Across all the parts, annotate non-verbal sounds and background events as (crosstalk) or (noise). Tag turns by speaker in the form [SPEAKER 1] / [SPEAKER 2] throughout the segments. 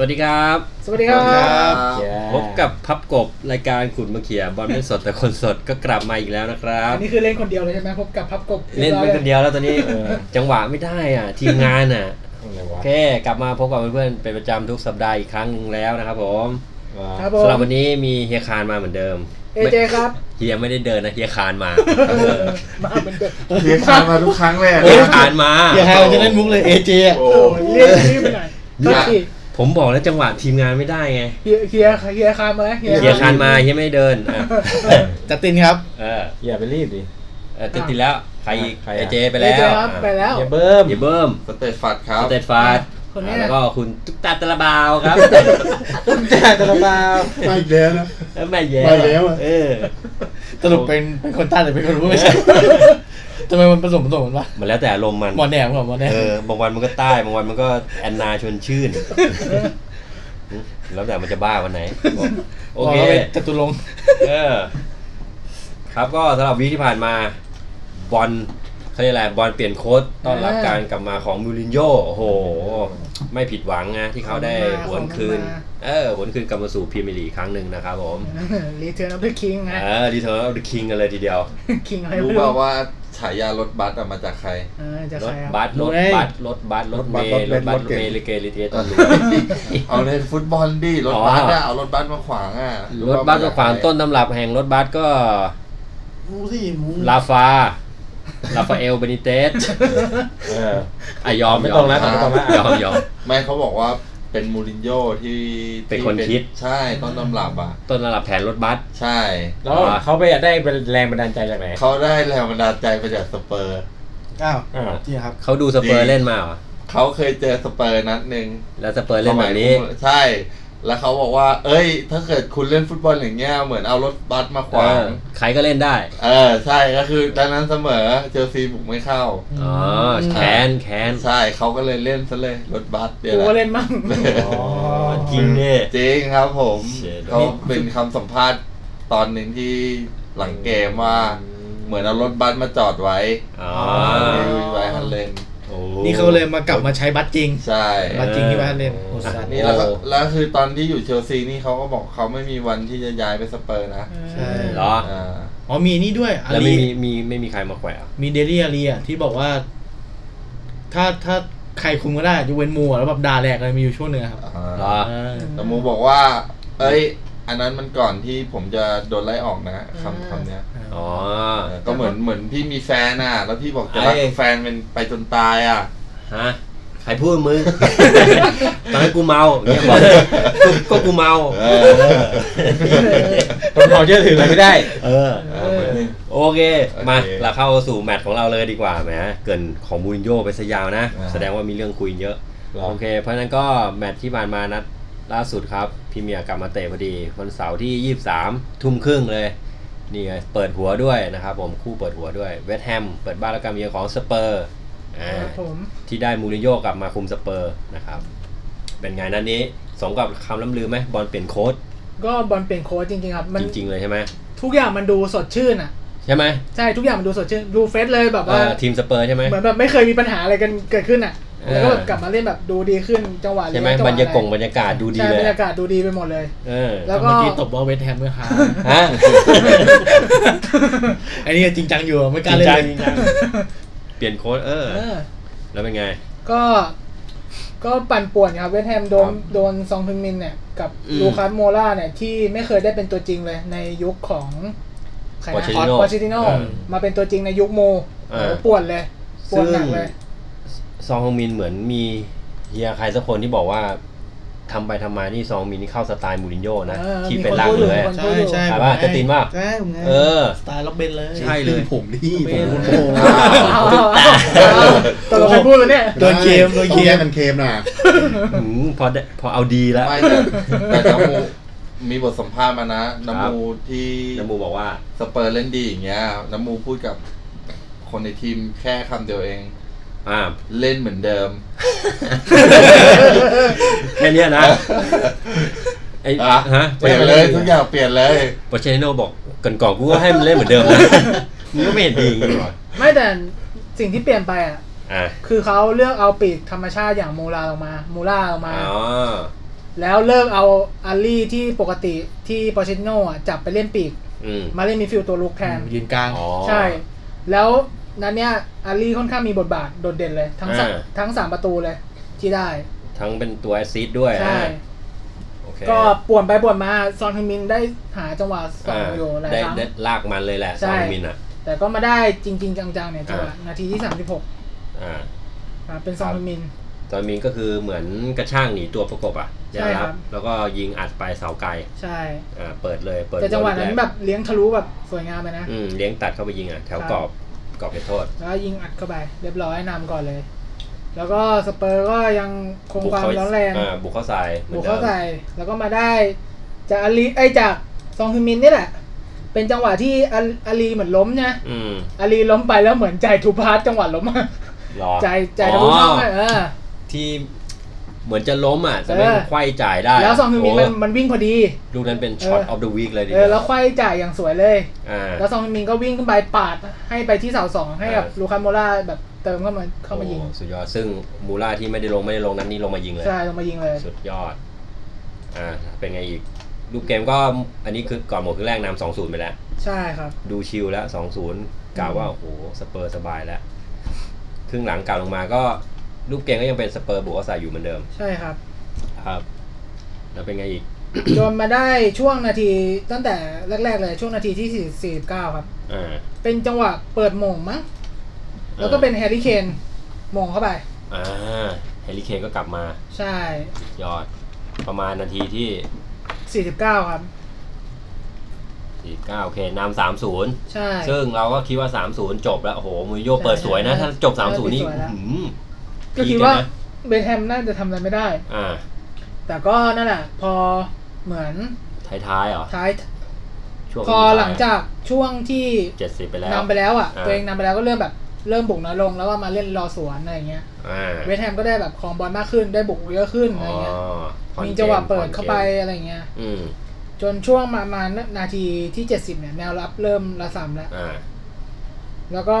[SPEAKER 1] วัสดีครับ
[SPEAKER 2] สวัสดีครับ
[SPEAKER 1] พบกับพับกบรายการขุดมะเขียบอลไม่สดแต่คนสดก็กลับมาอีกแล้วนะครับ
[SPEAKER 2] อันนี้คือเล่นคนเดียวเลยใช่ไหมพบกับพับกบ
[SPEAKER 1] เล่นไปคนเดียวแล้วตอนนี้จังหวะไม่ได้อ่ะ ทีมงานอ่ะ
[SPEAKER 3] อะไร
[SPEAKER 1] โอ
[SPEAKER 3] วะ
[SPEAKER 1] เคกลับมาพบกับเพื่อนๆเป็นประจำทุกสัปดาห์อีกครั้งหนึ่งแล้วนะครับผม
[SPEAKER 2] ครับผม
[SPEAKER 1] สำหรับวันนี้มีเฮียคารมาเหมือนเดิม
[SPEAKER 2] เอเจครับ
[SPEAKER 1] เฮียไม่ได้เดินนะเฮียคารมา
[SPEAKER 2] มาเหมือนเดิม
[SPEAKER 3] เรียกค้างมาทุกครั้งเลย
[SPEAKER 1] เฮียคารมา
[SPEAKER 4] อย่าหาจะเล่นมุกเลยเอเจ
[SPEAKER 3] โอ้
[SPEAKER 2] โอ้ยเรียกชื่อไปหน่อยก็ที
[SPEAKER 1] ผมบอกแล้วจังหวะทีมงานไม่ได้ไง
[SPEAKER 2] เฮียเฮียเฮียคามมาแล้วเฮีย
[SPEAKER 1] เฮียคารมาเฮียไม่ได้เดินอ่ะ
[SPEAKER 4] จัดตินครับ
[SPEAKER 1] เออ
[SPEAKER 3] อย่าไปรีบดิ
[SPEAKER 1] เออติดติดแล้วใครอีก
[SPEAKER 3] ใครอ่ะ
[SPEAKER 1] เอเจไป
[SPEAKER 2] ไป
[SPEAKER 1] แล้
[SPEAKER 2] แล้ว วไปแล้ว
[SPEAKER 3] อย่าเบิ้ม
[SPEAKER 1] เฮียเบิ้ (laughs) ม
[SPEAKER 5] สเตตฟัดครับ
[SPEAKER 1] สเตตฟาด
[SPEAKER 2] คนเนี้ย
[SPEAKER 1] แล้ว
[SPEAKER 2] (laughs)
[SPEAKER 1] ก็คุณตุ๊กตาตะละบาว (laughs) ครับ
[SPEAKER 3] ต้นแจ่ตะละ (laughs) บาว
[SPEAKER 4] มาอีกแล้วนะ
[SPEAKER 1] แม่แย่
[SPEAKER 4] ไปแล้วอะ
[SPEAKER 1] เออ
[SPEAKER 4] สรุปเป็นเป็นคนใต้หรือเป็นคนรู้ไม่
[SPEAKER 1] (laughs)
[SPEAKER 4] ใช่ทำไมมันผสมผสมกันวะ
[SPEAKER 1] มันแล้วแต่อารมณ์มัน
[SPEAKER 4] หมอแหนมกับหมอแหนม
[SPEAKER 1] เออบางวันมันก็ใต้บางวันมันก็แอนนาชวนชื่น แล้วแต่มันจะบ้าวันไหน โอเค
[SPEAKER 4] หมราเป็นจตุรงค์
[SPEAKER 1] เออ ครับก็สำหรับวีคที่ผ่านมาบอลเขาเรียกอะไรบอลเปลี่ยนโค้ดต้อนรับการกลับมาของมูรินโญ่โอ้โห ไม่ผิดหวังนะที่เขาได้หวนคืน เออหวนคืนกลับมาสู่พรีเมียร์ลีกอีกครั้งหนึ่งนะครับผม
[SPEAKER 2] รีเทิร์นออฟเดอะคิงนะ (laughs)
[SPEAKER 1] เออดีเทอร์เอาคิงกันเลยทีเดียว
[SPEAKER 2] คิงอะไร
[SPEAKER 5] รู้เปล่าว่าฉายารถบัสอะมาจากใคร
[SPEAKER 2] เออจะ
[SPEAKER 1] ร
[SPEAKER 2] ใคร
[SPEAKER 1] ถ
[SPEAKER 2] ครับ
[SPEAKER 1] บัสรถบัสรถบัสรถเมล์รถบัสรถเมล์ลิเกลิเทตอนนี้
[SPEAKER 5] เอาเล่นฟุตบอลดิรถบัสอะเอารถบัสมาขวางอะ
[SPEAKER 1] รถบัสก็ขวางต้นตำรับแห่งรถบัสก็
[SPEAKER 4] มูสิมู
[SPEAKER 1] ลาฟาลาฟาเอลเบนิเตส
[SPEAKER 3] เออ
[SPEAKER 1] อ่ะยอม
[SPEAKER 3] ไม่
[SPEAKER 1] ย
[SPEAKER 3] ต
[SPEAKER 1] อ
[SPEAKER 3] ร
[SPEAKER 1] ม
[SPEAKER 3] งแล้ว (laughs) ไม่ตรงแล้ว
[SPEAKER 1] ยอมยอม
[SPEAKER 5] ไม่เขาบอกว่าเป็นมูรินโญ่ที่
[SPEAKER 1] เป็น
[SPEAKER 5] ที่
[SPEAKER 1] คนคิด
[SPEAKER 5] ใช่ต้นตำรับอะ
[SPEAKER 1] ต้นตำรับแผนรถบัส
[SPEAKER 5] ใช่
[SPEAKER 3] แล้วเขาไปได้แรงบันดาลใจจากไหน
[SPEAKER 5] เขาได้แรงบันดาลใจมาจากสเปอร์
[SPEAKER 4] อ้าว
[SPEAKER 3] อ้าว
[SPEAKER 4] จริงครับ
[SPEAKER 1] เขาดูสเปอร์เล่นมาเหรอ
[SPEAKER 5] เขาเคยเจอสเปอร์นัดหนึ่ง
[SPEAKER 1] แล้วสเปอร์เล่นแบบนี้
[SPEAKER 5] สมัยใช่ แล้วเขาบอกว่า เอ้ย ถ้าเกิดคุณเล่นฟุตบอลอย่างเงี้ยเหมือนเอารถบัสมาข
[SPEAKER 1] เอ
[SPEAKER 5] วาง
[SPEAKER 1] อใครก็เล่นได้
[SPEAKER 5] เออใช่ก็คือดังนั้นเสมอเชลซีบุกไม่เข้า
[SPEAKER 1] อ๋อแขนแขน
[SPEAKER 5] ใช่เขาก็เลยเล่นซะเลยรถบัสเดี๋ยว
[SPEAKER 2] กูก็
[SPEAKER 5] แหละ
[SPEAKER 2] เล่นมั่ง
[SPEAKER 1] จริงเนี่ย
[SPEAKER 5] จริงครับผม
[SPEAKER 1] เชี่ย
[SPEAKER 5] เขาเป็นคำสัมภาษณ์ตอนหนึ่งที่หลังเกมว่า เหมือนเอารถบัสมาจอดไว้
[SPEAKER 1] อ๋อ
[SPEAKER 5] ไว้ฮันเลน
[SPEAKER 1] โอ้
[SPEAKER 4] นี่เขาเลยมากลับมาใช้บัตรจริง
[SPEAKER 5] ใช่
[SPEAKER 4] บัตรจริงที่บ้านเล่นโอ้สัตว์
[SPEAKER 5] นี่แล้วก็แล้วคือตอนที่อยู่เชลซีนี่เขาก็บอกเขาไม่มีวันที่จะย้ายไปสเปอร์นะ
[SPEAKER 4] ใช่
[SPEAKER 1] เหรอ
[SPEAKER 5] อ่า
[SPEAKER 4] อ๋อมีนี่ด้วยอา
[SPEAKER 1] แล้ว
[SPEAKER 4] ลี
[SPEAKER 1] ไม่มีมีไม่มีใครมาแขวะเหรอ
[SPEAKER 4] มีเดลี่อาลีอ่ะที่บอกว่า ถ้าถ้าใครคุมก็ได้ยกเว้นมูอ่ะแล้วแบบด่าแหลกเลยมีอยู่ช่วงหนึ่งอะครับ
[SPEAKER 5] อ่า
[SPEAKER 1] เหรอ
[SPEAKER 4] เออ
[SPEAKER 5] แต่มูบอกว่า เอ้ย อันนั้นมันก่อนที่ผมจะโดนไล่ออกนะคำคำเนี้ย
[SPEAKER 1] อ๋อ
[SPEAKER 5] ก็เหมือนเหมือนพี่มีแฟนอ่ะ แล้วพี่บอกจะรัก
[SPEAKER 1] ไอ้
[SPEAKER 5] แฟนเป็นไปจนตายอ่ะ
[SPEAKER 1] ฮะใครพูดมึง ตอนนั้นกูเมาเนี่ยบอกกูก็กูเมา
[SPEAKER 5] เออ
[SPEAKER 3] ต้นหอมเชื่อถืออะไรไม่ได้ (laughs)
[SPEAKER 1] เออ
[SPEAKER 5] เออเหมือน
[SPEAKER 1] โอเค
[SPEAKER 5] โอเค
[SPEAKER 1] มาเราเข้าสู่แมตช์ของเราเลยดีกว่าแหมเกรินของมูรินโญ่ไปซะยาวนะ
[SPEAKER 5] อ่า
[SPEAKER 1] แสดงว่ามีเรื่องคุยเยอะ
[SPEAKER 3] เหรอ
[SPEAKER 1] โอเค เพราะฉะนั้นก็แมตช์ที่ผ่านมานัดล่าสุดครับพรีเมียร์กลับมาเตะพอดีวันเสาร์ที่ 23 ทุ่มครึ่งเลย นี่ไงเปิดหัวด้วยนะครับผมคู่เปิดหัวด้วยเวสต์แฮมเปิดบ้านแล้วกำเยือนของสเปอร์อ่า
[SPEAKER 2] ครับผม
[SPEAKER 1] ที่ได้มูรินโญ่กลับมาคุมสเปอร์นะครับ เป็นไงนั้นนี้สมกับคำล้ำลือไหมบอลเปลี่ยนโค้ด
[SPEAKER 2] ก็บอลเปลี่ยนโค้ชจริงๆครับ มัน
[SPEAKER 1] จริง ๆ เลยใช่ไหม
[SPEAKER 2] ทุกอย่างมันดูสดชื่นอ่ะ
[SPEAKER 1] ใช่ไหม
[SPEAKER 2] ใช่ทุกอย่างมันดูสดชื่นดูเฟสเลยแบบ
[SPEAKER 1] เอ่
[SPEAKER 2] ว่า
[SPEAKER 1] อทีมสเปอร์ใช่ไหม
[SPEAKER 2] เหมือนแบบไม่เคยมีปัญหาอะไรกันเกิดขึ้นอ่ะ
[SPEAKER 1] เออ
[SPEAKER 2] แล้วก็แบบกลับมาเล่นแบบดูดีขึ้นจังหวะ
[SPEAKER 1] ใช่ไหม
[SPEAKER 2] เลี้งจั
[SPEAKER 1] บร
[SPEAKER 2] งหวะ
[SPEAKER 1] รยากงบรรยากาศดูดี
[SPEAKER 2] ใช่
[SPEAKER 1] เล
[SPEAKER 2] บร
[SPEAKER 1] ย
[SPEAKER 2] รยากาศดูดีไปหมดเลย
[SPEAKER 1] เออ
[SPEAKER 2] แล้วก็
[SPEAKER 4] เมื่อกี้ตบว่าเวสต์แฮมเมื่อ
[SPEAKER 1] (laughs)
[SPEAKER 4] ฮา
[SPEAKER 1] ฮะ
[SPEAKER 4] ไอ้นี่จริงจังอยู่ไม่ก
[SPEAKER 1] จ
[SPEAKER 4] ล้า
[SPEAKER 1] ริง
[SPEAKER 4] เล่
[SPEAKER 1] จัง
[SPEAKER 4] นเลย
[SPEAKER 1] จริงจังเปลี่ยนโค้ดเออ
[SPEAKER 2] เออ
[SPEAKER 1] แล้วเป็นไง
[SPEAKER 2] ก็ก็ปั่นป่วนครับเวสต์แฮมโดน
[SPEAKER 5] ครับ
[SPEAKER 2] โดนซองฮึนมินเนี่ย กับ
[SPEAKER 1] อืม
[SPEAKER 2] ลูคัสโมล่าเนี่ย ที่ไม่เคยได้เป็นตัวจริงเลยในยุคของใครนะ
[SPEAKER 1] Pochettino
[SPEAKER 2] ปอชิติโน
[SPEAKER 1] เออ
[SPEAKER 2] มาเป็นตัวจริงในยุคโม
[SPEAKER 1] เออ
[SPEAKER 2] โอ้ป่วนเลยป่วนหนักเลย
[SPEAKER 1] ซองฮงมินเหมือนมีเฮียใครสักคนที่บอกว่าทำไปทำมานี่ซองฮงมินนี่เข้าสไตล์มูรินโญ่นะ
[SPEAKER 2] เออ
[SPEAKER 1] ที่เป็นล่าง
[SPEAKER 2] มีคนพู
[SPEAKER 1] เลย
[SPEAKER 2] ดอยู่
[SPEAKER 4] ใช่ใช่
[SPEAKER 1] ถามว่าจะตีนเปล่า
[SPEAKER 4] ใช่ผมไง
[SPEAKER 1] เออ
[SPEAKER 4] สไตล์ล็อบเบนเลย
[SPEAKER 1] ใช่เลย
[SPEAKER 6] ผมนี่ผมพูด
[SPEAKER 2] ตกลงใครพูดวะเนี่ย
[SPEAKER 4] โดนเกมโดน
[SPEAKER 6] ต้
[SPEAKER 4] เกม
[SPEAKER 6] องแยกกันเกมนะ
[SPEAKER 1] หืมพอได้พอเอาดีแล้ว
[SPEAKER 5] ไม่แต่แต่น้ำมูมีบทสัมภาษณ์มานะน้ำมูที่
[SPEAKER 1] น้ำมูบอกว่า
[SPEAKER 5] สเปอร์เล่นดีอย่างเงี้ยน้ำมูพูดกับคนในทีมแค่คำเดียวเอง
[SPEAKER 1] อ่า
[SPEAKER 5] เล่นเหมือนเดิม
[SPEAKER 1] แค่เนี้ยนะไอ้
[SPEAKER 5] อ่ะ
[SPEAKER 1] ฮะ
[SPEAKER 5] เปลี่ยนเลยทุกอย่างเปลี่ยนเลย
[SPEAKER 1] ปอเชโนบอกกันก่อนๆกูก็ให้มันเล่นเหมือนเดิมนะมึงก็ไม่เห็นดีอย่างงี้หรอ
[SPEAKER 2] ไม่แต่สิ่งที่เปลี่ยนไปอ่ะ
[SPEAKER 1] อ่ะ
[SPEAKER 2] คือเขาเลือกเอาปีกธรรมชาติอย่างโมลาลงมา โมลาลงมา
[SPEAKER 1] อ๋อ
[SPEAKER 2] แล้วเลิกเอาอาลีที่ปกติที่ปอเชตโน่อะจับไปเล่นปีก
[SPEAKER 1] อืม
[SPEAKER 2] มาเล่นมีฟิลด์ตัวลุกแทน
[SPEAKER 4] ยืนกลาง
[SPEAKER 1] อ๋อ
[SPEAKER 2] ใช่ แล้วนั้นเนี้ยอาลีค่อนข้างมีบทบาทโดดเด่นเลย ทั้งสาม
[SPEAKER 1] อ่า
[SPEAKER 2] ทั้งสามประตูเลย ที่ได้
[SPEAKER 1] ทั้งเป็นตัวแอสซิดด้วย
[SPEAKER 2] ใช่
[SPEAKER 1] อ่ะโอเค
[SPEAKER 2] ก็ป่วนไปป่วนมา ซอนฮึงมินได้หาจังหวะสอง
[SPEAKER 1] อ่า
[SPEAKER 2] อยู่หลาย
[SPEAKER 1] ได้
[SPEAKER 2] ครั้ง
[SPEAKER 1] ได้ลากมันเลยแหละ
[SPEAKER 2] ใช่
[SPEAKER 1] ซองมินอ่ะ
[SPEAKER 2] แต่ก็มาได้จริง ๆ จังๆเนี่ยจังหวะ
[SPEAKER 1] อ่า
[SPEAKER 2] นาทีที่
[SPEAKER 1] อ่า
[SPEAKER 2] 36ครับเป็นซอนฮึงมิน
[SPEAKER 1] ซองมินก็คือเหมือนกระช่างหนีตัวประกบอ่ะได้
[SPEAKER 2] ใช่ครั
[SPEAKER 1] รับ บ แล้วก็ยิงอัดไปเสาไกล
[SPEAKER 2] ใช่
[SPEAKER 1] อ่าเปิดเลย เปิด
[SPEAKER 2] แต่จังหวะ
[SPEAKER 1] โมง
[SPEAKER 2] นั้น
[SPEAKER 1] รก
[SPEAKER 2] แบบเลี้ยงทะลุแบบสวยงามไปนะ
[SPEAKER 1] อืมเลี้ยงตัดเข้าไปยิงอ่ะแถว
[SPEAKER 2] ครับ
[SPEAKER 1] กรอบกรอบเขตโทษ
[SPEAKER 2] แล้วยิงอัดเข้าไป เรียบร้อยนำก่อนเลย แล้วก็สเปอร์ก็ยังคง
[SPEAKER 1] บุก
[SPEAKER 2] ความ
[SPEAKER 1] เข้า
[SPEAKER 2] ร้อนแรง
[SPEAKER 1] อ่าบุกเข้าใส่หมื
[SPEAKER 2] บุ
[SPEAKER 1] อนดิม
[SPEAKER 2] กเข้าใส่แล้วก็มาได้จากอาลีไอยจากซองฮึนมินนี่แหละ เป็นจังหวะที่อาอาลีเหมือนล้มนะ
[SPEAKER 1] อืม
[SPEAKER 2] อาลีล้มไปแล้วเหมือนใจทูพาร์ทจังหวะล้มอะ
[SPEAKER 1] รอ
[SPEAKER 2] ใจใจ
[SPEAKER 1] อ๋
[SPEAKER 2] ทูพา
[SPEAKER 1] อ
[SPEAKER 2] ร์ทเออ
[SPEAKER 1] ที่เหมือนจะล้มอ่ะแต่ไม่
[SPEAKER 2] เออ
[SPEAKER 1] ควายจ่ายได้
[SPEAKER 2] แล้วซองฮึนมินมัน
[SPEAKER 1] โ
[SPEAKER 2] มันวิ่งพอดี
[SPEAKER 1] ลูกนั้นเป็นช็อต
[SPEAKER 2] เอ
[SPEAKER 1] อ
[SPEAKER 2] อ
[SPEAKER 1] อฟเดอะวีคเลยดี
[SPEAKER 2] เออแล้วควายจ่ายอย่างสวยเลย
[SPEAKER 1] อ่า
[SPEAKER 2] แล้วซองฮึนมินก็วิ่งขึ้นไปปาดให้ไปที่เสาสองให้กับ
[SPEAKER 1] เออ
[SPEAKER 2] ลูคาโมล่าแบบเติมเข้ามาเข้ามายิง
[SPEAKER 1] โอ้สุดยอด ซึ่งมูล่าที่ไม่ได้ลงไม่ได้ลงนั้นนี่ลงมายิงเลย
[SPEAKER 2] ใช่ลงมายิงเลย
[SPEAKER 1] สุดยอด อ่า เป็นไงอีก รูปเกมก็อันนี้คือก่อนหมดครึ่งแรกนำสองศูนย์ไปแล้ว
[SPEAKER 2] ใช่ครับ
[SPEAKER 1] ดูชิลแล้วสองศูนย์กล่าวว่า โอ้โห สเปอร์สบายแล้ว ครึ่งหลังกล่าวลงมาก็รูปเกมก็ยังเป็นสเปอร์บวกกับใส่อยู่เหมือนเดิม
[SPEAKER 2] ใช่ครับ
[SPEAKER 1] ครับ แล้วเป็นไงอีก
[SPEAKER 2] (coughs) จนมาได้ช่วงนาทีตั้งแต่แรกๆเลยช่วงนาทีที่ 49 ครับ
[SPEAKER 1] อ่า
[SPEAKER 2] เป็นจังหวะเปิดหม่งมั้ง แล้วก็เป็นแฮร์รี่เคนหม่งเข้าไป
[SPEAKER 1] อ่าเฮลิเคนก็กลับมา
[SPEAKER 2] ใช่
[SPEAKER 1] สุดยอด ประมาณนาทีที่
[SPEAKER 2] 49 ครับ
[SPEAKER 1] สี่เก้าโอเคนำสามศูนย์
[SPEAKER 2] ใช่
[SPEAKER 1] ซึ่งเราก็คิดว่า 30 จบแล้ว โอ้โหมูรินโญ่เปิดสวยนะ ถ้าจบ
[SPEAKER 2] ใช่
[SPEAKER 1] 30 นี่
[SPEAKER 2] เปิดสวยแล้ว
[SPEAKER 1] อื้อหือ
[SPEAKER 2] ก็คิดว่า
[SPEAKER 1] พีนะ
[SPEAKER 2] เบนแฮมน่าจะทำอะไรไม่ได้
[SPEAKER 1] อ่า
[SPEAKER 2] แต่ก็นั่นแหละ พอเหมือน
[SPEAKER 1] ท้ายๆเหรอ
[SPEAKER 2] ท้าย
[SPEAKER 1] ช่วง
[SPEAKER 2] พอหลังจากช่วงที่
[SPEAKER 1] 70 ไปแล้ว
[SPEAKER 2] นำไปแล้วอ่ะ
[SPEAKER 1] อ่า
[SPEAKER 2] ตัวเองนำไปแล้วก็เริ่มแบบเริ่มบุกน้อยลงแล้วว่ามาเล่นรอสวนอะไรอย่างเงี้ย
[SPEAKER 1] อ่า
[SPEAKER 2] เวสต์แฮมก็ได้แบบครองบอลมากขึ้นได้บุกเยอะขึ้นอะ
[SPEAKER 1] อ๋
[SPEAKER 2] ไร
[SPEAKER 1] อ
[SPEAKER 2] เงี้ย
[SPEAKER 1] ผ่อน
[SPEAKER 2] มีจังหวะ
[SPEAKER 1] กม
[SPEAKER 2] เปิ
[SPEAKER 1] ผ่อ
[SPEAKER 2] ด
[SPEAKER 1] น
[SPEAKER 2] เข้าไป
[SPEAKER 1] กม
[SPEAKER 2] อะไรเงี้ย
[SPEAKER 1] อืม
[SPEAKER 2] จนช่วงประมาณนาทีที่ 70 เนี่ย แนวรับเริ่มระสำแล้ว
[SPEAKER 1] อ่า
[SPEAKER 2] แล้วก็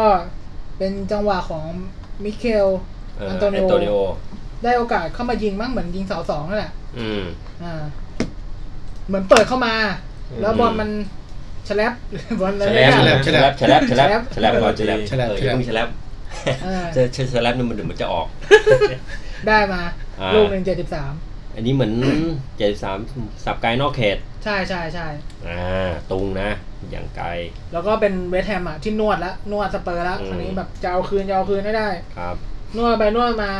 [SPEAKER 2] เป็นจังหวะของมิเคล
[SPEAKER 1] เ
[SPEAKER 2] อันโต
[SPEAKER 1] แอ
[SPEAKER 2] นิ
[SPEAKER 1] น
[SPEAKER 2] โอ
[SPEAKER 1] โตนิโอ
[SPEAKER 2] ได้โอกาสเข้ามายิงมั้งเหมือนยิงเสาสองนั่นแหละ
[SPEAKER 1] อืม
[SPEAKER 2] อ่า เหมือนเปิดเข้ามา แล้วบอลมันฉลับบอ (laughs) ลอะไร
[SPEAKER 1] ฉลั
[SPEAKER 2] เนี่
[SPEAKER 1] บ
[SPEAKER 2] ย
[SPEAKER 4] ฉลับ
[SPEAKER 1] ฉลับฉลับฉลับก่อนฉลับ
[SPEAKER 4] ฉลับ
[SPEAKER 1] เออ
[SPEAKER 4] ฉลับ
[SPEAKER 1] อย่าเพิ่งฉลับ
[SPEAKER 2] เออ
[SPEAKER 1] จะจะฉลับนี่มันเดี๋ยวมันจะออก
[SPEAKER 2] ได้มา
[SPEAKER 1] อ่า
[SPEAKER 2] ลูกหนึ่งเจ็ดสิบสาม
[SPEAKER 1] อันนี้เหมือน 73 สับไกลนอกเขต
[SPEAKER 2] ใช่ใช่ใช่
[SPEAKER 1] อ่า ตุงนะ อย่างไกล
[SPEAKER 2] แล้วก็เป็นเวสต์แฮมอ่ะที่นวดแล้ว นวดสเปอร์แล้ว
[SPEAKER 1] อืม
[SPEAKER 2] คราวนี้แบบจะเอาคืนจะเอาคืนให้ได้
[SPEAKER 1] ครับ
[SPEAKER 2] นวดไปนวดมา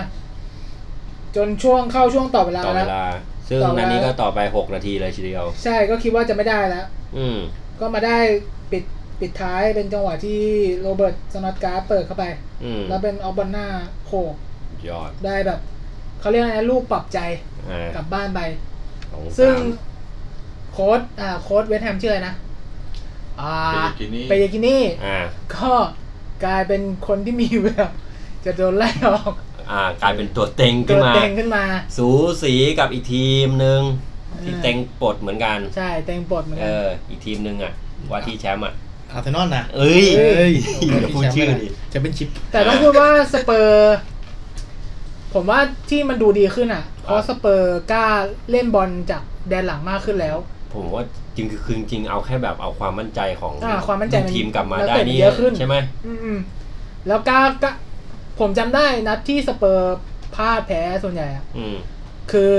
[SPEAKER 2] จนช่วงเข้าช่วงต่อเวลา
[SPEAKER 1] ต่อเว
[SPEAKER 2] แล้ว
[SPEAKER 1] ลา ซึ่ง
[SPEAKER 2] ต่อเว
[SPEAKER 1] นั
[SPEAKER 2] ลา
[SPEAKER 1] นนี้ก็ต่อไป 6 นาทีเลยทีเดียว
[SPEAKER 2] ใช่ก็คิดว่าจะไม่ได้แล้ว
[SPEAKER 1] อืม
[SPEAKER 2] ก็มาได้ปิดปิดท้ายเป็นจังหวะที่โรเบิร์ตสนอตการ์ดเปิดเข้าไป
[SPEAKER 1] อืม
[SPEAKER 2] แล้วเป็นออฟบอนหน้าโขก
[SPEAKER 1] ยอด
[SPEAKER 2] ได้แบบ เขาเรียกอะไรนะลูกปรับใจ
[SPEAKER 1] อ่าก
[SPEAKER 2] ลับบ้านไป
[SPEAKER 1] สอง
[SPEAKER 2] ซึ่ง
[SPEAKER 1] สาม
[SPEAKER 2] โค้ดอ่าโค้ดเวสต์แฮมชื่ออะไรนะ อ่า
[SPEAKER 5] เปเยกินี่
[SPEAKER 2] เปเยกินี่
[SPEAKER 1] อ่า
[SPEAKER 2] ก็กลายเป็นคนที่มีแบบ จะโดนไล่ออก
[SPEAKER 1] อ่า กลายเป็นตัวเต็ง
[SPEAKER 2] ตั
[SPEAKER 1] ขึ้น
[SPEAKER 2] ว
[SPEAKER 1] มา
[SPEAKER 2] เต็งขึ้นมา
[SPEAKER 1] สูสีกับอีกทีมหนึ่งที่
[SPEAKER 2] อ่า
[SPEAKER 1] เต็งปลดเหมือนกัน
[SPEAKER 2] ใช่เต็งปลดเหมือน
[SPEAKER 1] เอ
[SPEAKER 2] กัน
[SPEAKER 1] อ อีกทีมหนึ่งอ่ะ ว่าที่แชมป์อ่ะ
[SPEAKER 4] อาร์เซนอลนะ
[SPEAKER 1] เอ้ย
[SPEAKER 4] อย่าพูดชื่อ
[SPEAKER 1] ดิ
[SPEAKER 4] ดิจะเป็นชิป
[SPEAKER 2] แต่ต้องพูดว่าสเปอร์ ผมว่าที่มันดูดีขึ้นอ่ะ เพราะสเปอร์กล้าเล่นบอลจากแดนหลังมากขึ้นแล้ว
[SPEAKER 1] ผมว่าจริงคือจริงๆเอาแค่แบบเอาความมั่นใจของ
[SPEAKER 2] อ่าความมั่นใจมัน
[SPEAKER 1] ทีมกลับมา
[SPEAKER 2] แล้ว
[SPEAKER 1] ได้
[SPEAKER 2] เตะ
[SPEAKER 1] นี่
[SPEAKER 2] เยอะขึ้น
[SPEAKER 1] ใช่ไหม
[SPEAKER 2] อืมๆแล้วกล้ากล้าผมจำได้นัดที่สเปอร์พลาดแพ้ส่วนใหญ่อ่ะ
[SPEAKER 1] อืม
[SPEAKER 2] คือ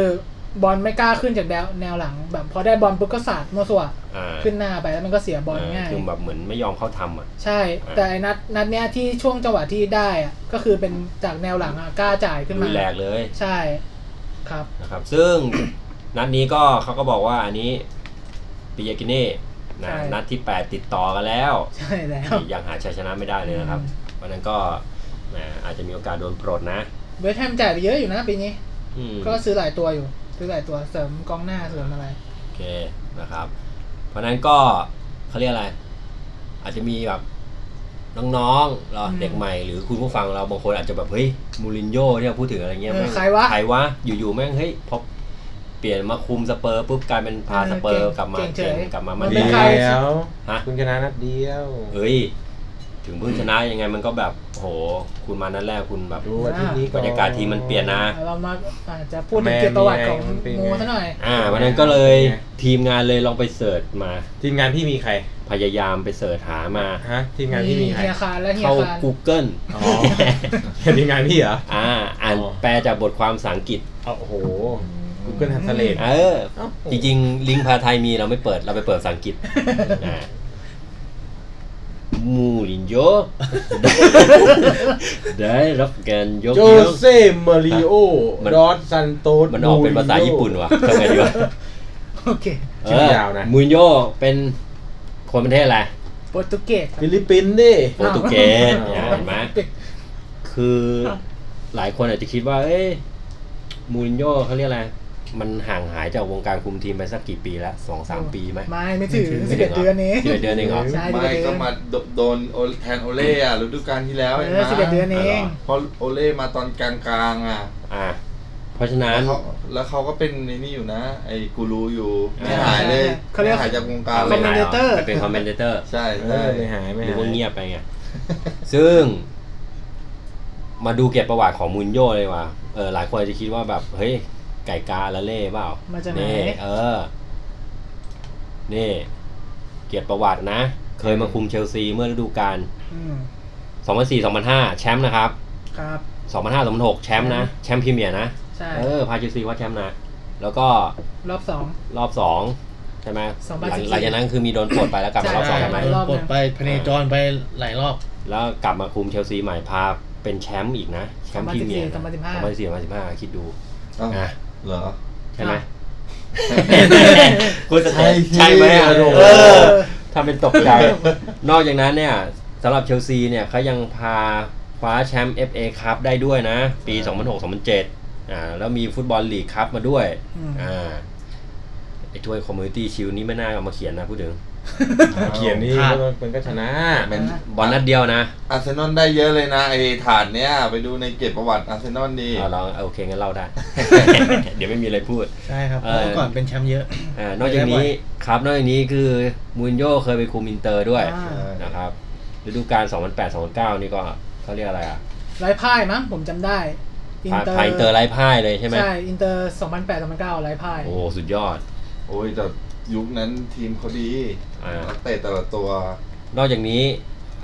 [SPEAKER 2] บอลไม่กล้าขึ้นจากแนวแนวหลัง แบบพอได้บอลปุ๊บก็สาดมั่วสั่ว
[SPEAKER 1] อ่า
[SPEAKER 2] ขึ้นหน้าไปแล้วมันก็เสียบอลง่าย
[SPEAKER 1] คือแบบเหมือนไม่ยอมเข้าทำอ่ะ
[SPEAKER 2] ใช่ แต่ไอ้นัดนัดเนี้ยที่ช่วงจังหวะที่ได้อะก็คือเป็นจากแนวหลังอะกล้าจ่ายขึ้น
[SPEAKER 1] รุ
[SPEAKER 2] มาน
[SPEAKER 1] แรงเลย
[SPEAKER 2] ใช่ครับ (laughs)
[SPEAKER 1] นะครับ ซึ่ง (coughs) นัดนี้ก็เขาก็บอกว่าอันนี้ปิยากิเน่นะ
[SPEAKER 2] ใช่
[SPEAKER 1] นัดที่ 8 ติดต่อกันแล้ว
[SPEAKER 2] ใช่แล้ว
[SPEAKER 1] ยังหาชัยชนะไม่ได้เลยนะครับ
[SPEAKER 2] อืม
[SPEAKER 1] วันนั้นก็แหมอาจจะมีโอกาสโดนปลดนะ
[SPEAKER 2] เวสต์แฮมจ่ายไปเยอะอยู่นะปีนี้
[SPEAKER 1] อืม
[SPEAKER 2] ก็ซื้อหลายตัวอยู่ ซื้อหลายตัวเสริมกองหน้าเสริมอะไร
[SPEAKER 1] โอเคนะครับ เพราะนั้นก็เขาเรียกอะไร อาจจะมีแบบน้องๆเรา
[SPEAKER 2] อืม
[SPEAKER 1] เด็กใหม่หรือคุณผู้ฟังเราบางคนอาจจะแบบเฮ้ยมูรินโญ่ที่เราพูดถึงอะไรเงี้ย
[SPEAKER 2] เออ
[SPEAKER 1] แม่ง
[SPEAKER 2] ใครวะ
[SPEAKER 1] ใครวะอยู่ๆแม่งเฮ้ยพอเปลี่ยนมาคุมสเปอร์ปุ๊บกลายเป็นพา
[SPEAKER 2] เออ
[SPEAKER 1] สเปอร์ (laughs) ก
[SPEAKER 2] เก่ง
[SPEAKER 1] ลับมา
[SPEAKER 2] เก่งเฉย
[SPEAKER 1] กลับมามัน
[SPEAKER 2] มันเป็นใคร
[SPEAKER 1] ดี
[SPEAKER 3] เดียว
[SPEAKER 1] ฮะ
[SPEAKER 3] คุณชนะนัดเดียว
[SPEAKER 1] เฮ้ย ถึงเพิ่งชนะยังไงมันก็แบบโห คุณมานั้นแรกคุณแบบ
[SPEAKER 3] ดูอาทิตย์นี้
[SPEAKER 1] บ
[SPEAKER 3] ก่
[SPEAKER 1] ร
[SPEAKER 3] อน
[SPEAKER 1] รยากาศทีมมันเปลี่ยนนะ
[SPEAKER 2] เรามาอาจจะพูดถึงเกียรติประวัติของโมซะหน่อย
[SPEAKER 1] อ่าวันนั้นก็เลยทีมงานเลยลองไปเสิร์ชมา
[SPEAKER 3] ทีมงานพี่มีใคร
[SPEAKER 1] พยายามไปเสิร์ชหามา
[SPEAKER 3] ฮะ ทีมงานพี่มีใคร
[SPEAKER 2] เฮียคารและเฮีย
[SPEAKER 1] เข้า
[SPEAKER 2] คาร
[SPEAKER 1] Google
[SPEAKER 3] อ๋ (laughs) อ ทีมงานพี่เหรอ
[SPEAKER 1] อ่าอ่าน
[SPEAKER 3] อ๋อ
[SPEAKER 1] แปลจากบทความภาษาอังกฤษ
[SPEAKER 3] เอาโอ้โห Google Translate
[SPEAKER 1] เออ จริงๆ ลิงก์ภาษาไทยมีเราไม่เปิดเราไปเปิดภาษาอังกฤษอ่ามูรินโญ
[SPEAKER 3] (laughs)
[SPEAKER 1] ได้รับการยก
[SPEAKER 3] โจ
[SPEAKER 1] ย่อง
[SPEAKER 3] เซ่มาริโอ
[SPEAKER 1] มัน
[SPEAKER 3] ดอสซันโตส
[SPEAKER 1] มันออกเป็นภาษาญี่ปุ่นว่ะทำไงดี
[SPEAKER 3] (laughs)
[SPEAKER 1] วะ
[SPEAKER 2] โอเค
[SPEAKER 3] ชื่อยาวนะ
[SPEAKER 1] เออมูรินโญเป็นคนประเทศอะไร
[SPEAKER 2] โปรตุเกสครับ
[SPEAKER 3] ฟิลิปปินส์ดิ
[SPEAKER 1] โปรตุเกส
[SPEAKER 2] อ้าว
[SPEAKER 1] เนี่ยเห็นไหมคือหลายคนอาจจะคิดว่า เอ้ยมูรินโญ่เขาเรียกอะไร มันห่างหายจากวงการคุมทีมไปสักกี่ปีแล้วสองสามปีไหม
[SPEAKER 2] ไม่ไม่ถึงสิบเอ็ดเดือนนี้
[SPEAKER 1] สิบเอ็ดเดือนเองเหรอ
[SPEAKER 2] ใช่
[SPEAKER 5] ไม่ก็มาโดโดนโอแทนโอเล่อะฤดูกาลที่แล้ว
[SPEAKER 2] เอ
[SPEAKER 5] เห็นไห
[SPEAKER 2] อ
[SPEAKER 5] ม
[SPEAKER 2] สิบเอ็ดเดือนเอ
[SPEAKER 1] อ๋อเหรง อ
[SPEAKER 5] เพราะโอเล่มาตอนกลางๆอ่ะ
[SPEAKER 1] อ่า เพราะฉะนั้
[SPEAKER 5] แล้
[SPEAKER 1] น
[SPEAKER 5] วเขาแล้วเขาก็เป็นในนี่อยู่นะ ไอ้กูรูอยู่
[SPEAKER 1] อ่า
[SPEAKER 5] ไม่หายเลย
[SPEAKER 2] เขาเรียก
[SPEAKER 5] ไม่หายจากวงการเล
[SPEAKER 1] ไม่
[SPEAKER 5] ย
[SPEAKER 1] หายหรอก
[SPEAKER 2] Commentator
[SPEAKER 1] ไปเป็นคอมเมนเตอร์
[SPEAKER 5] ใช่
[SPEAKER 3] เอ
[SPEAKER 5] ใช่
[SPEAKER 3] อไม่หายไม่
[SPEAKER 1] ห
[SPEAKER 3] หา
[SPEAKER 1] รือย ว่าเงียบไปไง ซึ่ง มาดูเก็บประวัติของมูรินโญ่เลยว่ะเออหลายคนอาจจะคิดว่าแบบ เฮ้ย ไก่กาละเล่เปล่า
[SPEAKER 2] มาจากไหน
[SPEAKER 1] นี่เออ นี่ เก็บประวัตินะ เคยมาคุมเชลซีเมื่อฤดูกาล
[SPEAKER 2] อืม
[SPEAKER 1] 2004 2005 แชมป์นะครับ
[SPEAKER 2] ครับ
[SPEAKER 1] 2005 2006 แชมป์นะ แชมป์พรีเมียร์นะ
[SPEAKER 2] ใช่
[SPEAKER 1] เออ พาเชลซีคว่าแชมป์นะ แล้วก็
[SPEAKER 2] รอบสอง
[SPEAKER 1] รอบ 2 ใช่ไหมหลัง
[SPEAKER 2] 2014
[SPEAKER 1] หลังจากนั้นคือมีโดนปลดไปแล้วกลับมารอบสอง
[SPEAKER 2] ใช่
[SPEAKER 1] ใช่ไหม
[SPEAKER 2] รอบหนึ่ง
[SPEAKER 4] ปลดไปพเนจรไปหลายรอบ
[SPEAKER 1] แล้วกลับมาคุมเชลซีใหม่พาเป็นแชมป์อีกนะ แชมป์พรีเมียร์2014
[SPEAKER 2] 2014
[SPEAKER 1] 2015 คิดดู
[SPEAKER 5] เอ้า
[SPEAKER 1] อ่ะ
[SPEAKER 5] เหรอ
[SPEAKER 1] ใช่ไหม
[SPEAKER 2] อ่ะ
[SPEAKER 1] คุณจะ
[SPEAKER 5] ใช่สิ
[SPEAKER 1] ใช่ไหมอ่ะ
[SPEAKER 5] โอ้โห
[SPEAKER 1] เออทำเป็นตกใจ นอกจากนั้นเนี่ยสำหรับเชลซีเนี่ยเขายังพาคว้าแชมป์ FA ครับได้ด้วยนะ ปี 2006-2007อ่าแล้วมีฟุตบอลลีกครับมาด้วย
[SPEAKER 2] อืม
[SPEAKER 1] อ่าไอ้ถ้วยคอมมูนิตี้ชิลนี้ไม่น่าเอามาเขียนนะพูดถึง
[SPEAKER 3] เขียนนี่
[SPEAKER 4] ครับ
[SPEAKER 3] มันก็ชนะ
[SPEAKER 5] เป็น
[SPEAKER 1] บอลนัดเดียวนะ
[SPEAKER 5] อาร์เซนอลได้เยอะเลยนะไอ้ฐานเนี้ยไปดูในเก็บประวัติอาร์เซนอลดี
[SPEAKER 1] เอาลองเอาโอเคงั้นเล่ (laughs) าได้ เดี๋ยวไม่มีอะไรพูด
[SPEAKER 4] ใช่ครับเพ
[SPEAKER 1] เอ
[SPEAKER 4] ราะ
[SPEAKER 1] อ
[SPEAKER 4] เมื่อก่อนเป็นแชมป์เยอะ
[SPEAKER 1] อ่านอกจากนี้ครับ นอกจากนี้คือมูรินโญ่เคยไปคุมอินเตอร์ด้วย
[SPEAKER 2] อ่า
[SPEAKER 1] นะครับฤดูกาล 2008-2009 นี่ก็เขาเรียกอะไรอ่ะ
[SPEAKER 2] ไร้พ่ายมั้งผมจำได้
[SPEAKER 1] พาพาอินเตอร์ไร้พ่ายเลยใช่ไหม
[SPEAKER 2] ใช่ อินเตอร์สองพันแปดสองพันเก้าไร้พ่าย
[SPEAKER 1] โอ้สุดยอด
[SPEAKER 5] โอ้ยแต่ยุคนั้นทีมเขาดี
[SPEAKER 1] อ่า
[SPEAKER 5] นักเตะแต่ละตัวน
[SPEAKER 1] อกจากนี้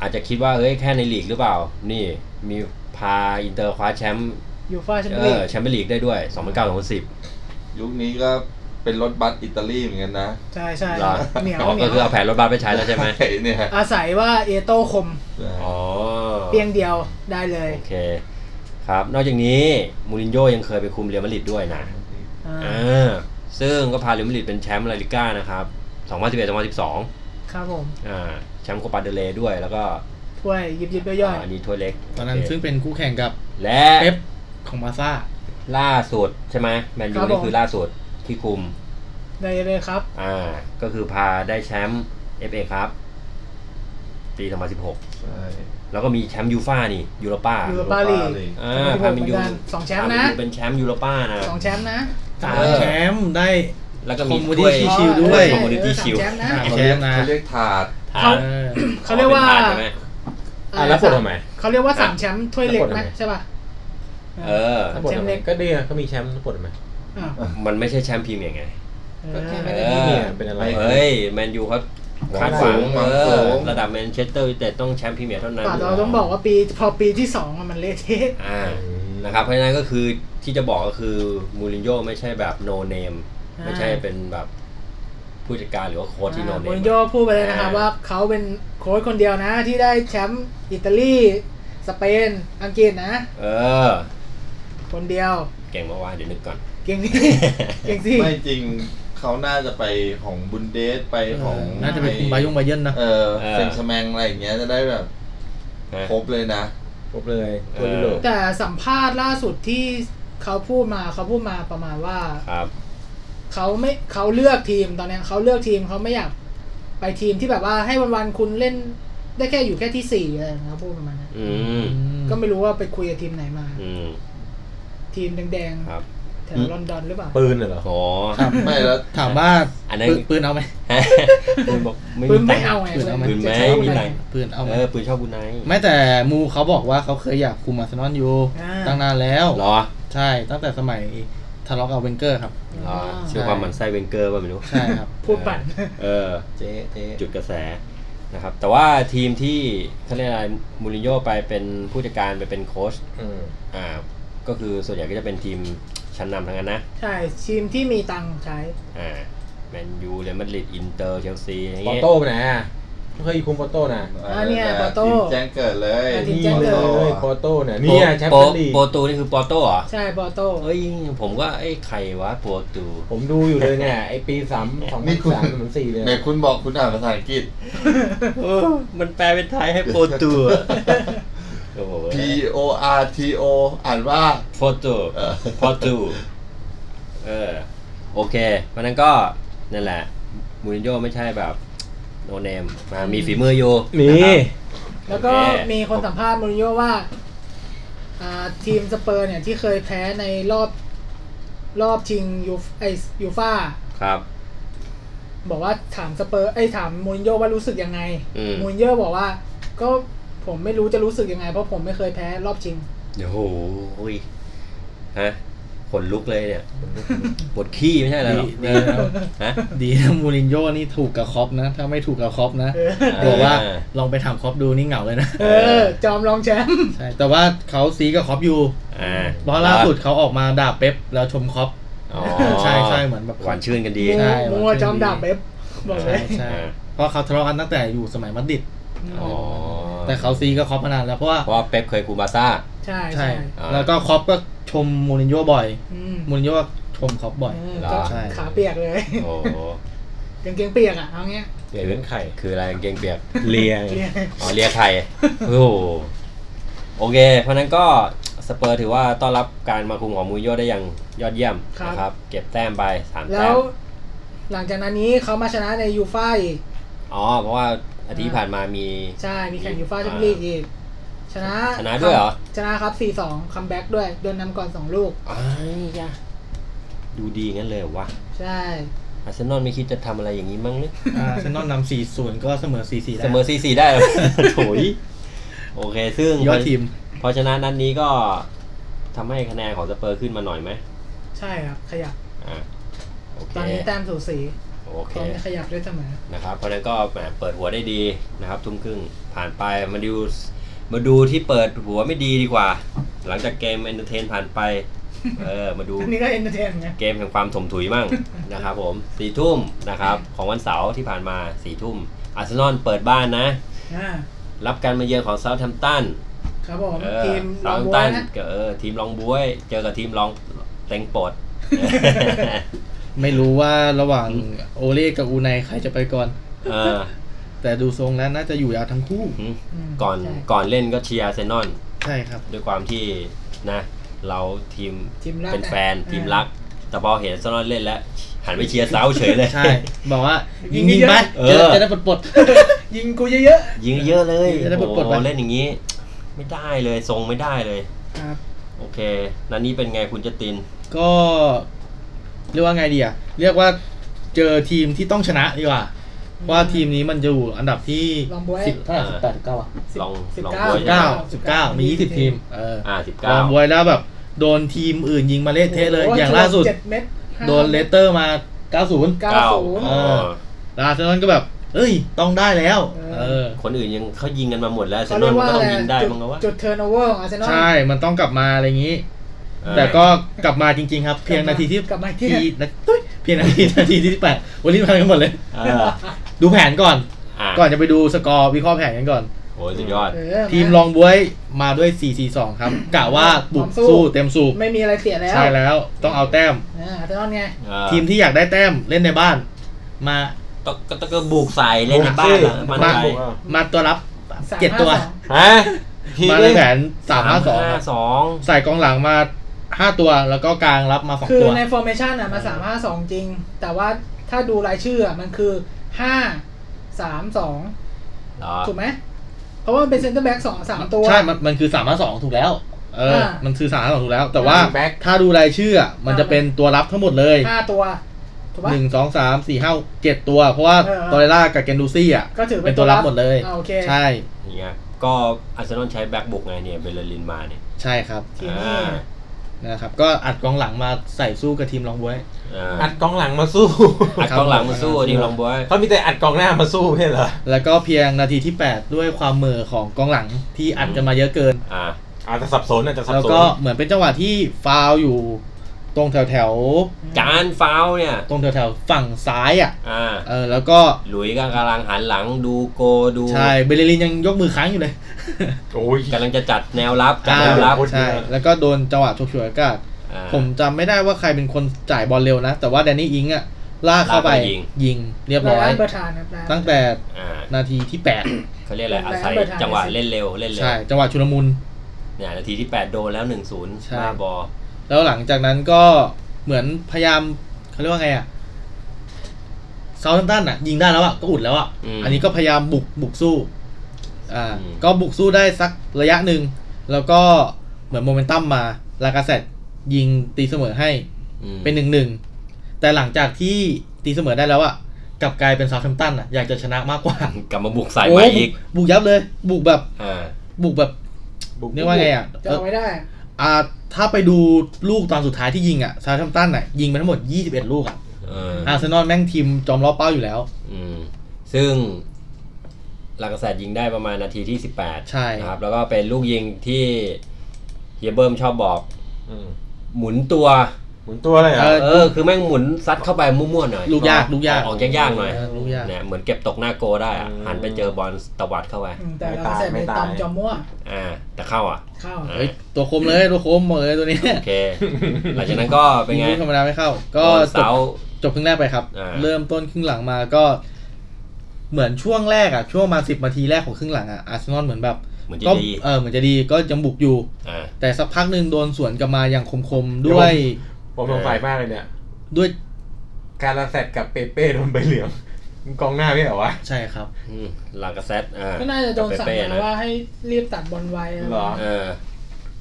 [SPEAKER 1] อาจจะคิดว่าเอ้ยแค่ในลีกหรือเปล่า นี่มีพาอินเตอร์คว้าแชมป์
[SPEAKER 2] ยูฟ่าแชมเปี้
[SPEAKER 1] เอยอ
[SPEAKER 2] นลี
[SPEAKER 1] ก แชมเปี้ยนลีกได้ด้วย 2009-2010
[SPEAKER 5] ยุคนี้ก็เป็นรถบัสอิตาลีเหมือนกันนะ
[SPEAKER 2] ใช่ใช่
[SPEAKER 1] เหรอ
[SPEAKER 2] เหนียว
[SPEAKER 1] อ๋อ
[SPEAKER 2] เหนี
[SPEAKER 1] ก็
[SPEAKER 2] ยว
[SPEAKER 1] คือเอาแผนรถบัสไปใช้แล้วใช่ไหม
[SPEAKER 2] (laughs)
[SPEAKER 5] ไอ้เนี่ย
[SPEAKER 2] อาศัยว่าเอโต้คม
[SPEAKER 1] อ๋อ
[SPEAKER 2] เพียงเดียวได้เลย
[SPEAKER 1] โอเคครับ นอกจากนี้มูรินโญ่ยังเคยไปคุมเรอัลมาดริดด้วยนะ
[SPEAKER 2] อ่า
[SPEAKER 1] อ่าซึ่งก็พาเรอัลมาดริดเป็นแชมป์ลาลิก้านะครับ 2011-2012
[SPEAKER 2] ครับผม
[SPEAKER 1] อ่า แชมป์โคปาเดเลด้วย แล้วก็
[SPEAKER 2] ถ้วยยิบยิบย่อย
[SPEAKER 1] อ่าอันนี้ถ้วยเล็ก
[SPEAKER 4] ตอนนั้น
[SPEAKER 1] โเค
[SPEAKER 4] ซึ่งเป็นคู่แข่งกับ
[SPEAKER 1] และ
[SPEAKER 4] เป๊ปของมาซ่า
[SPEAKER 1] ล่าสุดใช่ไหมแมนยูนี่คือล่าสุดที่คุม
[SPEAKER 2] ๆได้เลยครับ
[SPEAKER 1] อ่า ก็คือพาได้แชมป์ FA ครับ ปี 2016
[SPEAKER 5] ใช่
[SPEAKER 1] แล้วก็มีแชมป์ยูฟ่านี่ยูโรป้า
[SPEAKER 2] ยูโร ปาลีก
[SPEAKER 1] อ่า
[SPEAKER 2] 2016
[SPEAKER 1] พาแมนยู
[SPEAKER 2] เหมือนกันสองแชมป์นะ
[SPEAKER 1] พาแยูเป็นแชมป์ยูโรป้านะ
[SPEAKER 2] สองแชมป์นะ
[SPEAKER 4] สาม
[SPEAKER 1] เออ
[SPEAKER 4] แชมป์ได้
[SPEAKER 1] แล้วก็มี
[SPEAKER 4] Commodity
[SPEAKER 1] ถ้วย
[SPEAKER 4] ชิลด้วย
[SPEAKER 2] เออ
[SPEAKER 1] Commodity
[SPEAKER 2] สาม
[SPEAKER 1] Shield
[SPEAKER 2] แชมป์นะ
[SPEAKER 4] อ่า
[SPEAKER 5] เขาเรียก
[SPEAKER 4] แชมป์นะ
[SPEAKER 5] เขาเรียกถาด
[SPEAKER 1] ถา
[SPEAKER 2] เขา
[SPEAKER 1] ม
[SPEAKER 4] เออ
[SPEAKER 2] เขาเรียกว่า
[SPEAKER 1] ป็นถดใช่ไหม
[SPEAKER 3] อ่ะแล้วกดทำไม
[SPEAKER 2] เขาเรียกว่าสามแชมป์ถ้วยเล็กไหมใช่ป่ะ
[SPEAKER 1] เออ
[SPEAKER 2] ครั
[SPEAKER 3] ทั้งหม
[SPEAKER 2] บ
[SPEAKER 3] ด
[SPEAKER 2] แชมป์เล็ก
[SPEAKER 3] ก็ดีอะก็มีแชมป์ทั้งหมดไหม
[SPEAKER 2] อ่า
[SPEAKER 1] มันไม่ใช่แชมป์พรีเมียร์ไง
[SPEAKER 2] เออ
[SPEAKER 3] ไม่ได้พรีเมียร์เป็นอะไร
[SPEAKER 1] เฮ้ย แมนยูเขาคาดหวัง
[SPEAKER 5] หวั
[SPEAKER 1] เอง
[SPEAKER 5] สูง
[SPEAKER 1] อระดับแมนเชสเตอร์ยูไนเต็ดต้องแชมป์พรีเมียร์เท่านั้น
[SPEAKER 2] ป่าเราต้องบอกว่าปีพอปีที่สองอะมันเละเทะ
[SPEAKER 1] อ่านะครับ เพราะฉะนั้นก็คือที่จะบอกก็คือมูรินโญ่ไม่ใช่แบบโนเนม ไม่ใช่เป็นแบบผู้จัดการหรือว่าโค้ชที่โนเน
[SPEAKER 2] มู
[SPEAKER 1] ม
[SPEAKER 2] รินโญ่พูดไปเลยนะครับ
[SPEAKER 1] อ่า
[SPEAKER 2] ว่าเขาเป็นโค้ชคนเดียวนะ ที่ได้แชมป์อิตาลี สเปน อังกฤษนะ
[SPEAKER 1] เออ
[SPEAKER 2] คนเดียว
[SPEAKER 1] เก่งมากว่าเดี๋ยวนึกก่อน
[SPEAKER 2] เก่งดิ เก่งสิ
[SPEAKER 5] ไม่จริงเขาน่าจะไปของบุนเดสไปของ
[SPEAKER 4] น่าจะเป็นคุณบายุงบาเยิร์นนะ
[SPEAKER 5] เออ
[SPEAKER 1] เออ
[SPEAKER 5] เซนชแมงอะไรอย่างเงี้ยจะได้แบบ
[SPEAKER 1] นะ
[SPEAKER 5] ครบเลยนะ
[SPEAKER 3] ครบเลย
[SPEAKER 1] เออ
[SPEAKER 3] ทั่วยุโรป
[SPEAKER 2] แต่สัมภาษณ์ล่าสุดที่เขาพูดมาเขาพูดมาประมาณว่า
[SPEAKER 1] ครับ
[SPEAKER 2] เขาไม่เขาเลือกทีมตอนเนี้ยเขาเลือกทีมเขาไม่อยากไปทีมที่แบบว่าให้วันๆคุณเล่นได้แค่อยู่แค่ที่สี่อะไรอย่างเงี้ยเขาพูดประมาณนั้น
[SPEAKER 1] อืม
[SPEAKER 2] ก็ไม่รู้ว่าไปคุยกับทีมไหนมา
[SPEAKER 1] อืม
[SPEAKER 2] ทีมแดง
[SPEAKER 1] ครับ
[SPEAKER 2] ๆ แถวลอนดอนหรือเปล่า
[SPEAKER 3] ปืนเหรอ
[SPEAKER 1] โอ้
[SPEAKER 5] ไม่แล้ว
[SPEAKER 4] ถามว่า
[SPEAKER 1] อันนั้น
[SPEAKER 4] ปืนปืนเอาไหม
[SPEAKER 1] (laughs) ปืนบอก
[SPEAKER 2] ปืน
[SPEAKER 1] ตั
[SPEAKER 2] ไม่
[SPEAKER 1] งค์
[SPEAKER 2] เอาไง
[SPEAKER 4] ปืนเอาไหม
[SPEAKER 1] ปืนไหม
[SPEAKER 2] จะใช้
[SPEAKER 1] มี
[SPEAKER 2] ปื
[SPEAKER 1] ไห
[SPEAKER 2] นไห
[SPEAKER 1] น
[SPEAKER 2] น
[SPEAKER 4] ปืนเอาไหม
[SPEAKER 1] เออปืนชอบบูไนท์
[SPEAKER 4] ไม่แต่มูเขาบอกว่าเขาเคยอยากคุมอาร์เซนอลอยู่
[SPEAKER 2] อ่า
[SPEAKER 4] ตั้งนานแล้ว
[SPEAKER 1] เหรอ
[SPEAKER 4] ใช่ตั้งแต่สมัยทะเลาะกับเวนเกอร์ครับ
[SPEAKER 1] เหรอเชื่อความหมันไส้เวนเกอร์ป่ะไม่รู้
[SPEAKER 4] ใช่ครับ
[SPEAKER 2] พูดปั่น (laughs)
[SPEAKER 1] เออ
[SPEAKER 3] เจ๊เจ๊
[SPEAKER 1] จุดกระแสนะครับ แต่ว่าทีมที่เขาเรียกอะไรมูรินโญ่ไปเป็นผู้จัดการไปเป็นโค้ช
[SPEAKER 3] อืม
[SPEAKER 1] อ่าก็คือส่วนใหญ่ก็จะเป็นทีมชั้นนำทั้งนั้นนะ
[SPEAKER 2] ใช่ทีมที่มีตังค์ใช้
[SPEAKER 1] อ่าแมนยูเรอัลมาดริดอินเตอร์เชลซีอย่าง
[SPEAKER 3] ปอ
[SPEAKER 1] เงี้ย
[SPEAKER 3] โต้ไปไหนอ่ะไม่เคยคุมปอโต้นะ
[SPEAKER 2] อ่าเนี่ยปอโต้
[SPEAKER 5] ทีมแจ้งเกิดเลย
[SPEAKER 2] อ่าทีม
[SPEAKER 3] นี่
[SPEAKER 2] แจ้งกิ
[SPEAKER 3] เล
[SPEAKER 2] ด
[SPEAKER 3] ยปอโต้เนี่ยนี่อะแชมเปี้ยนลีก
[SPEAKER 1] โปโตูนี่คือโปโต้เหรอ
[SPEAKER 2] ใช่บอโต
[SPEAKER 1] เอ้ยผมก็ไอ้ยใครวะโปโตู
[SPEAKER 3] ผมดูอยู่เลยเนี่ยไอปีสามสองพันสามสองสี่เลย
[SPEAKER 5] ไหนคุณบอกคุณอ่านภาษาอังกฤษ
[SPEAKER 1] มันแปลเป็นไทยให้โป
[SPEAKER 3] (laughs)
[SPEAKER 1] ตูโอ้โห
[SPEAKER 5] P O R T O อ่านว่า
[SPEAKER 1] โปโตู
[SPEAKER 5] (laughs) เออ
[SPEAKER 1] โปโตูเออโอเควันนั้นก็นั่นแหละมูรินโญ่ไม่ใช่แบบโนเนมมามีฝีมืออยู่
[SPEAKER 3] นี่
[SPEAKER 1] ะครับ
[SPEAKER 2] แล้วก็
[SPEAKER 1] โอเค
[SPEAKER 2] มีคนสัมภาษณ์มูรินโญ่ว่าอ่า ทีมสเปอร์เนี่ยที่เคยแพ้ในรอบรอบชิงยูไอยูฟ่า
[SPEAKER 1] ครับ
[SPEAKER 2] บอกว่าถามสเปอร์ไอยถามมูรินโญ่ว่ารู้สึกยังไง
[SPEAKER 1] อืม
[SPEAKER 2] มูรินโญ่บอกว่า ก็ผมไม่รู้จะรู้สึกยังไง เพราะผมไม่เคยแพ้รอบชิง (laughs)
[SPEAKER 1] โอ้โหยฮะขนลุกเลยเนี่ยปวดขี้ไม่ใช่อะไรหรอก
[SPEAKER 4] ดีดีแล้ว
[SPEAKER 1] ฮะ
[SPEAKER 4] ดีนะมูรินโญ่นี่ถูกกับคล็อปนะ ถ้าไม่ถูกกับคล็อปนะ
[SPEAKER 1] เออ
[SPEAKER 4] บอกว่าลองไปถามคล็อปดูนี่เหงาเลยนะ
[SPEAKER 2] เออ จอมรองแชมป์
[SPEAKER 4] ใช่แต่ว่าเขาซีกับคล็อปอยู่
[SPEAKER 1] อ่า
[SPEAKER 4] เพราะล่าสุดเขาออกมาด่าเป๊ปแล้วชมคล็อป
[SPEAKER 1] อ๋อ
[SPEAKER 4] ใช่ใช่เหมือนแบบ
[SPEAKER 1] หวานชื่นกันดี
[SPEAKER 4] ใช่
[SPEAKER 2] มัวจอมดาบเบ๊บบอกเลย
[SPEAKER 4] ใช่เพราะเขาทะเลาะกันตั้งแต่อยู่สมัยมัดดริด
[SPEAKER 1] อ๋อ
[SPEAKER 4] แต่เขาซีกับคล็อปมานานแล้วเพราะว่า
[SPEAKER 1] เพราะว่าเป๊ปเคยคุมบาร์ซ่า
[SPEAKER 2] ใช่
[SPEAKER 4] ใช่
[SPEAKER 2] ใช่
[SPEAKER 1] อ่า
[SPEAKER 4] แล้วก็คล็อปก็ชมมูรินโญ่บ่อย
[SPEAKER 2] อืม
[SPEAKER 4] มูรินโญ่ก็ชมคล็อปบ่อย
[SPEAKER 2] เออ
[SPEAKER 1] เหรอ
[SPEAKER 2] ก็
[SPEAKER 4] ใช่
[SPEAKER 2] ขาเปียกเลย (laughs)
[SPEAKER 1] โอ้โห
[SPEAKER 2] กางเกงเปียกอ่ะเอาเงี้ย
[SPEAKER 3] เปลี่ยนเป็นไข่
[SPEAKER 1] คืออะไรกางเกงเปียก
[SPEAKER 3] เลียง
[SPEAKER 2] เรียก
[SPEAKER 1] อ๋อเรียกไทย โอ้โหโอเค เพราะฉะนั้นก็สเปอร์ถือว่าต้อนรับการมาคุมของมูรินโญ่ได้อย่างยอดเยี่ยม
[SPEAKER 2] ครับ
[SPEAKER 1] นะครับ เก็บแต้มไปสามแต้
[SPEAKER 2] แล้ว
[SPEAKER 1] ม
[SPEAKER 2] หลังจากนั้นนี้เขามาชนะในยูฟ่าอีก
[SPEAKER 1] อ๋อ เพราะว่าอาทิตย์ผ่านมามี
[SPEAKER 2] ใช่ มีแข่งยูฟ่าแชมเปี้ยนลีกอีก ชนะ
[SPEAKER 1] ชนะด้วยเหรอ
[SPEAKER 2] ชนะครับ 4-2 คัมแบ็กด้วย โดนนำก่อน 2 ลูก
[SPEAKER 1] อ้ายยะดูดีงั้นเลยเหรอวะ
[SPEAKER 2] ใช่
[SPEAKER 1] อาร์เซนอลไม่คิดจะทำอะไรอย่างนี้มั้งเนี่ย
[SPEAKER 4] อ่าเซนนอนนำ4 0 ก็เสมอ 4 4ได้
[SPEAKER 1] เสมอซีซีได้เหรอ โถยโอเค ซึ่ง
[SPEAKER 4] ยอดทีม
[SPEAKER 1] เพราะฉะนั้นนัดนี้ก็ทำให้คะแนนของสเปอร์ขึ้นมาหน่อยไหม
[SPEAKER 2] ใช่ครับ ขยับ
[SPEAKER 1] อ่าโอเค
[SPEAKER 2] ตอนนี้แต้มสูสี
[SPEAKER 1] โอเค
[SPEAKER 2] ตอนนี้ขยับด้วยเสมอ
[SPEAKER 1] นะครับเพราะฉะนั้นก็แหมเปิดหัวได้ดีนะครับทุ่มครึ่งผ่านไปมาดูมาดูที่เปิดหัวไม่ดีดีกว่า หลังจากเกมเอนเตอร์เทนผ่านไป เออมาดู
[SPEAKER 2] อันนี้ก็เอนเตอร์เทนไง
[SPEAKER 1] เกมแห่งความถมถุยมั่ง นะครับผมสี่ทุ่มนะครับของวันเสาร์ที่ผ่านมาสี่ทุ่มอาร์เซนอลเปิดบ้านนะ
[SPEAKER 2] อ่า
[SPEAKER 1] รับการมาเยือนของเซาท์แฮมป์ตัน
[SPEAKER 2] ครับผม
[SPEAKER 1] เออ
[SPEAKER 2] ทีม
[SPEAKER 1] เซา
[SPEAKER 2] ลอง
[SPEAKER 1] ท์แฮมป์
[SPEAKER 2] บัว
[SPEAKER 1] ตัน
[SPEAKER 2] นะ
[SPEAKER 1] ก็เออทีมรองบ้วย เจอกับทีมรองเต็งโปรด
[SPEAKER 4] ไม่รู้ว่าระหว่างโอเล่กับอูไนใครจะไปก่อน
[SPEAKER 1] เอ (laughs) อ
[SPEAKER 4] แต่ดูทรงแล้วน่าจะอยู่ยาวทั้งคู่
[SPEAKER 1] อืม
[SPEAKER 2] อืม
[SPEAKER 1] ก่อน
[SPEAKER 2] ใช่
[SPEAKER 1] ก่อนเล่นก็เชียร์อาร์เซนอล
[SPEAKER 4] ใช่ครับ
[SPEAKER 1] ด้วยความที่นะเราทีม
[SPEAKER 2] ทีมรัก
[SPEAKER 1] เป็นแฟน
[SPEAKER 2] อ่ะ
[SPEAKER 1] ทีมรัก แต่พอเห็นซอนเล่นแล้ว หันไปเชียร์เซาเฉยเลย
[SPEAKER 4] ใช่
[SPEAKER 1] (laughs)
[SPEAKER 4] บอกว่า
[SPEAKER 2] ยิ
[SPEAKER 4] ยิ
[SPEAKER 2] ง
[SPEAKER 4] ง
[SPEAKER 2] เยอะ
[SPEAKER 4] ยิงไป
[SPEAKER 1] เอ
[SPEAKER 4] จะ
[SPEAKER 1] อ
[SPEAKER 4] ได้จะได้ปลดปลด (laughs)
[SPEAKER 2] ยิงกูเยอะ
[SPEAKER 1] ยิงเยอะเลย
[SPEAKER 4] จะได้ปลดปลด
[SPEAKER 1] โอ้
[SPEAKER 4] ไป
[SPEAKER 1] โหเล่นอย่างนี้ ไม่ได้เลยทรงไม่ได้เลย
[SPEAKER 2] ๆ ครับ
[SPEAKER 1] โอเคนันนี้เป็นไงคุณจติน
[SPEAKER 4] ก็ เรียกว่าไงดีอะเรียกว่าเจอทีมที่ต้องชนะดีกว่า
[SPEAKER 2] อืม
[SPEAKER 4] ว่าทีมนี้มันอยู่อันดับที่
[SPEAKER 2] ลองบ๊วย
[SPEAKER 4] สิบเท่าไหร่
[SPEAKER 1] อ่า
[SPEAKER 4] สิบแปดสิบเก้าอะ
[SPEAKER 1] ลอง
[SPEAKER 2] สิบ
[SPEAKER 1] ลอง
[SPEAKER 2] เก้า
[SPEAKER 1] โวย
[SPEAKER 4] สิบ
[SPEAKER 1] ใช่
[SPEAKER 4] เก้า
[SPEAKER 1] ไหม
[SPEAKER 4] สิบเก้ามียี่สิบทีม เออ
[SPEAKER 1] อ่าสิบ
[SPEAKER 4] ล
[SPEAKER 1] เก้า
[SPEAKER 4] องบวยแล้วแบบ โดนทีมอื่นยิงมาเละเทะเลย
[SPEAKER 2] โโห
[SPEAKER 4] อย่างล่าสุด
[SPEAKER 2] เจ็ดเม็ดห้า
[SPEAKER 4] โดนเลสเตอร์มา 90
[SPEAKER 2] เก้า
[SPEAKER 1] เก้า
[SPEAKER 2] ศูนย์
[SPEAKER 1] อ๋อ
[SPEAKER 4] แล้วอาร์เซนอลก็แบบ เอ้ย ต้องได้แล้ว
[SPEAKER 2] เออ
[SPEAKER 4] เออ
[SPEAKER 1] คนอื่นยังเขายิงกันมาหมดแล้วเซ
[SPEAKER 2] เขา
[SPEAKER 1] น
[SPEAKER 2] เรี
[SPEAKER 1] อยน
[SPEAKER 2] ก
[SPEAKER 1] มันก็
[SPEAKER 2] ว่าอะ
[SPEAKER 1] ต้อ
[SPEAKER 2] ไรง
[SPEAKER 1] ยิงได้
[SPEAKER 2] จุด
[SPEAKER 1] มั้งวะ
[SPEAKER 2] จุดเทอร์โนเวอร์ของอาร์เซนอล
[SPEAKER 4] ใช่ มันต้องกลับมาอะไรอย่างนี้
[SPEAKER 1] เออ
[SPEAKER 4] แต่ก็กลับมาจริง ๆ ครับ เพียงนาทีที่
[SPEAKER 2] กลับมาที่
[SPEAKER 4] ทีนะตุ้ยเพียงนาที นาทีที่แปดวันนี้มากันหมดเลย
[SPEAKER 1] เออ
[SPEAKER 4] ดูแผนก่อน
[SPEAKER 1] อ่ะ
[SPEAKER 4] ก่อนจะไปดูสกอร์วิเคราะห์แผนกันก่อน
[SPEAKER 1] โอ้ยสุดยอด
[SPEAKER 2] เออ
[SPEAKER 4] ทีมรองบวยมาด้วย 4-4-2 ครับกะว่าบุกสู้เต็มสูบ
[SPEAKER 2] ไม่มีอะไรเสียแล้ว
[SPEAKER 4] ใช่แล้ว ต้องเอาแต้ม
[SPEAKER 2] เอออาร์เซนอลไง
[SPEAKER 1] เออ
[SPEAKER 4] ทีมที่อยากได้แต้มเล่นในบ้าน มา
[SPEAKER 1] ก็ก็ก็ก็บุกใส่เล่นในบ้านอะมัน
[SPEAKER 4] บ้าน
[SPEAKER 1] ใจ
[SPEAKER 4] มาตัวรับ
[SPEAKER 2] สาม
[SPEAKER 4] เจ็ดตัว
[SPEAKER 2] ห้า
[SPEAKER 3] ฮะ
[SPEAKER 2] สอง
[SPEAKER 3] พี่
[SPEAKER 4] มาใน
[SPEAKER 3] นี่
[SPEAKER 4] แผนสามห้าสองครับ
[SPEAKER 1] สอง
[SPEAKER 4] ใส่กองหลังมาห้าตัวแล้วก็กลางรับมาสอง
[SPEAKER 2] คือ
[SPEAKER 4] ตัว
[SPEAKER 2] ในฟอร์เมชันอ่ะมาสามห้าสองจริง แต่ว่าถ้าดูรายชื่ออะมันคือห้าสามสอง
[SPEAKER 1] เหรอ
[SPEAKER 2] ถูกไหม เพราะว่ามันเป็นเซ็นเตอร์แบ็กสองสามตัว
[SPEAKER 4] ใช่ มันมันคือสามห้าสองถูกแล้ว เอ เออ
[SPEAKER 2] อ่ามั
[SPEAKER 4] มันสื่อสารกันออกถูกแล้ว แต่ว่า
[SPEAKER 5] แบ็ค
[SPEAKER 4] ถ้าดูรายชื่ออะมันจะเป็นตัวรับทั้งหมดเลย
[SPEAKER 2] ห้าตัวถูกปะ
[SPEAKER 4] หนึ่งสองสามสี่ห้าเจ็ดตัว เพราะว่า
[SPEAKER 2] เออเออ
[SPEAKER 4] ตอเรล่ากับเกนดูซี่อ่ะ
[SPEAKER 2] ก็ถือเป็น
[SPEAKER 4] เป็นตัวรับหมดเลย
[SPEAKER 2] อ่าโอเค
[SPEAKER 4] ใช่
[SPEAKER 1] อย่างเงี้ยก็อาร์เซนอลใช้แบ็กบุกไงเนี่ยเบลลินมาเนี่ย
[SPEAKER 4] ใช่ครับ
[SPEAKER 2] ทีม
[SPEAKER 1] อ่า
[SPEAKER 2] นี้
[SPEAKER 4] นะครับ ก็อัดกองหลังมาใส่สู้กับทีมรองบวย
[SPEAKER 1] อ่า
[SPEAKER 3] อัดกองหลังมาสู้
[SPEAKER 1] อัดกองหลังมาสู้
[SPEAKER 4] ครับ
[SPEAKER 1] ทีมลองบวย
[SPEAKER 3] เขามีแต่อัดกองหน้ามาสู้ไม่ใช่เหรอ
[SPEAKER 4] แล้วก็เพียงนาทีที่ 8 ด้วยความเหมือของกองหลังที่อัดกันมาเยอะเกิน
[SPEAKER 1] อ่า
[SPEAKER 3] อาจจะสับสนอาจจะสับ
[SPEAKER 4] แล้ว
[SPEAKER 3] สน
[SPEAKER 4] ก็เหมือนเป็นจังหวะที่ฟาวล์อยู่ตรงแถวแถว
[SPEAKER 1] จานฟาวล์เนี่ย
[SPEAKER 4] ๆตรงแถวแถวๆฝั่งซ้ายอ่ะ
[SPEAKER 1] อ่า
[SPEAKER 4] เออแล้วก็
[SPEAKER 1] หลุยส์ก็กำลังหันหลังดูโกดู
[SPEAKER 4] ใช่เบลเลรินยังยกมือค้างอยู่เลย
[SPEAKER 3] โอ้ย
[SPEAKER 1] กำลังจะจัดแนวรับจัด
[SPEAKER 4] อ่า
[SPEAKER 1] แนวรับ
[SPEAKER 4] ใช่ แล้วก็โดนจังหวะฉกฉวยโอก็
[SPEAKER 1] อ่า
[SPEAKER 4] ผมจำไม่ได้ว่าใครเป็นคนจ่ายบอลเร็วนะ แต่ว่าแดนนี่อิงอะลากเข้าไป
[SPEAKER 1] ลากไปยิง
[SPEAKER 4] ยิงเรียบร้อย
[SPEAKER 2] ไลน์เบอร์ทานครับไลน์
[SPEAKER 4] ตั้งแต่
[SPEAKER 1] อ่า
[SPEAKER 4] นาทีที่
[SPEAKER 1] เขาเรียกอะไร
[SPEAKER 2] เป็น
[SPEAKER 1] อาศัย
[SPEAKER 2] แรงเปิดทาง
[SPEAKER 1] จังหวะเล่นเร็วเล่น
[SPEAKER 4] 8
[SPEAKER 1] เร็ว
[SPEAKER 4] ใช่ จังหวะชุลมุน
[SPEAKER 1] เนี่ยนาทีที่ 8 โดนแล้ว 1-0
[SPEAKER 4] ใช่
[SPEAKER 1] หน้าบอล
[SPEAKER 4] แล้วหลังจากนั้นก็เหมือนพยายามเขาเรียกว่าไงอะเซาทันตันอะยิงได้แล้วอะก็อุดแล้วอะอันนี้ก็พยายามบุกบุกสู้อ่าก็บุกสู้ได้สักระยะหนึ่งแล้วก็เหมือนโมเมนตัมมาลากาเซตยิงตีเสมอให้
[SPEAKER 1] อืม
[SPEAKER 4] เป็นหนึ่งหนึ่งแต่หลังจากที่ตีเสมอได้แล้วอะกลับกลายเป็นซาว t ทม p ตันอะอยากจะชนะมากกว่าก
[SPEAKER 1] ลับมาบุกใส่
[SPEAKER 4] โอ้
[SPEAKER 1] มา
[SPEAKER 4] โห
[SPEAKER 1] อีก
[SPEAKER 4] บุกยับเลย บุกแบบ
[SPEAKER 1] อ่า
[SPEAKER 4] บุกแบบเรียกว่าไงอะ
[SPEAKER 2] จะ
[SPEAKER 4] เอ่อ
[SPEAKER 2] เอาไว้ได้
[SPEAKER 4] อ่าถ้าไปดูลูกตอนสุดท้ายที่ยิงอะซาว t ทม p ตันอะยิงไปทั้งหมด 21 ลูกอะ
[SPEAKER 1] เออ
[SPEAKER 4] อาร์เซนอลแม่งทีมจอมล้อเป้าอยู่แล้ว
[SPEAKER 1] อืมซึ่งลากาเซตยิงได้ประมาณนาทีที่ 18
[SPEAKER 4] ใช่
[SPEAKER 1] นะครับ แล้วก็เป็นลูกยิงที่เฮียเบิ้มชอบบอก หมุนตัว
[SPEAKER 3] หมุนตัวเลยเหร
[SPEAKER 4] เอ
[SPEAKER 3] อ
[SPEAKER 4] อ
[SPEAKER 1] เออ คือแม่งหมุนซัดเข้าไปมั่วๆหน่อย
[SPEAKER 4] ลูกยากลูกยาก
[SPEAKER 1] ออกยากๆหน่อย
[SPEAKER 4] เลูกยาก
[SPEAKER 1] เนี่ยเหมือนเก็บตกหน้าโกได้อะหันไปเจอบอลตวัดเข้าไป
[SPEAKER 2] อืมแต่เราใส่ไปตำจอมมั่ว
[SPEAKER 1] อ่า แต่เข้าอ่ะ
[SPEAKER 2] เข้า
[SPEAKER 1] อ่ะ
[SPEAKER 4] เฮ้ยตัวคมเลยตัวคมหมดเลยตัวนี้
[SPEAKER 1] โอเค หลังจากนั้นก็เป็น
[SPEAKER 4] ยิง
[SPEAKER 1] ไง
[SPEAKER 4] ลูกธรรมดาไม่เข้า ก็
[SPEAKER 1] บอล
[SPEAKER 4] จบ
[SPEAKER 1] เสา
[SPEAKER 4] จบครึ่งแรกไปครับ
[SPEAKER 1] อ่า
[SPEAKER 4] เริ่มต้นครึ่งหลังมาก็เหมือนช่วงแรกอะช่วงมาสิบนาทีแรกของครึ่งหลังอะอาร์เซนอลเหมือนแบบ
[SPEAKER 1] เหมือนจะ
[SPEAKER 4] ก็
[SPEAKER 1] ดี
[SPEAKER 4] เออเหมือนจะดีก็ยังบุกอยู่
[SPEAKER 1] อ่า
[SPEAKER 4] แต่สักพักหนึ่งโดนสวนกลับมาอย่างคมๆ ด้วย
[SPEAKER 3] ผมสงสัยมากเลยเนี่ย
[SPEAKER 4] ด้วย
[SPEAKER 3] การลาเซตกับเปเป้โดนใบเหลืองมึงกองหน้าไม่เหรอวะ
[SPEAKER 4] ใช่ครับ
[SPEAKER 1] อืมลากาเซตอ่า
[SPEAKER 2] ก็น่าจะโดนสั่ง
[SPEAKER 1] เปเป้
[SPEAKER 2] มา
[SPEAKER 1] นะ
[SPEAKER 2] ว่าให้รีบตัดบอลไวะไร
[SPEAKER 3] เหรอ
[SPEAKER 1] เออ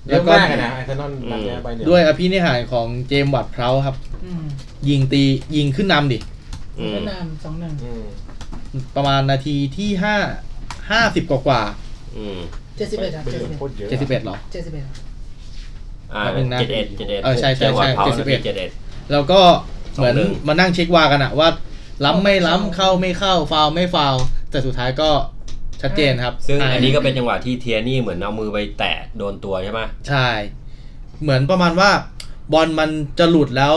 [SPEAKER 3] เย
[SPEAKER 4] แล้
[SPEAKER 3] อะ
[SPEAKER 4] วก็
[SPEAKER 3] มากเลยนะไอเซนอนนัดเนี้ยใบเหลือง
[SPEAKER 4] ด้วยอภินิหารของเจมส์วัตเพร้าครับ
[SPEAKER 2] อืม
[SPEAKER 4] ยิงตียิงขึ้นนำดิ
[SPEAKER 1] อืม
[SPEAKER 2] เวียดนามสองหนึ่ง
[SPEAKER 3] อืม
[SPEAKER 4] ประมาณนาทีที่ห้าห้าสิบกว่า
[SPEAKER 1] อืม
[SPEAKER 2] เจ็ดสิบเอ็ดครับ
[SPEAKER 3] ใบ
[SPEAKER 2] เจ็
[SPEAKER 3] เห
[SPEAKER 2] ด
[SPEAKER 3] ลือบ
[SPEAKER 2] สิ
[SPEAKER 3] งโคตรเยอะ
[SPEAKER 2] เอ็ด
[SPEAKER 4] เจ็ดสิบเอ็ดหรอ
[SPEAKER 2] เจ็ดสิบเอ็ด
[SPEAKER 1] อ่า
[SPEAKER 4] แป๊บนึงนะ
[SPEAKER 1] เจ็ดเอ็ดเจ็ดเอ็ด
[SPEAKER 4] เออใช่ใช่
[SPEAKER 1] จังหวะ
[SPEAKER 4] ใช่
[SPEAKER 1] เผา
[SPEAKER 4] 71
[SPEAKER 1] นาทีเจ็ดเอ็ด
[SPEAKER 4] แล้วก็เหมือน
[SPEAKER 1] สองหนึ่ง
[SPEAKER 4] มานั่งเช็ควากันอะว่าล้ำไม่ล้ำเข้าไม่เข้าฟาวล์ไม่ฟาวล์แต่สุดท้ายก็ชัดเจนครับ
[SPEAKER 1] ซึ่ง
[SPEAKER 4] ะ
[SPEAKER 1] อันนี้ก็เป็นจังหวะที่เทียนี่เหมือนเอามือไปแตะโดนตัวใช่ไหม
[SPEAKER 4] ใช่ เหมือนประมาณว่าบอลมันจะหลุดแล้ว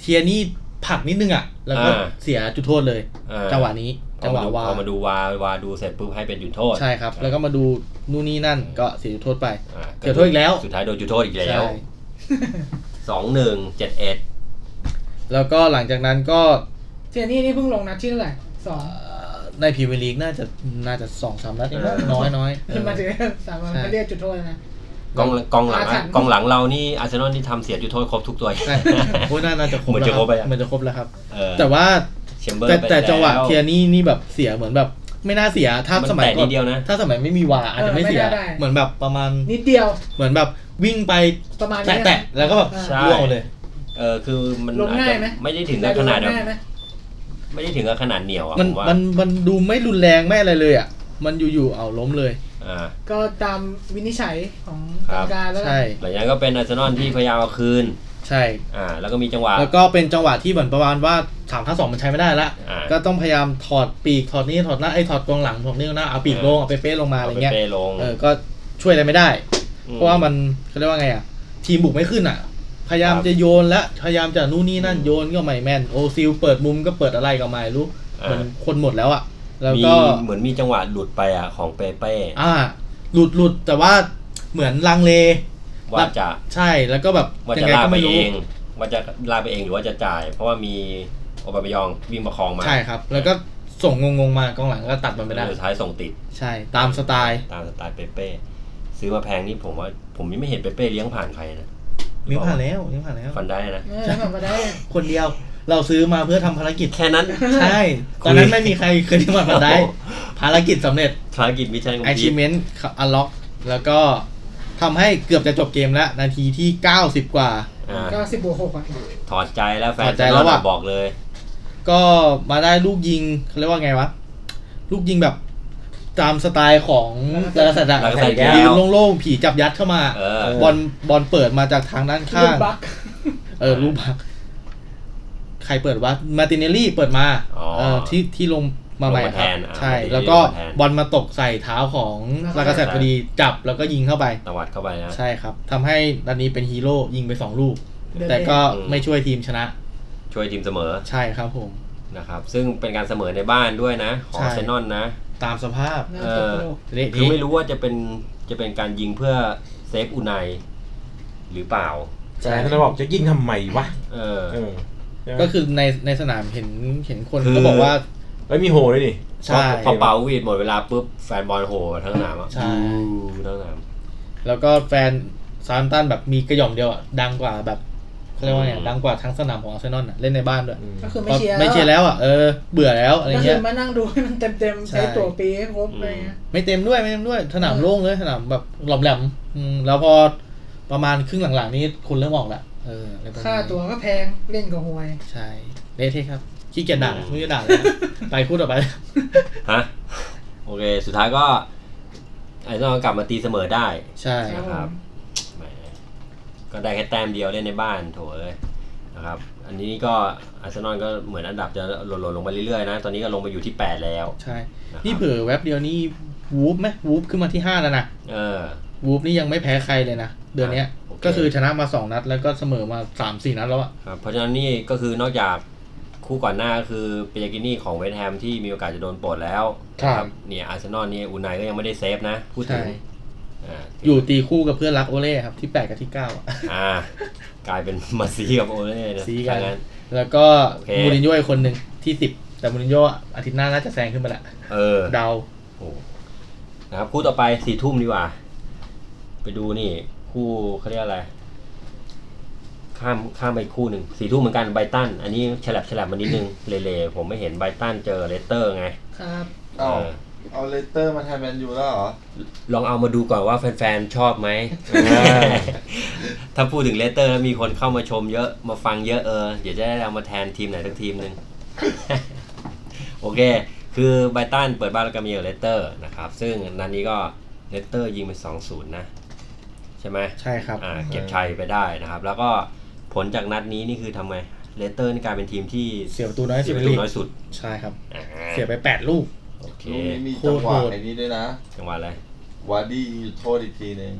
[SPEAKER 4] เทียนี่ผลักนิดนึงอ่ะ แล้วก็เสียจุดโทษเลย
[SPEAKER 1] อ่า
[SPEAKER 4] จังหวะนี้
[SPEAKER 1] พ
[SPEAKER 4] จั
[SPEAKER 1] อง
[SPEAKER 4] ห
[SPEAKER 1] มาวดู
[SPEAKER 4] ะวา
[SPEAKER 1] พอมาดูวาวาดูเสร็จปุ๊บให้เป็นจุดโทษ
[SPEAKER 4] ใช่ครับ แล้วก็มาดูนู่นนี่นั่นก็เสียจุดโทษไป
[SPEAKER 1] อ่า
[SPEAKER 4] จุดโทษอีกแล้ว
[SPEAKER 1] สุดท้ายโดนจุดโทษอีกแล้
[SPEAKER 4] ใช่
[SPEAKER 1] วสองหนึ่งเจ็ดเอ็ด
[SPEAKER 4] แล้วก็หลังจากนั้นก็
[SPEAKER 2] เทียนี่นี่เพิ่งลงนัดที่เท่าไหร่สอง
[SPEAKER 4] เอ่อในพรีเมียร์ลีกน่าจะน่าจะสองสามนัดเองมั้งน้อยน้อยๆเออ
[SPEAKER 2] มาถึงสามวัน
[SPEAKER 4] ใช่
[SPEAKER 2] เขาเรียกจุดโทษแล้วนะ
[SPEAKER 1] กองกองหลัง
[SPEAKER 2] อาถร
[SPEAKER 1] อะ
[SPEAKER 2] รพ์
[SPEAKER 1] กองหลังเรานี่อาร์เซนอลที่ทำเสียจุดโทษครบทุกตัว
[SPEAKER 4] ใช่โอ้ยน่าน่าจะครบ
[SPEAKER 1] เหมือน
[SPEAKER 4] แล้ว
[SPEAKER 1] จะครบไปอะ
[SPEAKER 4] เหมือนจะครบแล้วครับ
[SPEAKER 1] เออ
[SPEAKER 4] แต่ว่า
[SPEAKER 1] เชมเบอร์
[SPEAKER 4] แต่
[SPEAKER 1] ไป
[SPEAKER 4] แต่จังหวะ
[SPEAKER 1] แล้
[SPEAKER 4] เทียนี่นี่แบบเสียเหมือนแบบ ไม่น่าเสียถ้า
[SPEAKER 1] มัน
[SPEAKER 4] สมัย
[SPEAKER 1] แตะ
[SPEAKER 4] ก่
[SPEAKER 1] นิ
[SPEAKER 4] อน
[SPEAKER 1] ดเดียวนะ
[SPEAKER 4] ถ้าสมัยไม่มีวาอาจจะไม่เสีย
[SPEAKER 2] เออไม่ได้
[SPEAKER 4] เหมือนแบบประมาณ
[SPEAKER 2] นิดเดียว
[SPEAKER 4] เหมือนแบบวิ่งไป
[SPEAKER 2] ประมาณ
[SPEAKER 4] แตะ
[SPEAKER 2] นี้
[SPEAKER 4] แตะแล้วก็แบบ
[SPEAKER 2] ใช่
[SPEAKER 4] ล่วงเลย
[SPEAKER 1] เออคือมัน
[SPEAKER 2] ลงง่ายไหม
[SPEAKER 1] อจจะไม่ได้ถึงกับขนาด
[SPEAKER 2] แบ
[SPEAKER 1] แบบ บไม่ได้ถึงกับขนาดเหนียวอ่ะ
[SPEAKER 4] มัน
[SPEAKER 1] ผมว่า
[SPEAKER 4] มันมันดูไม่รุนแรงไม่อะไรเลยอ่ะมันอยู่ๆเอาล้มเลย
[SPEAKER 1] อ่า
[SPEAKER 2] ก็ตามวินิจฉัยของ
[SPEAKER 1] ครับ
[SPEAKER 2] กรรมการแล้วกัน
[SPEAKER 4] ใช่
[SPEAKER 1] หลังจากนั้นก็เป็นอาร์เซนอลที่พยายามเอาคืน
[SPEAKER 4] ใช่
[SPEAKER 1] อ่า แล้วก็มีจังหวะ
[SPEAKER 4] แล้วก็เป็นจังหวะที่เหมือนประมาณว่าสามท่าสองมันใช้ไม่ได้ละ
[SPEAKER 1] อ่า
[SPEAKER 4] ก็ต้องพยายามถอดปีกถอดนี่ถอดหน้าไอ้ถอดกองหลังถอดนี่ถอดหน้าเอาปีกลงเอาเปเป้ลงมาอะไรเงี้ย
[SPEAKER 1] เปเป้ลง
[SPEAKER 4] เออก็ช่วยอะไรไม่ได้
[SPEAKER 1] อื
[SPEAKER 4] เพราะว่ามันเขาเรียกว่าไงอ่ะ ทีมบุกไม่ขึ้นอ่ะ พยายามจะโยนและพยายามจะนู่นนี่นั่นโยนก็ไม่แม่นโอซิลเปิดมุมก็เปิดอะไรก็ไม่รู้เหมือนคนหมดแล้วอ่ะ แล้ว
[SPEAKER 1] มี
[SPEAKER 4] ก็
[SPEAKER 1] เหมือนมีจังหวะหลุดไปอ่ะของเปเป้
[SPEAKER 4] อ่า หลุดหลุดแต่ว่าเหมือนลังเล
[SPEAKER 1] ว่าจะ
[SPEAKER 4] ใช่แล้วก็แบบ
[SPEAKER 1] ว่าจะ
[SPEAKER 4] ยังไง
[SPEAKER 1] ลาก
[SPEAKER 4] ก็
[SPEAKER 1] ไป
[SPEAKER 4] ไม่
[SPEAKER 1] เอ
[SPEAKER 4] รู้
[SPEAKER 1] ง ว่าจะลากไปเองหรือว่าจะจ่าย เพราะว่ามีโอบามายองวิ่งประคองมา
[SPEAKER 4] ใช่ครับ แล้วก็ส่งงงๆมากองหลังก็ตัดมันไปได้
[SPEAKER 1] สุดท้ายส่งติด
[SPEAKER 4] ใช่ตามสไตล์
[SPEAKER 1] ตามสไตล์เปเป้ซื้อมาแพงนี่ผมว่า ผมยังไม่เห็นเปเป้เลี้ยงผ่านใครนะ
[SPEAKER 4] นิ้วผ่านแล้วนิ้วผ่านแล้ว
[SPEAKER 1] ฟันได้นะ
[SPEAKER 2] เออแบบว่าได้
[SPEAKER 4] คนเดียวเราซื้อมาเพื่อทำภารกิจ
[SPEAKER 1] แค่นั้น
[SPEAKER 4] ใช่ ตอนนั้นไม่มีใครเคยที่มาผ่านได้ ภารกิจสำเร็จ
[SPEAKER 1] ภารกิจมิชชั่นของพีท
[SPEAKER 4] achievement unlock แล้วก็ท ทำให้เกือบจะจบเกมแล้ว นาทีที่ 90 กว่า
[SPEAKER 1] อ่า
[SPEAKER 2] เก้าสิบบวกหกอ่ะ
[SPEAKER 1] ถอดใจแล้วแฟน
[SPEAKER 4] ถอดใจแล้วว่ะ
[SPEAKER 1] บอกเลย
[SPEAKER 4] ก็มาได้ลูกยิงเขาเรียกว่าไงวะ ลูกยิงแบบตามสไตล์ของลาลาเซตอะ
[SPEAKER 1] ลาลาเซ็ตแล้ว
[SPEAKER 4] ยืนโล่งๆ ผีจับยัดเข้ามา
[SPEAKER 1] เออ
[SPEAKER 4] บอลบอลเปิดมาจากทางด้านข้า
[SPEAKER 2] ลู
[SPEAKER 4] ง
[SPEAKER 2] กบัก
[SPEAKER 4] เออรูปบัก ใครเปิดวะมาติเนลลี่เปิดมา
[SPEAKER 1] อ๋อ
[SPEAKER 4] เออที่ที่ลงมาใหม่
[SPEAKER 1] ลงมาแท
[SPEAKER 4] ครับ
[SPEAKER 1] นอ่ะ
[SPEAKER 4] ใช่
[SPEAKER 1] มาติเนลลี่
[SPEAKER 4] แล้วก็
[SPEAKER 1] ลงมาแทน
[SPEAKER 4] บอลมาตกใส่เท้าของลากาเซตพอดีจับแล้วก็ยิงเข้าไป
[SPEAKER 1] ตวัดเข้าไปนะ
[SPEAKER 4] ใช่ครับทำให้นัดนี้เป็นฮีโร่ยิงไปสองลูก
[SPEAKER 2] เดิน
[SPEAKER 4] แต่ก็
[SPEAKER 1] เอง
[SPEAKER 4] ไม่ช่วยทีมชนะ
[SPEAKER 1] ช่วยทีมเสมอ
[SPEAKER 4] ใช่ครับผม
[SPEAKER 1] นะครับ ซึ่งเป็นการเสมอในบ้านด้วยนะ ของ
[SPEAKER 4] ใช่
[SPEAKER 1] เซนนอนนะ
[SPEAKER 4] ตามสภาพ
[SPEAKER 2] น่าจะโลก
[SPEAKER 4] เละ
[SPEAKER 1] คือ
[SPEAKER 4] เทะ
[SPEAKER 1] ไม่รู้ว่าจะเป็นจะเป็นการยิงเพื่อเซฟอุไนหรือเปล่า
[SPEAKER 3] ใช่แล้วบอกจะยิงทำไมวะ
[SPEAKER 1] เออ
[SPEAKER 3] เออใช่ไหม
[SPEAKER 4] ก็คือในในสนามเห็นเห็นคน
[SPEAKER 1] คือ
[SPEAKER 4] ก็บอกว่า
[SPEAKER 3] แล้วมีโหด้วยนี่
[SPEAKER 4] ใช่
[SPEAKER 1] พอเป่าวีดหมดเวลาปุ๊บ แฟนบอลโหทั้งสนามอ่ะ
[SPEAKER 4] ใช่
[SPEAKER 1] ดูทั้งสนาม
[SPEAKER 4] แล้วก็แฟนซา m ตันแบบมีกระหย่อมเดียวอะดังกว่าแบบเขาเรียกว่าไง
[SPEAKER 1] อืม
[SPEAKER 4] ดังกว่าทั้งสนามของอาร์เซนอลอะเล่นในบ้านด้วย
[SPEAKER 2] ก็คือ
[SPEAKER 4] พ
[SPEAKER 2] ไม่
[SPEAKER 4] อ
[SPEAKER 2] เชียร์
[SPEAKER 4] ไม่เชียร์แล้วอะเออเบื่อแล้วอะไร
[SPEAKER 2] ก็คื
[SPEAKER 4] เงี้
[SPEAKER 2] อย มานั่งดูให้มันเต็มเต็มๆ
[SPEAKER 4] ใช่
[SPEAKER 2] ใช้ตั๋วปีให้ครบอะไรเงี้ย
[SPEAKER 4] ไม่เต็มด้วยไม่เต็มด้วย สนาม
[SPEAKER 2] เออ
[SPEAKER 4] โล่งเลยสนามแบบหลอมแหลมอืมแล้วพอประมาณครึ่งหลังๆนี้คุณเริ่มออกละเอออะไรประมณ
[SPEAKER 2] ค่า
[SPEAKER 4] นี้
[SPEAKER 2] ตั๋วก็แพงเล่นกับหวย
[SPEAKER 4] ใช่เละเทะครับขี้เกียจด่าไม่รู้จะด่าเลยไปพูดต่อไป
[SPEAKER 1] ฮะ โอเค สุดท้ายก็ไอ้นอกกลับมาตีเสมอได้
[SPEAKER 4] ใช่
[SPEAKER 2] ครับ
[SPEAKER 1] นะครับแหมก็ได้แค่แต้มเดียวเล่นในบ้านโถเอ้ยนะครับ อันนี้ก็อาร์เซนอลก็เหมือนอันดับจะหล่นๆลงไปเรื่อยๆนะ ตอนนี้ก็ลงไปอยู่ที่ 8 แล้ว
[SPEAKER 4] ใช่
[SPEAKER 1] นะครับ
[SPEAKER 4] นี่เผื่อแว็บเดียวนี่วูฟไหมวูฟขึ้นมาที่ห้าแล้วนะ
[SPEAKER 1] เออ
[SPEAKER 4] วูฟนี่ยังไม่แพ้ใครเลยนะ เดือนเนี้ย
[SPEAKER 1] โอเค
[SPEAKER 4] ก็คือชนะมาสองนัด แล้วก็เสมอมาสามสี่นัดแล้วอะ
[SPEAKER 1] ครับเพราะฉะนั้นนี่ก็คือนอกจากคู่ก่อนหน้าก็คือเปียกินี่ของเวสต์แฮมที่มีโอกาสจะโดนปลดแล้วเนี่ยอาร์เซนอลนี่อูไนก็ยังไม่ได้เซฟนะ พูดถึ
[SPEAKER 4] ใช่
[SPEAKER 1] งอ่า
[SPEAKER 4] อยู่ตีคู่กับเพื่อนรักโอเล่ครับ ที่แปดกับที่เก้าอะ
[SPEAKER 1] อ่ากลายเป็นมาซีกับโอเล่นะ
[SPEAKER 4] ซี้กัน
[SPEAKER 1] ถ้างั้น
[SPEAKER 4] แล้วก็
[SPEAKER 1] โอเค
[SPEAKER 4] มูรินโญ่อีกคนหนึ่งที่สิบแต่มูรินโญ่อาทิตย์หน้าน่าจะแซงขึ้นไปละ
[SPEAKER 1] เออ
[SPEAKER 4] เดา
[SPEAKER 1] โอ้นะครับคู่ต่อไปสี่ทุ่มดีกว่า ไปดูนี่ คู่เขาเรียกอะไร ข้ามข้ามไปอีกคู่หนึ่งสี่ทุ่มเหมือนกันไบรตัน อันนี้ฉลับฉลับมานิดนึง เลเลผมไม่เห็นไบรตันเจอเลสเตอร์ไง
[SPEAKER 2] ครับ
[SPEAKER 5] เอา
[SPEAKER 1] เออ
[SPEAKER 5] เอาเลสเตอร์มาแทนแมนยูแล้วเหรอ
[SPEAKER 1] ลองเอามาดูก่อนว่าแฟนๆ ชอบไหม (laughs) ถ้าพูดถึงเลสเตอร์แล้วมีคนเข้ามาชมเยอะมาฟังเยอะเออเดี๋ยวจะได้เอามาแทนทีมไหนสักทีมหนึ่ง (laughs) โอเค คือไบรตันเปิดบ้านแล้วก็มีกับเลสเตอร์นะครับ ซึ่งนัดนี้ก็เลสเตอร์ยิงไปสองศูนย์นะ ใช่ไหม
[SPEAKER 4] ใช่ครับ
[SPEAKER 1] อ่าเก็บชัยไปได้นะครับ แล้วก็ผลจากนัดนี้นี่คือทำไงเลสเตอร์นี่กลายเป็นทีมที่
[SPEAKER 4] เสียประตูน้อยสุ
[SPEAKER 1] เสี
[SPEAKER 4] ด
[SPEAKER 1] ยประ
[SPEAKER 4] ใน
[SPEAKER 1] ตู
[SPEAKER 4] ลีก
[SPEAKER 1] น้อยสุด
[SPEAKER 4] ใช่ครับ
[SPEAKER 1] อ่า
[SPEAKER 4] เสียไปแปดลูก
[SPEAKER 1] โอเค
[SPEAKER 5] ลูกนี้มีจังหวะ
[SPEAKER 4] โคตรโหด
[SPEAKER 5] ไอ้นี้ด้วยนะ
[SPEAKER 1] จังหวะอะไร
[SPEAKER 5] วาร์ดี้โทษอีกทีหนึ่ง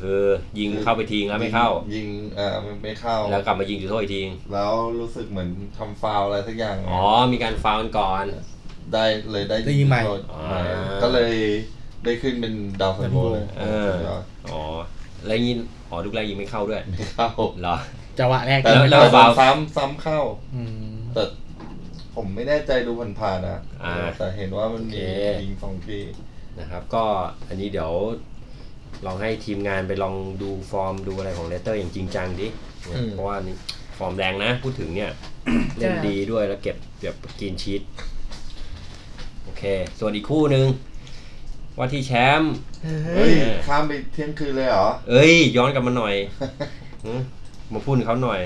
[SPEAKER 1] คือยิงเข้าไปทีงแล้วไม่เข้า
[SPEAKER 5] ยิงเอ่อไม่ไม่เข้า
[SPEAKER 1] แล้วกลับมายิงจุดโทษอีกทีง
[SPEAKER 5] แล้วรู้สึกเหมือนทำฟาวล์อะไรสักอย่าง
[SPEAKER 1] อ๋อมีการฟาวล์ก่อน
[SPEAKER 5] ได้เลยได้
[SPEAKER 4] ได้ยิงใหม่
[SPEAKER 5] โทษ
[SPEAKER 1] อ่า
[SPEAKER 5] ใหม่ก็เลยได้ขึ้นเป็นดาวซันโบเลย
[SPEAKER 1] เออ
[SPEAKER 5] สุดยอด
[SPEAKER 1] อ๋อ แล้วยิงอ๋อลูกแรกยิงไม่เข้าด้วย
[SPEAKER 5] ไม่เข้า
[SPEAKER 1] เหรอ
[SPEAKER 4] จังหวะแรก
[SPEAKER 5] แต่
[SPEAKER 1] ล้วแล้
[SPEAKER 5] แต่
[SPEAKER 1] วฟาวล์
[SPEAKER 5] ซ้ำซ้ำเข้า
[SPEAKER 4] อืม
[SPEAKER 5] แต่ผมไม่แน่ใจดูผ่านๆนะ
[SPEAKER 1] อ่า
[SPEAKER 5] แต่เห็นว่ามันมี
[SPEAKER 1] โอเค
[SPEAKER 5] ยิงสองที
[SPEAKER 1] นะครับ ก็อันนี้เดี๋ยว ลองให้ทีมงานไปลองดูฟอร์มดูอะไรของเลสเตอร์อย่างจริงจังดิ
[SPEAKER 3] อืม
[SPEAKER 1] เพราะว่านี่ฟอร์มแรงนะ พูดถึงเนี่ย
[SPEAKER 2] ใช่
[SPEAKER 1] เล่นดีด้วยแล้วเก็บเก็บกรีนชีตโอเค ส่วนอีกคู่หนึ่งว่าที่แชมป์
[SPEAKER 5] เฮ้ย ข้ามไปเที่ยงคืนเลยเหรอ
[SPEAKER 1] เอ้ย ย้อนกลับมาหน่อยหึมาพูดถึงเขาหน่อย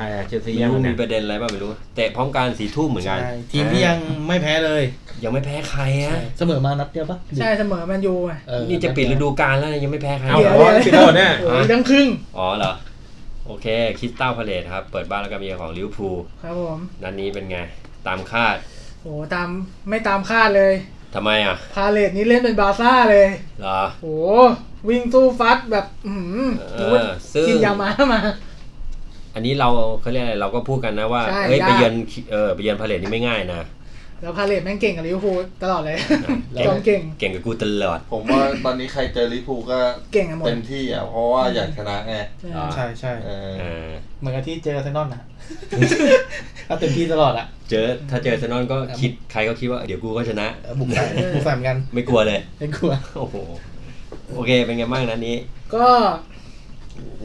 [SPEAKER 3] อ่าเชลซี
[SPEAKER 1] ไม่
[SPEAKER 3] ยัง
[SPEAKER 1] รู้
[SPEAKER 3] นะ
[SPEAKER 1] มีประเด็นอะไรบ้างไม่รู้เตะพร้อมกันสี่ทุ่มเหมือนกัน
[SPEAKER 4] ใช่ทีมที่ยังไม่แพ้เลย
[SPEAKER 1] ยังไม่แพ้ใคร
[SPEAKER 4] ใช่
[SPEAKER 1] ฮะ
[SPEAKER 4] เสมอมานัดเดียวปะ
[SPEAKER 2] ใช่เสมอแมนยูอ่ะ
[SPEAKER 4] เออ
[SPEAKER 1] นี่จะปิดฤดูกาลแล้วนะยังไม่แพ้ใคร
[SPEAKER 3] เอาเหรอปิดโดนเนี่ย
[SPEAKER 2] โอ้ยทั้งครึ่ง
[SPEAKER 1] อ๋อเหรอ โอเคคริสตัลพาเลตครับ เปิดบ้านแล้วก็มีของลิเวอร์พูล
[SPEAKER 2] ครับผม
[SPEAKER 1] นัดนนี้เป็นไง ตามคาด
[SPEAKER 2] โอ้ตามไม่ตามคาดเลย
[SPEAKER 1] ทำไมอ่ะ
[SPEAKER 2] พาเลตนี้เล่นเป็นบาซ่าเลย
[SPEAKER 1] เหรอ
[SPEAKER 2] โห วิ่งสู้ฟัดแบบอืม
[SPEAKER 1] เออซึ่ง
[SPEAKER 2] กินยามามา
[SPEAKER 1] อันนี้เราเขาเรียกอะไรเราก็พูดกันนะว่า
[SPEAKER 2] ใช่
[SPEAKER 1] เอ้ย
[SPEAKER 2] ยาก
[SPEAKER 1] ไปเยือนเออไปเยือนพาเลตนี่ไม่ง่ายนะ
[SPEAKER 2] แล้วพาเลตแม่งเก่งกับลิเวอร์พูลตลอด
[SPEAKER 1] (laughs)
[SPEAKER 2] เลยจอมเก่ง
[SPEAKER 1] เก่งกับกูตลอด
[SPEAKER 5] ผมว่าตอนนี้ใครเจอลิเวอร์พูลก็
[SPEAKER 2] เก่งกันหมด
[SPEAKER 5] เต็มที่อ่ะ เพราะว่าอยากชนะไง
[SPEAKER 2] ใช่
[SPEAKER 1] อ่า
[SPEAKER 4] ใช่ใช่
[SPEAKER 5] เออ
[SPEAKER 1] เออ
[SPEAKER 4] เหมือนกับที่เจออาร์เซนอล
[SPEAKER 1] (laughs)
[SPEAKER 4] นะ ก็เต็มที่ตลอดอะ
[SPEAKER 1] เจอถ้าเจออาร์เซนอนก็คิดใครก็คิดว่าเดี๋ยวกูก็ชนะ
[SPEAKER 4] เออบุกใส่บุกใส่เหมือนกัน
[SPEAKER 1] ไม่กลัวเลย (laughs)
[SPEAKER 4] ไม่กลัว
[SPEAKER 1] โอ้โหโอเคเป็นไงบ้างนัดนี้
[SPEAKER 2] ก็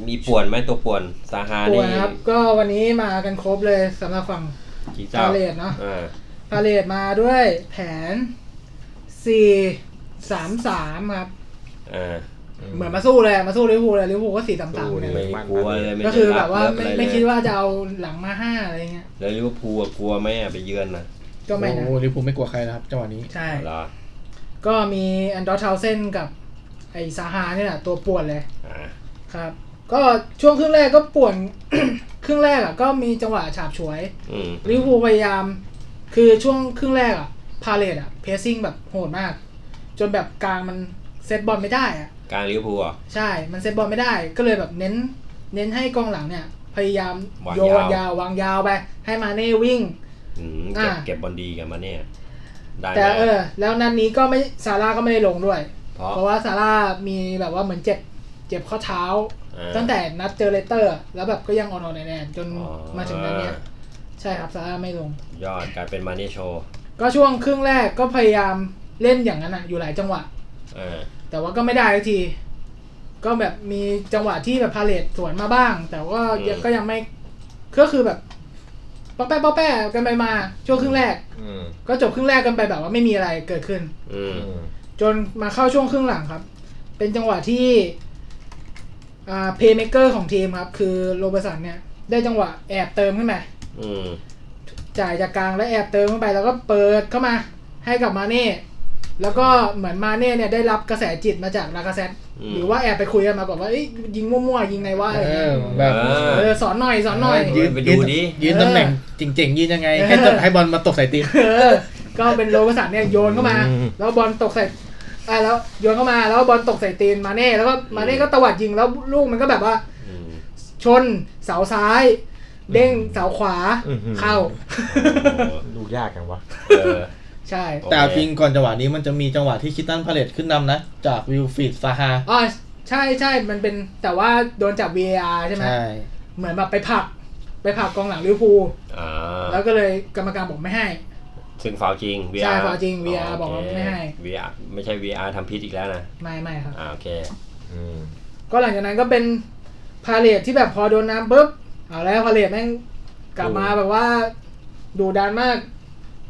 [SPEAKER 1] มีป่วนไหมตัวป่วนซาฮา
[SPEAKER 2] ปว
[SPEAKER 1] นี่
[SPEAKER 2] ดครับ ก็วันนี้มากันครบเลยสำหรับฝั่ง
[SPEAKER 1] คริสตัล
[SPEAKER 2] พาเลตเนอะ
[SPEAKER 1] อ่า
[SPEAKER 2] พาเลตมาด้วยแผน 4 3 3 ครับ
[SPEAKER 1] อ่า
[SPEAKER 2] เหมือนมาสู้เลยมาสู้ลิเวอร์พูลเลยลิเวอร์พูลก็สี่สามสาม
[SPEAKER 3] สู้ดิ
[SPEAKER 2] เลย
[SPEAKER 1] ไม่กลัวเลยไม่ได้
[SPEAKER 2] ก็คือแบบว่า
[SPEAKER 1] รับ
[SPEAKER 2] ไม่
[SPEAKER 1] รับอะรเลย
[SPEAKER 2] ไม่คิดว่าจะเอาหลังมาห้าอะไรเงี้ย
[SPEAKER 1] แล้วลิเวอร์พูลกลัวไหมอะไปเยือนนะ
[SPEAKER 2] ก็ไม่นะ
[SPEAKER 4] โอ้ลิเวอร์พูลไม่กลัวใครนะครับจังหวะนี้
[SPEAKER 2] ใช่
[SPEAKER 1] เหรอ
[SPEAKER 2] ก็มีแอนดอร์ทาวเซนกับไอซาฮาเนี่ยแหละตัวป่วนเลย
[SPEAKER 1] อ่า
[SPEAKER 2] ครับ ก็ช่วงครึ่งแรกก็ป่วน (coughs) ครึ่งแรกอ่ะก็มีจังหวะฉาบฉวย
[SPEAKER 1] อืม
[SPEAKER 2] ลิเวอร์พูลพยายาม คือช่วงครึ่งแรกอ่ะ พาเลตอ่ะเพสซิ่งแบบโหดมาก จนแบบกลางมันเซตบอลไม่ได้อ่ะ
[SPEAKER 1] กลางลิเวอร์พูลเหรอ
[SPEAKER 2] ใช่ มันเซตบอลไม่ได้ ก็เลยแบบเน้น เน้นให้กองหลังเนี่ย พยายาม
[SPEAKER 1] วาง
[SPEAKER 2] โยน
[SPEAKER 1] ยาว
[SPEAKER 2] ยาววางยาวไป ให้มาเน่วิ่ง
[SPEAKER 1] อืมเก็บ
[SPEAKER 2] อ่า
[SPEAKER 1] เก็บบอลดีกันมาเนี่ยได้ไหม
[SPEAKER 2] แต่เออ แล้วนัดนนี้ก็ไม่ซาร่าก็ไม่ได้ลงด้วย
[SPEAKER 1] เพราะ
[SPEAKER 2] เพราะว่าซาร่ามีแบบว่าเหมือนเจ็บ เจ็บข้อเท้า
[SPEAKER 1] อ่า
[SPEAKER 2] ตั้งแต่นัดเจอเลสเตอร์อะแล้วแบบก็ยังอ่อนๆแน่ๆจน
[SPEAKER 1] อ๋อ
[SPEAKER 2] มาถึงนัดเนี้ย ใช่ครับซาร่าไม่ลง
[SPEAKER 1] ยอดกลายเป็นมาเน่โชว์
[SPEAKER 2] ก็ช่วงครึ่งแรกก็พยายามเล่นอย่างนั้นอะอยู่หลายจังหวะ
[SPEAKER 1] อ่า
[SPEAKER 2] แต่ว่าก็ไม่ได้สักที ก็แบบมีจังหวะที่แบบพาเลตสวนมาบ้าง แต่ว่ายังก็ยังไม่ก็คือแบบป๊อปแป๊ะป๊อปแป๊ะกันไปมา ช่วงครึ่งแรก
[SPEAKER 3] อืม
[SPEAKER 2] ก็จบครึ่งแรกกันไปแบบว่าไม่มีอะไรเกิดขึ้น
[SPEAKER 1] อืม
[SPEAKER 2] จนมาเข้าช่วงครึ่งหลังครับ เป็นจังหวะที่อ่าเพย์เมเกอร์ของทีมครับ คือโรเบร์สันเนี่ย ได้จังหวะแอบเติมขึ้นมา
[SPEAKER 1] อืม
[SPEAKER 2] จ่ายจากกลางแล้วแอบเติมเข้าไปแล้วก็เปิดเข้ามาให้กับมาเน่แล้วก็เหมือนมาเน่เนี่ยได้รับกระแสจิตมาจากลากาเซต
[SPEAKER 1] อืม
[SPEAKER 2] หรือว่าแอบไปคุยกันมาก่อนว่าเอ้ยยิงมั่วๆยิงไงวะอะไร
[SPEAKER 4] เอ
[SPEAKER 2] เงี้ย
[SPEAKER 4] อแบบ
[SPEAKER 1] อ่า
[SPEAKER 2] เออสอนหน่อยสอนหน่อย
[SPEAKER 1] เออ ไปดูดิ
[SPEAKER 4] ยืนตำแหน่งเจ๋งๆ ยืนยังไง
[SPEAKER 2] เออ
[SPEAKER 4] ให้ตบให้บอลมาตกใส่ตีน
[SPEAKER 2] เออก็เป็นโรเบร์สันเนี่ยโยนเข้ามา แล้วบอลตกใส่อ่ะแล้วโยนเข้ามาแล้วบอลตกใส่ตีนมาเน่แล้วก็มาเน่ก็ตวัดยิงแล้วลูกมันก็แบบว่า
[SPEAKER 1] อื
[SPEAKER 2] (laughs)
[SPEAKER 1] ม
[SPEAKER 2] ชนเสาซ้าย เด้งเสาขวา
[SPEAKER 3] อื้อหือ
[SPEAKER 2] เข้า
[SPEAKER 1] โอ้โห
[SPEAKER 3] ดูยากกันวะ
[SPEAKER 1] เออ
[SPEAKER 2] ใช่
[SPEAKER 1] โอเค
[SPEAKER 4] แต่เอาจริงก่อนจังหวะนี้มันจะมีจังหวะที่คิดตันพาเลตขึ้นนำนะ จากวิลฟรีดซาฮา
[SPEAKER 2] อ๋อใช่ใช่มันเป็นแต่ว่าโดนจับ VAR ใช่ไหม
[SPEAKER 4] ใช่
[SPEAKER 2] เหมือนแบบไปผลัก ไปผลักกองหลังลิเวอร์พูล
[SPEAKER 1] อ่า
[SPEAKER 2] แล้วก็เลยกรรมการบอกไม่ให้
[SPEAKER 1] ซึ่งฟาวจริง VR
[SPEAKER 2] ใช่ฟาวจริง VR บอกว่าไม่ให้
[SPEAKER 1] โอเค VR ไม่ใช่ VR ทำพิษอีกแล้วนะ
[SPEAKER 2] ไม่ไม่ครับ
[SPEAKER 1] อ่า โอเค
[SPEAKER 3] อืม
[SPEAKER 2] ก็หลังจากนั้นก็เป็นพาเลทที่แบบพอโดนน้ำปุ๊บเอาแล้วพาเลทแม่งกลับมาแบบว่าดุดันมาก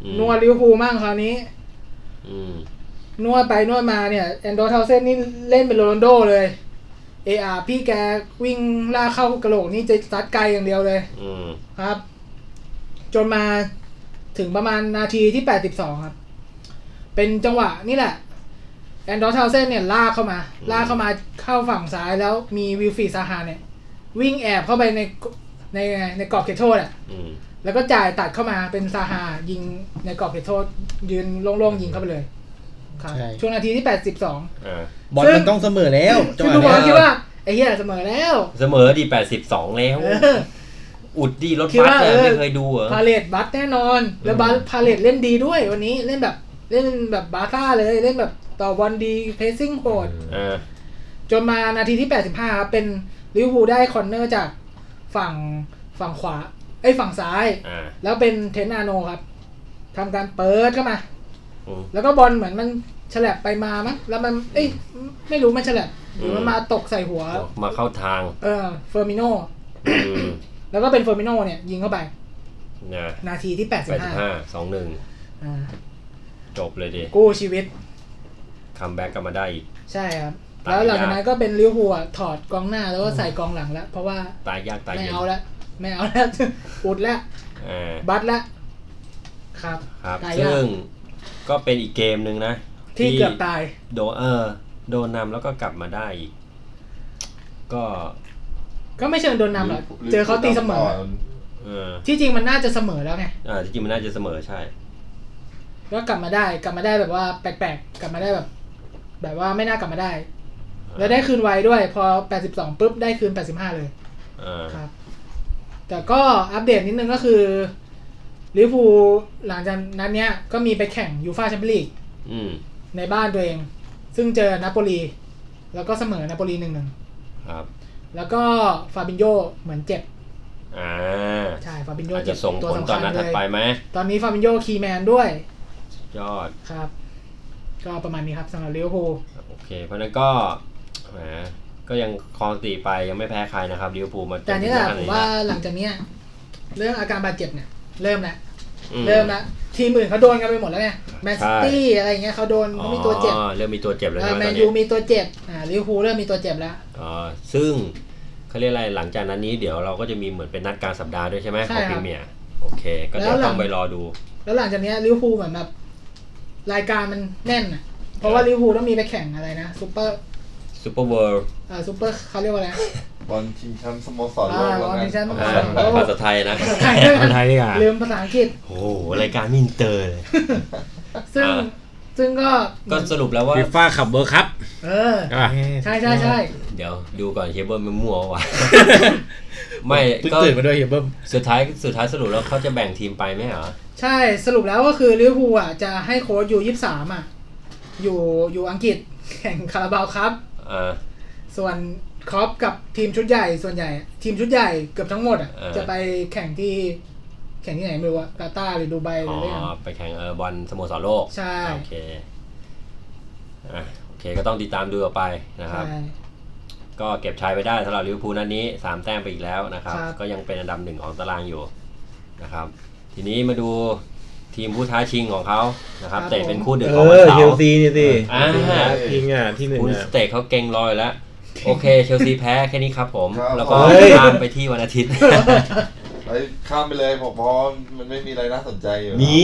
[SPEAKER 1] อืม
[SPEAKER 2] นัวลิเวอร์พูลมากคราวนี้
[SPEAKER 1] อืม
[SPEAKER 2] นัวไปนัวมาเนี่ยแอนโดเทาเซนนี่เล่นเป็นโรนัลโดเลยเออาพี่แกวิ่งล่ากเข้ากระโหลกนี่จะซัดไกลอย่างเดียวเลย
[SPEAKER 1] อืม
[SPEAKER 2] ครับ จนมาถึงประมาณนาทีที่ 82 ครับ เป็นจังหวะนี่แหละ แอนดอร์ทาวเซนเนี่ยลากเข้ามา
[SPEAKER 1] อืม
[SPEAKER 2] ลากเข้ามาเข้าฝั่งซ้ายแล้วมีวิลฟรีดซาฮาเนี่ย วิ่งแอบเข้าไปในในในกรอบเขตโทษอ่ะ
[SPEAKER 1] อืม
[SPEAKER 2] แล้วก็จ่ายตัดเข้ามาเป็นซาฮายิงในกรอบเขตโทษ ยืนโล่งๆ ยิงเข้าไปเลยครับ
[SPEAKER 4] ใช่
[SPEAKER 2] ช่วงนาทีที่ 82
[SPEAKER 1] อ่า
[SPEAKER 4] บอลมันต้องเสมอแล้ว จังห
[SPEAKER 2] ซึ่ง
[SPEAKER 4] วะ
[SPEAKER 2] ทุกคน
[SPEAKER 4] เนี้ย
[SPEAKER 2] คิดว่า ไอ้เหี้ยเสมอแล้ว
[SPEAKER 1] เสมอดี82 แล้ว
[SPEAKER 2] เออ
[SPEAKER 1] อุดดีรถ
[SPEAKER 2] คิด
[SPEAKER 1] บัสอะ
[SPEAKER 2] ว่าเออ
[SPEAKER 1] ไม่เคยดูเหรอ
[SPEAKER 2] พาเลตบัสแน่นอน แล้วบัสพาเลตเล่นดีด้วยวันนี้เล่นแบบเล่นแบบบาซ่าเลยเล่นแบบต่อบอลดีเพสซิ่งโหด
[SPEAKER 1] อ่า
[SPEAKER 2] จนมานาทีที่ 85 ครับ เป็นลิเวอร์พูลได้คอนเนอร์จากฝั่งฝั่งขวาไอ้ยฝั่งซ้าย
[SPEAKER 1] อ่า
[SPEAKER 2] แล้วเป็นเทนนาโนครับทำการเปิดเข้ามา
[SPEAKER 1] อืม
[SPEAKER 2] แล้วก็บอลเหมือนมันฉลับไปมามั้งแล้วมันเอ้ยไม่รู้มันฉลับหรือมัน
[SPEAKER 1] อืม
[SPEAKER 2] มาตกใส่หัว
[SPEAKER 1] มาเข้าทาง
[SPEAKER 2] เออเฟอร์มิโน
[SPEAKER 1] อืม
[SPEAKER 2] แล้วก็เป็นเฟอร์มิโนเนี่ยยิงเข้าไป
[SPEAKER 1] นะ
[SPEAKER 2] นาทีที่ 85
[SPEAKER 1] 85
[SPEAKER 2] อ่า
[SPEAKER 1] 21 จบเลยดิ
[SPEAKER 2] กู้ชีวิต
[SPEAKER 1] คัมแบ็กกลับมาได้อีก
[SPEAKER 2] ใช่ครับ
[SPEAKER 1] ตาย
[SPEAKER 2] แล้วหลังจาก
[SPEAKER 1] ยาก
[SPEAKER 2] นั้นก็เป็นลิเวอร์พูลอะถอดกองหน้าแล้วก็ใส่กองหลังแล้ว เพราะว่า
[SPEAKER 1] ตายยากตาย
[SPEAKER 2] ไม่
[SPEAKER 1] เย็น
[SPEAKER 2] เอาละไม่เอาแล้ว (laughs) อุดแล้ว
[SPEAKER 1] อ่า
[SPEAKER 2] บัตแล้วครับ
[SPEAKER 1] ครับ
[SPEAKER 2] ตายยาก
[SPEAKER 1] ซึ่งก็เป็นอีกเกมหนึ่งนะ
[SPEAKER 2] ที่เกือบตาย
[SPEAKER 1] โดนเออ โดนนำแล้วก็กลับมาได้อีก ก็
[SPEAKER 2] ก็ไม่เชิงโดนนำหรอกเจอเขาตีเสมอ
[SPEAKER 1] เออ
[SPEAKER 2] ที่จริงมันน่าจะเสมอแล้วไง
[SPEAKER 1] อ่าที่จริงมันน่าจะเสมอใช่
[SPEAKER 2] ก็กลับมาได้กลับมาได้แบบว่าแปลกๆกลับมาได้แบบ แบบว่าไม่น่ากลับมาได้ แล้วได้คืนไวด้วย พอ 82ปุ๊บได้คืน 85 เลย
[SPEAKER 1] เอ่า
[SPEAKER 2] ครับ แต่ก็อัปเดตนิดนึงก็คือลิเวอร์พูลหลังจากนั้นเนี้ยก็มีไปแข่งยูฟาแชมเปี้ยนลีก
[SPEAKER 1] อืม
[SPEAKER 2] ในบ้านตัวเอง ซึ่งเจอนาโปลี แล้วก็เสมอนาโปลีหนึ่งหนึ่ง
[SPEAKER 1] ครับ
[SPEAKER 2] แล้วก็ฟาบินโยเหมือนเจ็บ
[SPEAKER 1] อ่า
[SPEAKER 2] ใช่ฟาบินโย
[SPEAKER 1] อาจ
[SPEAKER 2] เจ็
[SPEAKER 1] จะ
[SPEAKER 2] บ
[SPEAKER 1] ส่ง
[SPEAKER 2] ตัว
[SPEAKER 1] ผล
[SPEAKER 2] สำ
[SPEAKER 1] ตอ
[SPEAKER 2] คั
[SPEAKER 1] น
[SPEAKER 2] ญ
[SPEAKER 1] นัด
[SPEAKER 2] เล
[SPEAKER 1] ถัด
[SPEAKER 2] ย
[SPEAKER 1] ไปไหม
[SPEAKER 2] ตอนนี้ฟาบินโยคีย์แมนด้วย
[SPEAKER 1] สุดยอด
[SPEAKER 2] ครับ ก็ประมาณนี้ครับสำหรับลิเวอร์พูล
[SPEAKER 1] โอเค เพราะฉะนั้นก็แหมก็ยังคลองตีไปยังไม่แพ้ใครนะครับลิเวอร์พูลมาจ
[SPEAKER 2] แต่
[SPEAKER 1] ถึง
[SPEAKER 2] นี่แหละ
[SPEAKER 1] ขั้
[SPEAKER 2] ผม
[SPEAKER 1] นี้
[SPEAKER 2] ว่าหลังจากเนี้ยเรื่องอาการบาดเจ็บเนี่ย เริ่มแล้ว
[SPEAKER 1] อื
[SPEAKER 2] เริ่มแล้ว ทีมอื่นเขาโดนกันไปหมดแล้วไงแมนซิตี้อะไรเงี้ยเขาโดนเขามีตัวเจ็บ
[SPEAKER 1] อ๋อเริ่มมีตัวเจ็บแล้วใช่ไหมต
[SPEAKER 2] แม
[SPEAKER 1] อน น
[SPEAKER 2] ยู
[SPEAKER 1] นี้
[SPEAKER 2] มีตัวเจ็บอ่าลิเวอร์พูลเริ่มมีตัวเจ็บแล้ว
[SPEAKER 1] อ๋อซึ่งเขาเรียกอะไรหลังจากนั้นนี้เดี๋ยวเราก็จะมีเหมือนเป็นนัดกลางสัปดาห์ด้วยใช่ไหม
[SPEAKER 2] ใช่
[SPEAKER 1] ของ
[SPEAKER 2] ครับ
[SPEAKER 1] พรีเมียร์โอเค ก็เดี๋ยว
[SPEAKER 2] แล้วหลัง
[SPEAKER 1] ต้องไปรอดู
[SPEAKER 2] แล้วหลังจากเนี้ยลิเวอร์พูลเหมือนแบบรายการมันแน่นอะเพราะว่าลิเวอร์พูลต้องมีไปแข่งอะไรนะซูเปอร์
[SPEAKER 1] ซูเปอร์เวิลด์
[SPEAKER 2] เอ่อซูเปอร์เขาเรียกว่าอะไร
[SPEAKER 5] บอลชิงแชมป์สโมสรโลก
[SPEAKER 2] อ่า
[SPEAKER 5] แล้ว
[SPEAKER 2] บอลชิงแชมป์สโม
[SPEAKER 1] อ่า
[SPEAKER 2] สรโลก
[SPEAKER 1] ภาษ (laughs) าไทยนะ
[SPEAKER 2] ภาษาไทยด้วย
[SPEAKER 6] คนไท
[SPEAKER 2] นะ
[SPEAKER 6] ยดีกว่า
[SPEAKER 2] ลืมภาษาอังกฤษ
[SPEAKER 1] โอ้โหรายการมินเตอร์เลย
[SPEAKER 2] ซึ่ง
[SPEAKER 1] อ่า
[SPEAKER 2] ซึ่งก็
[SPEAKER 1] ก็สรุปแล้วว่า
[SPEAKER 6] ฟีฟ่าขับเบอร์ครับ
[SPEAKER 2] เออ
[SPEAKER 6] ใช่ป่ะ
[SPEAKER 2] ใช่ใช่ใช่
[SPEAKER 1] เดี๋ยวดูก่อนเฮยเบิร์มมันมั่วว่ะ ไม่
[SPEAKER 4] เพิ่ง
[SPEAKER 1] ก็
[SPEAKER 4] ตื่นมาด้วยเฮียเบิ้ม
[SPEAKER 1] สุดท้ายสุดท้ายสรุปแล้วเขาจะแบ่งทีมไปไหมเหรอ
[SPEAKER 2] ใช่สรุปแล้วก็คือลิเวอร์พูลอ่ะจะให้โค้ชอยู่ยี่สามอ่ะ อยู่อยู่อังกฤษแข่งคาราบาวครับ
[SPEAKER 1] อ่า
[SPEAKER 2] ส่วนครอปกับทีมชุดใหญ่ส่วนใหญ่ ทีมชุดใหญ่เกือบทั้งหมดอ่ะ
[SPEAKER 1] เออ
[SPEAKER 2] จะไปแข่งที่แข่งที่ไหนไม่รู้อะกาตาร์หรือดูไบห
[SPEAKER 1] อ๋
[SPEAKER 2] รือ
[SPEAKER 1] อ
[SPEAKER 2] อะไรอย่าง
[SPEAKER 1] ไปแข่งเออบอลสโมสรโลก
[SPEAKER 2] ใช่
[SPEAKER 1] โอเคอ่ะโอเคก็ต้องติดตามดูต่อไปนะครับ
[SPEAKER 2] ใช่
[SPEAKER 1] ก็เก็บชัยไปได้สำหรับลิเวอร์พูลนัดนี้ 3 แต้มไปอีกแล้วนะครับ
[SPEAKER 2] ครับ
[SPEAKER 1] ก็ยังเป็นอันดับหนึ่งของตารางอยู่นะครับ ทีนี้มาดูทีมผู้ท้าชิงของเขานะครับเตะเป็นคู่เดือดข
[SPEAKER 6] เอ
[SPEAKER 1] องวัน
[SPEAKER 6] อ
[SPEAKER 1] เสา
[SPEAKER 6] เชล
[SPEAKER 1] ร์
[SPEAKER 6] ซีนี่สิ
[SPEAKER 1] อ่า
[SPEAKER 6] ทีมอ่ะที่หนึ่ง
[SPEAKER 1] คุณ
[SPEAKER 6] อ่ะ
[SPEAKER 1] สเต็กเขาเก่งลอยแล้ว โอเค เชลซีแพ้แค่นี้ครับผม
[SPEAKER 5] ครับ
[SPEAKER 1] แล้วก็
[SPEAKER 5] เฮ้ย
[SPEAKER 1] ข้ามไปที่วันอาทิตย์
[SPEAKER 5] ไปข้ามไปเลยผมเพราะมัน (laughs) ไม่มีอะไรน่าสนใจอยู่แล้ว
[SPEAKER 1] มี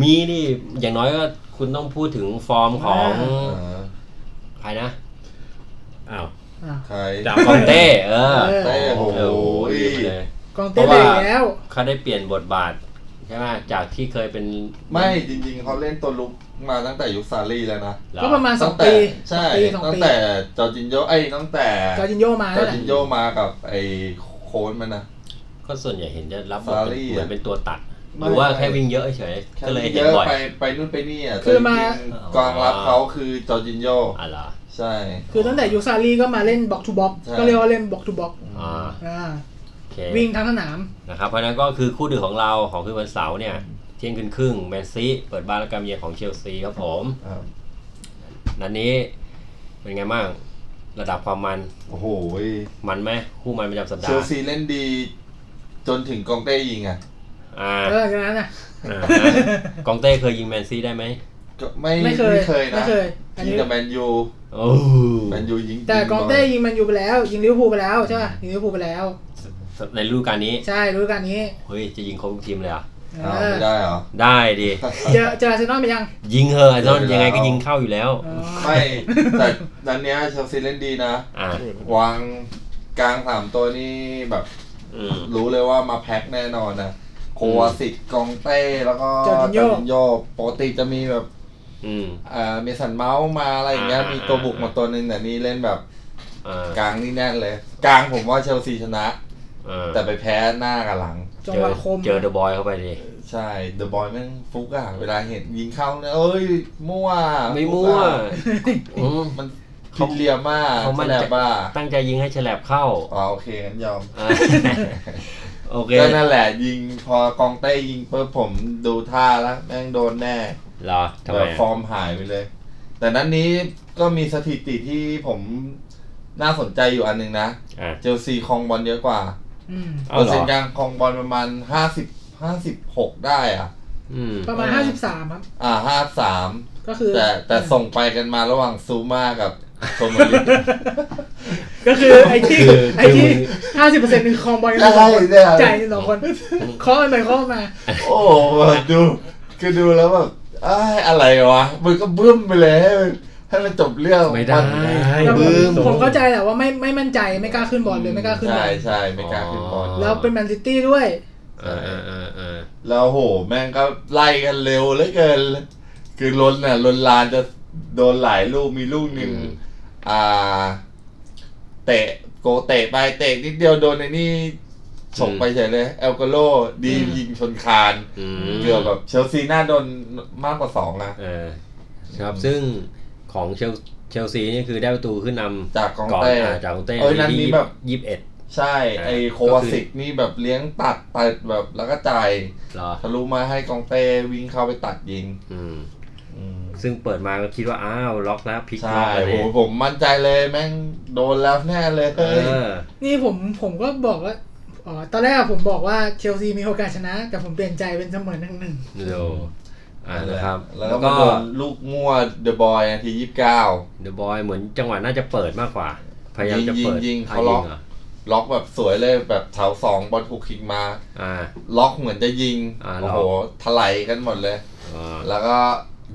[SPEAKER 1] มีนี่ อย่างน้อยก็คุณต้องพูดถึงฟอร์มของ
[SPEAKER 5] อ่า
[SPEAKER 1] ใครนะ
[SPEAKER 6] อ้าว
[SPEAKER 2] อ่ะ
[SPEAKER 5] ใคร
[SPEAKER 6] จับ
[SPEAKER 1] คองเต้ (laughs) เออ
[SPEAKER 5] เต้โอ้โห
[SPEAKER 1] เออโอ้โหลืมไปเลย
[SPEAKER 2] กองเต้นไปอีกแล้ว
[SPEAKER 1] เขาได้เปลี่ยนบทบาทใช่ไหมจากที่เคยเป็น
[SPEAKER 5] ไม่จริงๆ เขาเล่นตัวลุกมาตั้งแต่ยุคซารีแล้วนะ
[SPEAKER 1] เหอ
[SPEAKER 2] ก็ประมาณสอง
[SPEAKER 5] แต่
[SPEAKER 2] ปี
[SPEAKER 5] ใช่
[SPEAKER 2] ปีสอง
[SPEAKER 5] ตั้ง
[SPEAKER 2] ปี
[SPEAKER 5] แต่จอร์จินโยไอ้ยตั้งแต่
[SPEAKER 2] จอร์จินโยมา
[SPEAKER 5] จ
[SPEAKER 2] แล้
[SPEAKER 5] อ
[SPEAKER 2] วแห
[SPEAKER 5] ร์
[SPEAKER 2] ละ
[SPEAKER 5] จินโยมากับไอ้โค้นมันนะ
[SPEAKER 1] ก็ส่วนใหญ่เห็นจะรับบท
[SPEAKER 5] ซา
[SPEAKER 1] เป็
[SPEAKER 5] รี่
[SPEAKER 1] น
[SPEAKER 5] อะ
[SPEAKER 1] เหมือนเป็นตัวตัด ห
[SPEAKER 5] ไม่
[SPEAKER 1] รือว่าแค่วิ่งเยอะเฉยก็เลยเห็นบ่อย
[SPEAKER 5] ไปไปนู่นไปนี่อ่ะ
[SPEAKER 2] คือมา
[SPEAKER 5] แต่จริงๆกองรับเขาคือจอร์จินโย
[SPEAKER 1] อ่ะเหรอ
[SPEAKER 5] ใช่
[SPEAKER 2] คือตั้งแต่ยูซารีก็มาเล่นบ็อกทูบ็อกก็เรียกว่าเล่นบ็อกทูบ็อก
[SPEAKER 1] อ่า
[SPEAKER 2] อ่า
[SPEAKER 1] โอเค
[SPEAKER 2] วิ่งทั้งสนาม
[SPEAKER 1] นะครับ เพราะฉะนั้นก็คือคู่ดึกของเราของคืนวันเสาร์เนี่ย เที่ยงคืนครึ่งแมนซีเปิดบ้านแล้วกำเยือนของเชลซีครับผม
[SPEAKER 5] อ่า
[SPEAKER 1] นัดนี้เป็นไงบ้าง ระดับความมัน
[SPEAKER 5] โอ้โห
[SPEAKER 1] มันไหมคู่มันประจำสัป
[SPEAKER 5] เช
[SPEAKER 1] ดาห์
[SPEAKER 5] ลซีเล่นดี จนถึงกองเต้ยิงอ่ะ
[SPEAKER 1] อ่า
[SPEAKER 2] แล้วหลังจากนั้นอ่ะ
[SPEAKER 6] อ่า
[SPEAKER 1] กองเต้เคยยิงแมนซีได้ไหม
[SPEAKER 5] ก็ไม่
[SPEAKER 2] ไม่เคย
[SPEAKER 5] ไม่เคย
[SPEAKER 2] ไม่
[SPEAKER 5] นะ
[SPEAKER 2] เคย อัน
[SPEAKER 5] ยิง
[SPEAKER 2] นี้
[SPEAKER 5] กับแมนยู
[SPEAKER 1] โอ้
[SPEAKER 5] แมนยูยิง
[SPEAKER 2] แต่
[SPEAKER 5] ยิ
[SPEAKER 2] กอง
[SPEAKER 5] บ่ย
[SPEAKER 2] เต้ยิงแมันอยู่ไปแล้ว ยิงลิเวอร์พูลไปแล้วใช่ป่ะยิงลิเวอร์พูลไปแล้ว
[SPEAKER 1] ในฤดูกาลนี้
[SPEAKER 2] ใช่ฤดูกาลนี้
[SPEAKER 1] เฮ้ยจะยิงครบทุกทีมเลยเหรอ่ะ
[SPEAKER 5] อ้าวไม่ได้เหรอ
[SPEAKER 1] ได้ดิ
[SPEAKER 2] เจอเจออาร์เซนอลไปยัง
[SPEAKER 1] ยิงเธอะไอ้ต้น
[SPEAKER 5] เดี๋
[SPEAKER 1] ยั
[SPEAKER 5] ย
[SPEAKER 1] งไง
[SPEAKER 5] วเรา
[SPEAKER 1] ก็ยิงเข้าอยู่แล้ว
[SPEAKER 2] อ๋อ
[SPEAKER 5] ไม่
[SPEAKER 2] (laughs)
[SPEAKER 5] แต่นั้นเนี้ยเชลซีเล่นดีนะ
[SPEAKER 1] อ่าว
[SPEAKER 5] างกลางสามตัวนี่แบบ
[SPEAKER 1] อืม
[SPEAKER 5] รู้เลยว่ามาแพ็คแน่นอนนะโควาซิตกองเต้ แล้วก็
[SPEAKER 2] จอร์จินโญ่
[SPEAKER 5] นโยปกติจะมีแบบ
[SPEAKER 1] อืม
[SPEAKER 5] เอ่อเมสันเมาส์มาอะไรอย่างเงี้ย
[SPEAKER 1] อ่ามี
[SPEAKER 5] มีตัวบุกมาตัวหนึ่งแต่นี่เล่นแบบ
[SPEAKER 1] อ่าก
[SPEAKER 5] ลางนี่แน่นเลย กลางผมว่าเชลซีชนะ
[SPEAKER 1] อ่า
[SPEAKER 5] แต่ไปแพ้หน้ากับหลัง
[SPEAKER 2] จัง
[SPEAKER 1] เจ
[SPEAKER 2] ห
[SPEAKER 1] อ
[SPEAKER 2] วะคม
[SPEAKER 1] เจอเดอะบอยเข้าไปดิ
[SPEAKER 5] ใช่เดอะบอยแม่งฟุกอะเวลาเห็นยิงเข้าเนี่ยเอ้ย มั่ว
[SPEAKER 1] ไม่มั่ว
[SPEAKER 5] ฟุกอะ
[SPEAKER 1] อืม
[SPEAKER 5] มันผิดเหลี่ยมมาก
[SPEAKER 1] เขามั่น
[SPEAKER 5] แส
[SPEAKER 1] ใจ
[SPEAKER 5] บบ้า
[SPEAKER 1] ตั้งใจยิงให้แฉลบเข้า
[SPEAKER 5] อ๋อโอเคงั้นยอม
[SPEAKER 1] อ่า (laughs) โอเค
[SPEAKER 5] ก็นั่นแหละยิงพอกองเต้ยิงปุ๊บผมดูท่าแล้วแม่งโดนแน่
[SPEAKER 1] เหรอทำ
[SPEAKER 5] แบ
[SPEAKER 1] ไม
[SPEAKER 5] บฟ
[SPEAKER 1] อ่ะ
[SPEAKER 5] อร์มหายไปเลย แต่นั้นนี้ก็มีสถิติที่ผมน่าสนใจอยู่อันหนึ่งนะ
[SPEAKER 1] อ่ะ
[SPEAKER 5] เจลซีครองบอลเยอะกว่า
[SPEAKER 2] อืม
[SPEAKER 1] เอา
[SPEAKER 5] เปอ
[SPEAKER 1] เหร
[SPEAKER 5] ร์เซ็น
[SPEAKER 1] อ
[SPEAKER 5] ต์การครองบอลประมาณห้าสิบห้าสิบหกได้อ่ะ
[SPEAKER 1] อืม
[SPEAKER 2] ประมาณ
[SPEAKER 5] เออ
[SPEAKER 2] 53 ครับ
[SPEAKER 5] อ่าห้าสาม
[SPEAKER 2] ก็คือ
[SPEAKER 5] แต่แต่ส่งไปกันมาระหว่างซูมากับโทม
[SPEAKER 1] (laughs)
[SPEAKER 5] ริน
[SPEAKER 2] ก็คือไอ้ที่ไอ้ที่50%คือครองบอลกันสองคน
[SPEAKER 5] ใช่ใช่
[SPEAKER 2] จ่ายกันสองคนเคาะกันไปเคาะกันมา
[SPEAKER 5] โอ้โหดูคือดูแล้วแบบเอ้ยอะไรวะมึงก็บึ้มไปเลยให้มันให้มันจบเรื่อง
[SPEAKER 1] ไม่ได้
[SPEAKER 5] น
[SPEAKER 6] ให้
[SPEAKER 2] แต่ผม
[SPEAKER 6] บึ้ม
[SPEAKER 2] ผมเข้าใจแหละว่าไม่ไม่มั่นใจไม่กล้าขึ้นบอลเลยไม่กล้าขึ้นบอ
[SPEAKER 5] ใช่
[SPEAKER 2] ล
[SPEAKER 5] ใช่ไม่กล้าขึ้นบอล
[SPEAKER 2] แล้วเป็นแมนซิตี้ด้วย
[SPEAKER 1] เออเออเออเออ
[SPEAKER 5] แล้วโหแม่งก็ไล่กันเร็วเหลือเกิน คือล้นน่ะล้นลานจะโดนหลายลูกมีลูกหนึ่งอ่า เตะโกเตะไปเตะนิดเดียวโดนในนี่ฉกไปเฉยเลยเอลกาโลดียิงชนคาน
[SPEAKER 1] อืม
[SPEAKER 5] เกือบแบบเชลซีน่าโดนมากกว่าสองนะ
[SPEAKER 1] เออครับซึ่งของเชลเชลซีนี่คือได้ประตูขึ้นนำ
[SPEAKER 5] จากกอง
[SPEAKER 1] ก่น
[SPEAKER 5] เต้
[SPEAKER 1] าจากกองเต้
[SPEAKER 5] เอ้ยนั้นนี่แบบ
[SPEAKER 1] ยี่สิบเอ็ด
[SPEAKER 5] ใช่
[SPEAKER 1] อ่า
[SPEAKER 5] ไอโค
[SPEAKER 1] ก็
[SPEAKER 5] วา
[SPEAKER 1] คือ
[SPEAKER 5] สิกนี่แบบเลี้ยงตัดตัดแบบแล้วก็จ่าย
[SPEAKER 1] เหรอ
[SPEAKER 5] ทะลุมาให้กองเต้วิ่งเข้าไปตัดยิง
[SPEAKER 1] อืม ซึ่งเปิดมาก็คิดว่า อ้าว ล็อกแล้วพลิกล็
[SPEAKER 5] ใช่
[SPEAKER 1] อกแล้ว
[SPEAKER 5] โอ้
[SPEAKER 1] เนี่ย
[SPEAKER 5] โหผมมั่นใจเลยแม่งโดนแล้วแน่เลย
[SPEAKER 1] เออ
[SPEAKER 2] นี่ผมผมก็บอกว่า อ๋อตอนแรกอะผมบอกว่าเชลซีมีโอกาสชนะ แต่ผมเปลี่ยนใจเป็นเสมอหนึ่งหนึ่ง
[SPEAKER 1] เดี๋ยวอ่านะครับ
[SPEAKER 5] แล้ว
[SPEAKER 1] แล้ว
[SPEAKER 5] ก็
[SPEAKER 1] ก็
[SPEAKER 5] โดนลูกมั่วเดอะบอยนาทียี่สิบเก้า
[SPEAKER 1] เดอะบอยเหมือนจังหวะน่าจะเปิดมากกว่า พยายามจะเปิด
[SPEAKER 5] ยิงๆๆ
[SPEAKER 1] อ่ะ
[SPEAKER 5] เขาล็อก
[SPEAKER 1] หรอ
[SPEAKER 5] ล็อกแบบสวยเลยแบบแถวสองบอลถูกคิกมา
[SPEAKER 1] อ่า
[SPEAKER 5] ล็อกเหมือนจะยิง
[SPEAKER 1] อ่าล็
[SPEAKER 5] โอ้
[SPEAKER 1] อก
[SPEAKER 5] โหถลายกันหมดเลย
[SPEAKER 1] อ่า
[SPEAKER 5] แล้วก็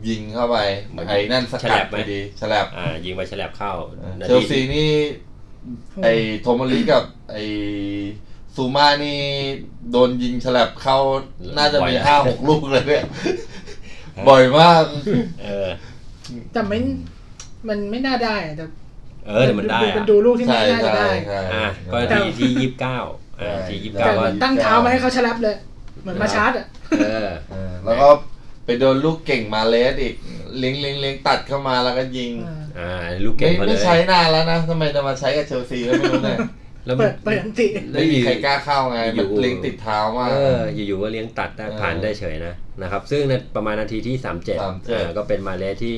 [SPEAKER 5] ยิงเข้าไป
[SPEAKER 1] เหมือน
[SPEAKER 5] ไอ้นั่นส
[SPEAKER 1] ฉลั
[SPEAKER 5] กัด
[SPEAKER 1] บไหม
[SPEAKER 5] ไปดีฉลับ
[SPEAKER 1] อ่ายิงไปฉลับเข้านา
[SPEAKER 5] เช
[SPEAKER 1] ที
[SPEAKER 5] ลซีนี่ ไอ้โทมาลิกับ ไอ้ซูมานี่ โดนยิงฉลับเข้า น่าจะมีห้าหกลูกเลยเนี่ย บ่อยมาก
[SPEAKER 1] เออ
[SPEAKER 2] แต่ไม่มันไม่น่าได้อะแต่
[SPEAKER 1] เออแต่มันได้
[SPEAKER 2] มัน
[SPEAKER 1] อ่ะ
[SPEAKER 2] ดูลูกที่
[SPEAKER 5] ใช่
[SPEAKER 2] ไม่น่าจะ
[SPEAKER 5] ใช่
[SPEAKER 2] ได้
[SPEAKER 5] ใช่
[SPEAKER 1] อ่ะก็ทีที่ยี่สิบเก้าอ่าทียี่สิบ
[SPEAKER 2] แต่
[SPEAKER 1] เก้าก็
[SPEAKER 2] เหมือนตั้งเท้ามาให้เขาฉลับเลย เหมือนมาชาร์จอะ
[SPEAKER 1] เออ
[SPEAKER 5] เออแล้วก็ไปโดนลูกเก่งมาเลสอีกเลี้ยงเลี้ยงเลี้ยงตัดเข้ามาแล้วก็ยิง
[SPEAKER 1] อ่าลูกเก่ง
[SPEAKER 5] ไม่
[SPEAKER 1] มาเล
[SPEAKER 5] ไม่
[SPEAKER 1] ย
[SPEAKER 5] ใช้นานแล้วนะทำไมจะมาใช้กับเชลซีก็ไม่รู้เนี่ย
[SPEAKER 1] แล้วมั
[SPEAKER 2] เปิ
[SPEAKER 1] น
[SPEAKER 2] ดเปิดอันติ (laughs)
[SPEAKER 5] ไม่มีใครกล้าเข้าไง
[SPEAKER 1] อยู่
[SPEAKER 5] มันเลี้ยงติดเท้ามาก
[SPEAKER 1] เอออยู่ๆก็เลี้ยงตัดได้
[SPEAKER 5] เออ
[SPEAKER 1] ผ่านได้เฉยนะนะครับ ซึ่งในประมาณนาทีที่ 37มเจ็ด
[SPEAKER 5] 37
[SPEAKER 1] ก็เป็นมาเลสที่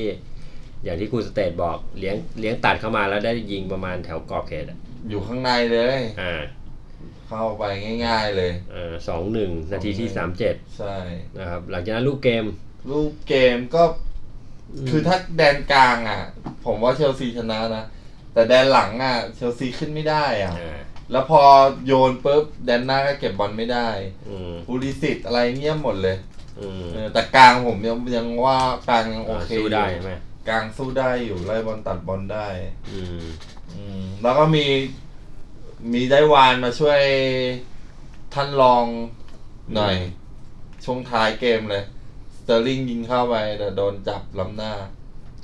[SPEAKER 1] อย่างที่คุณสเตทบอกเลี้ยงเลี้ยงตัดเข้ามาแล้วได้ยิงประมาณแถวกรอบเขตอะ
[SPEAKER 5] อยู่ข้างในเลย
[SPEAKER 1] อ่า
[SPEAKER 5] เข้าไปง่ายๆเลย
[SPEAKER 1] สองหนึ่งนาทีที่ 37
[SPEAKER 5] ใช่
[SPEAKER 1] นะครับ หลังจากนั้นลูกเกม
[SPEAKER 5] ลูกเกมก็ คือถ้าแดนกลางอ่ะ ผมว่าเชลซีชนะนะ แต่แดนหลังอ่ะ เชลซีขึ้นไม่ได้อ่ะ
[SPEAKER 1] อ่า
[SPEAKER 5] แล้วพอโยนปุ๊บแดนหน้าก็เก็บบอลไม่ได้
[SPEAKER 1] อืม
[SPEAKER 5] บูริสิตอะไรเงียบหมดเลย
[SPEAKER 1] อืม
[SPEAKER 5] เออแต่กลางผมยังยังว่ากลางยังโอเค
[SPEAKER 1] สู้ได้ใช่ไหม
[SPEAKER 5] กลางสู้ได้อยู่ไล่บอลตัดบอลได้
[SPEAKER 1] อืม
[SPEAKER 5] อืมแล้วก็มีมีได้วานมาช่วยท่านรองหน่อย ช่วงท้ายเกมเลยสเตอร์ลิงยิงเข้าไปแต่โดนจับล้ำหน้า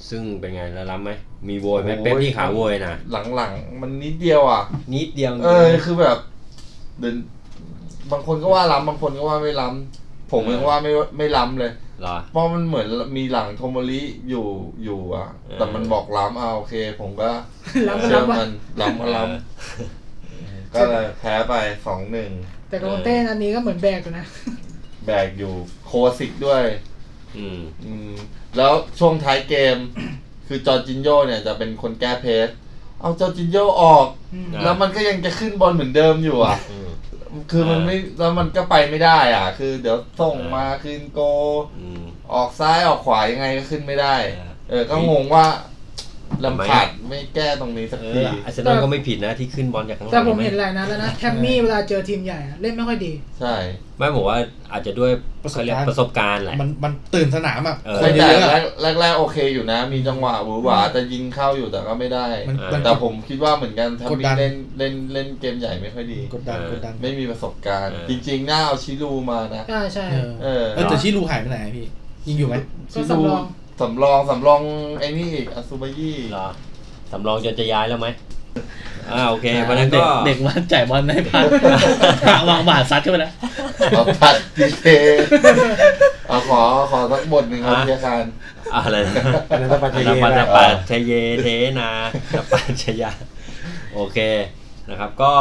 [SPEAKER 1] ซึ่งเป็นไงแล้วรับไหมมีโวยไหม
[SPEAKER 5] โอ้ย
[SPEAKER 1] เป๊ปที่ขาโวยนะ
[SPEAKER 5] หลังๆ มันนิดเดียวอ่ะ
[SPEAKER 1] นิดเดียว
[SPEAKER 5] เออคือแบบเดินบางคนก็ว่าล้ำบางคนก็ว่าไม่ล้ำผมยังว่าไม่ไม่ล้ำเลย
[SPEAKER 1] เหรอ
[SPEAKER 5] เพราะมันเหมือนมีหลังโทโมริอยู่อยู่อะ
[SPEAKER 1] เออ
[SPEAKER 5] แต่มันบอกล้ำเอาโอเค ผมก็
[SPEAKER 2] ล้ำก็
[SPEAKER 5] เชื่อ
[SPEAKER 2] ล้ำอะ
[SPEAKER 5] มันล้ำก็ล้ำก็เลยแพ้ไปสองหนึ่ง
[SPEAKER 2] แต่โกเต้อันนี้ก็เหมือนแบกอยู่นะ
[SPEAKER 5] แบกอยู่โคสิกด้วย
[SPEAKER 1] อืม
[SPEAKER 5] อืม แล้วช่วงท้ายเกม คือจอร์จินโยเนี่ยจะเป็นคนแก้เพสเอาจอร์จินโยออก
[SPEAKER 2] อืม
[SPEAKER 5] แล้วมันก็ยังจะขึ้นบอลเหมือนเดิมอยู่อ่ะ
[SPEAKER 1] อืม
[SPEAKER 5] คือมันไม่แล้วมันก็ไปไม่ได้อ่ะ คือเดี๋ยวส่งมาคืนโก
[SPEAKER 1] อืม
[SPEAKER 5] ออกซ้ายออกขวายังไงก็ขึ้นไม่ได้
[SPEAKER 1] อ่า
[SPEAKER 5] เออ ก็งงว่าลำขาด
[SPEAKER 1] ทำไมอะ
[SPEAKER 5] ไม่แก้ตรงนี้สัก
[SPEAKER 1] เอ
[SPEAKER 5] ที
[SPEAKER 1] ออาร์เซนอลก็ไม่ผิดนะที่ขึ้นบอลจากข้างหลัง
[SPEAKER 2] แต่ผมเห็น
[SPEAKER 1] ไ
[SPEAKER 2] หลายนัดแล้วนะแทมมี่เวลาเจอทีมใหญ่อะเล่นไม่ค่อยดี
[SPEAKER 5] ใช่
[SPEAKER 1] ไม่ผมว่าอาจจะด้วย
[SPEAKER 4] ประสบ
[SPEAKER 1] เขา
[SPEAKER 4] การณ์
[SPEAKER 1] เรียกประสบการณ์แหละ
[SPEAKER 4] มันมันตื่นสนามอ่ะ
[SPEAKER 1] เออ
[SPEAKER 4] คนเย
[SPEAKER 5] แต่
[SPEAKER 4] อะ
[SPEAKER 5] แร
[SPEAKER 4] อะ
[SPEAKER 5] กแรกแรกๆโอเคอยู่นะ มีจังหวะหวือหวาแต่ยิงเข้าอยู่แต่ก็ไม่ได้
[SPEAKER 4] มันมัน
[SPEAKER 5] แต่ผมคิดว่าเหมือนกันทำ
[SPEAKER 4] กด
[SPEAKER 5] มี
[SPEAKER 4] ดัน
[SPEAKER 5] เล่นเล่นเล่นเกมใหญ่ไม่ค่อยดี
[SPEAKER 4] กดดันกดดัน
[SPEAKER 5] ไม่มีประสบการณ์
[SPEAKER 1] เออ
[SPEAKER 5] จริงๆ น่าเอาชิลูมานะ
[SPEAKER 2] อ่าใช่
[SPEAKER 4] เออ
[SPEAKER 5] เออ
[SPEAKER 4] เออแต่ชิลูหายไปไหนอะพี่ ยิงอยู่ไหม
[SPEAKER 2] ก็
[SPEAKER 5] ชิลู
[SPEAKER 2] สำรอง
[SPEAKER 5] สำรองสำรองไอ้นี่อีกอาซูบายี่
[SPEAKER 1] เหรอสำรองจนจะย้ายแล้วไหมอ่าโอเควันนั้น
[SPEAKER 4] เด็
[SPEAKER 1] ก็
[SPEAKER 4] กเด็กมาจ่ายบอลให้พัน วางบาทซัดเข้าไปแล้ว
[SPEAKER 5] เอาพัดดี (laughs) เทเอาขอขอสักบทหนึ่งครับพี่อาคาร
[SPEAKER 1] อะไรนะ
[SPEAKER 3] อันนั้นสปาเทเย
[SPEAKER 1] สปา
[SPEAKER 3] แห
[SPEAKER 1] ส
[SPEAKER 3] ละ
[SPEAKER 1] ปาชเยเทนาสปาชยาโอเคนะครับก็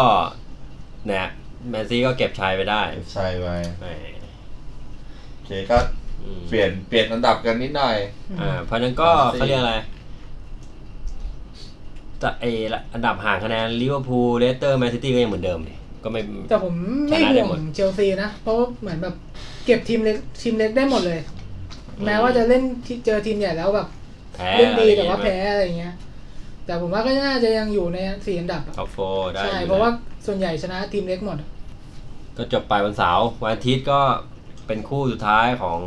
[SPEAKER 1] เนี่ยแมนซี่ก็เก็บชัยไปได้
[SPEAKER 5] ใช่ไหม
[SPEAKER 1] แหม
[SPEAKER 5] โอเคก็
[SPEAKER 1] อืม
[SPEAKER 5] เปลี่ยนเปลี่ยนอันดับกันนิดหน่อย
[SPEAKER 1] อ่าเพราะฉะนั้นก็
[SPEAKER 5] แมนซี่
[SPEAKER 1] เขาเรียกอะไรจะเอออันดับห่างคะแนนลิเวอร์พูลเลสเตอร์แมนซิตี้ก็ยังเหมือนเดิมดิก็ไม่
[SPEAKER 2] แต่ผมไม่
[SPEAKER 1] ชนะได้
[SPEAKER 2] ห่ว
[SPEAKER 1] หมด
[SPEAKER 2] งเชลซีนะ เพราะว่าเหมือนแบบเก็บทีมเล็กทีมเล็กได้หมดเลย แม้ว่าจะเล่นที่เจอทีมใหญ่แล้วแบบ
[SPEAKER 1] แพ้
[SPEAKER 2] เล่นดี
[SPEAKER 1] อะไรอย่
[SPEAKER 2] แต่
[SPEAKER 1] ง
[SPEAKER 2] ว่า
[SPEAKER 1] เงี้ย
[SPEAKER 2] แพ้อะไรอย่างเงี้ย แต่ผมว่าก็น่าจะยังอยู่ในสี่อันดับอะ
[SPEAKER 1] ท็อปโฟร์ได้อ
[SPEAKER 2] ใช่
[SPEAKER 1] ยู่น
[SPEAKER 2] เพราะว่าส่วนใหญ่ชนะทีมเล็กหมดอะ
[SPEAKER 1] ก็จบไปวันเสาร์วันอาทิตย์ก็เป็นคู่สุดท้ายของ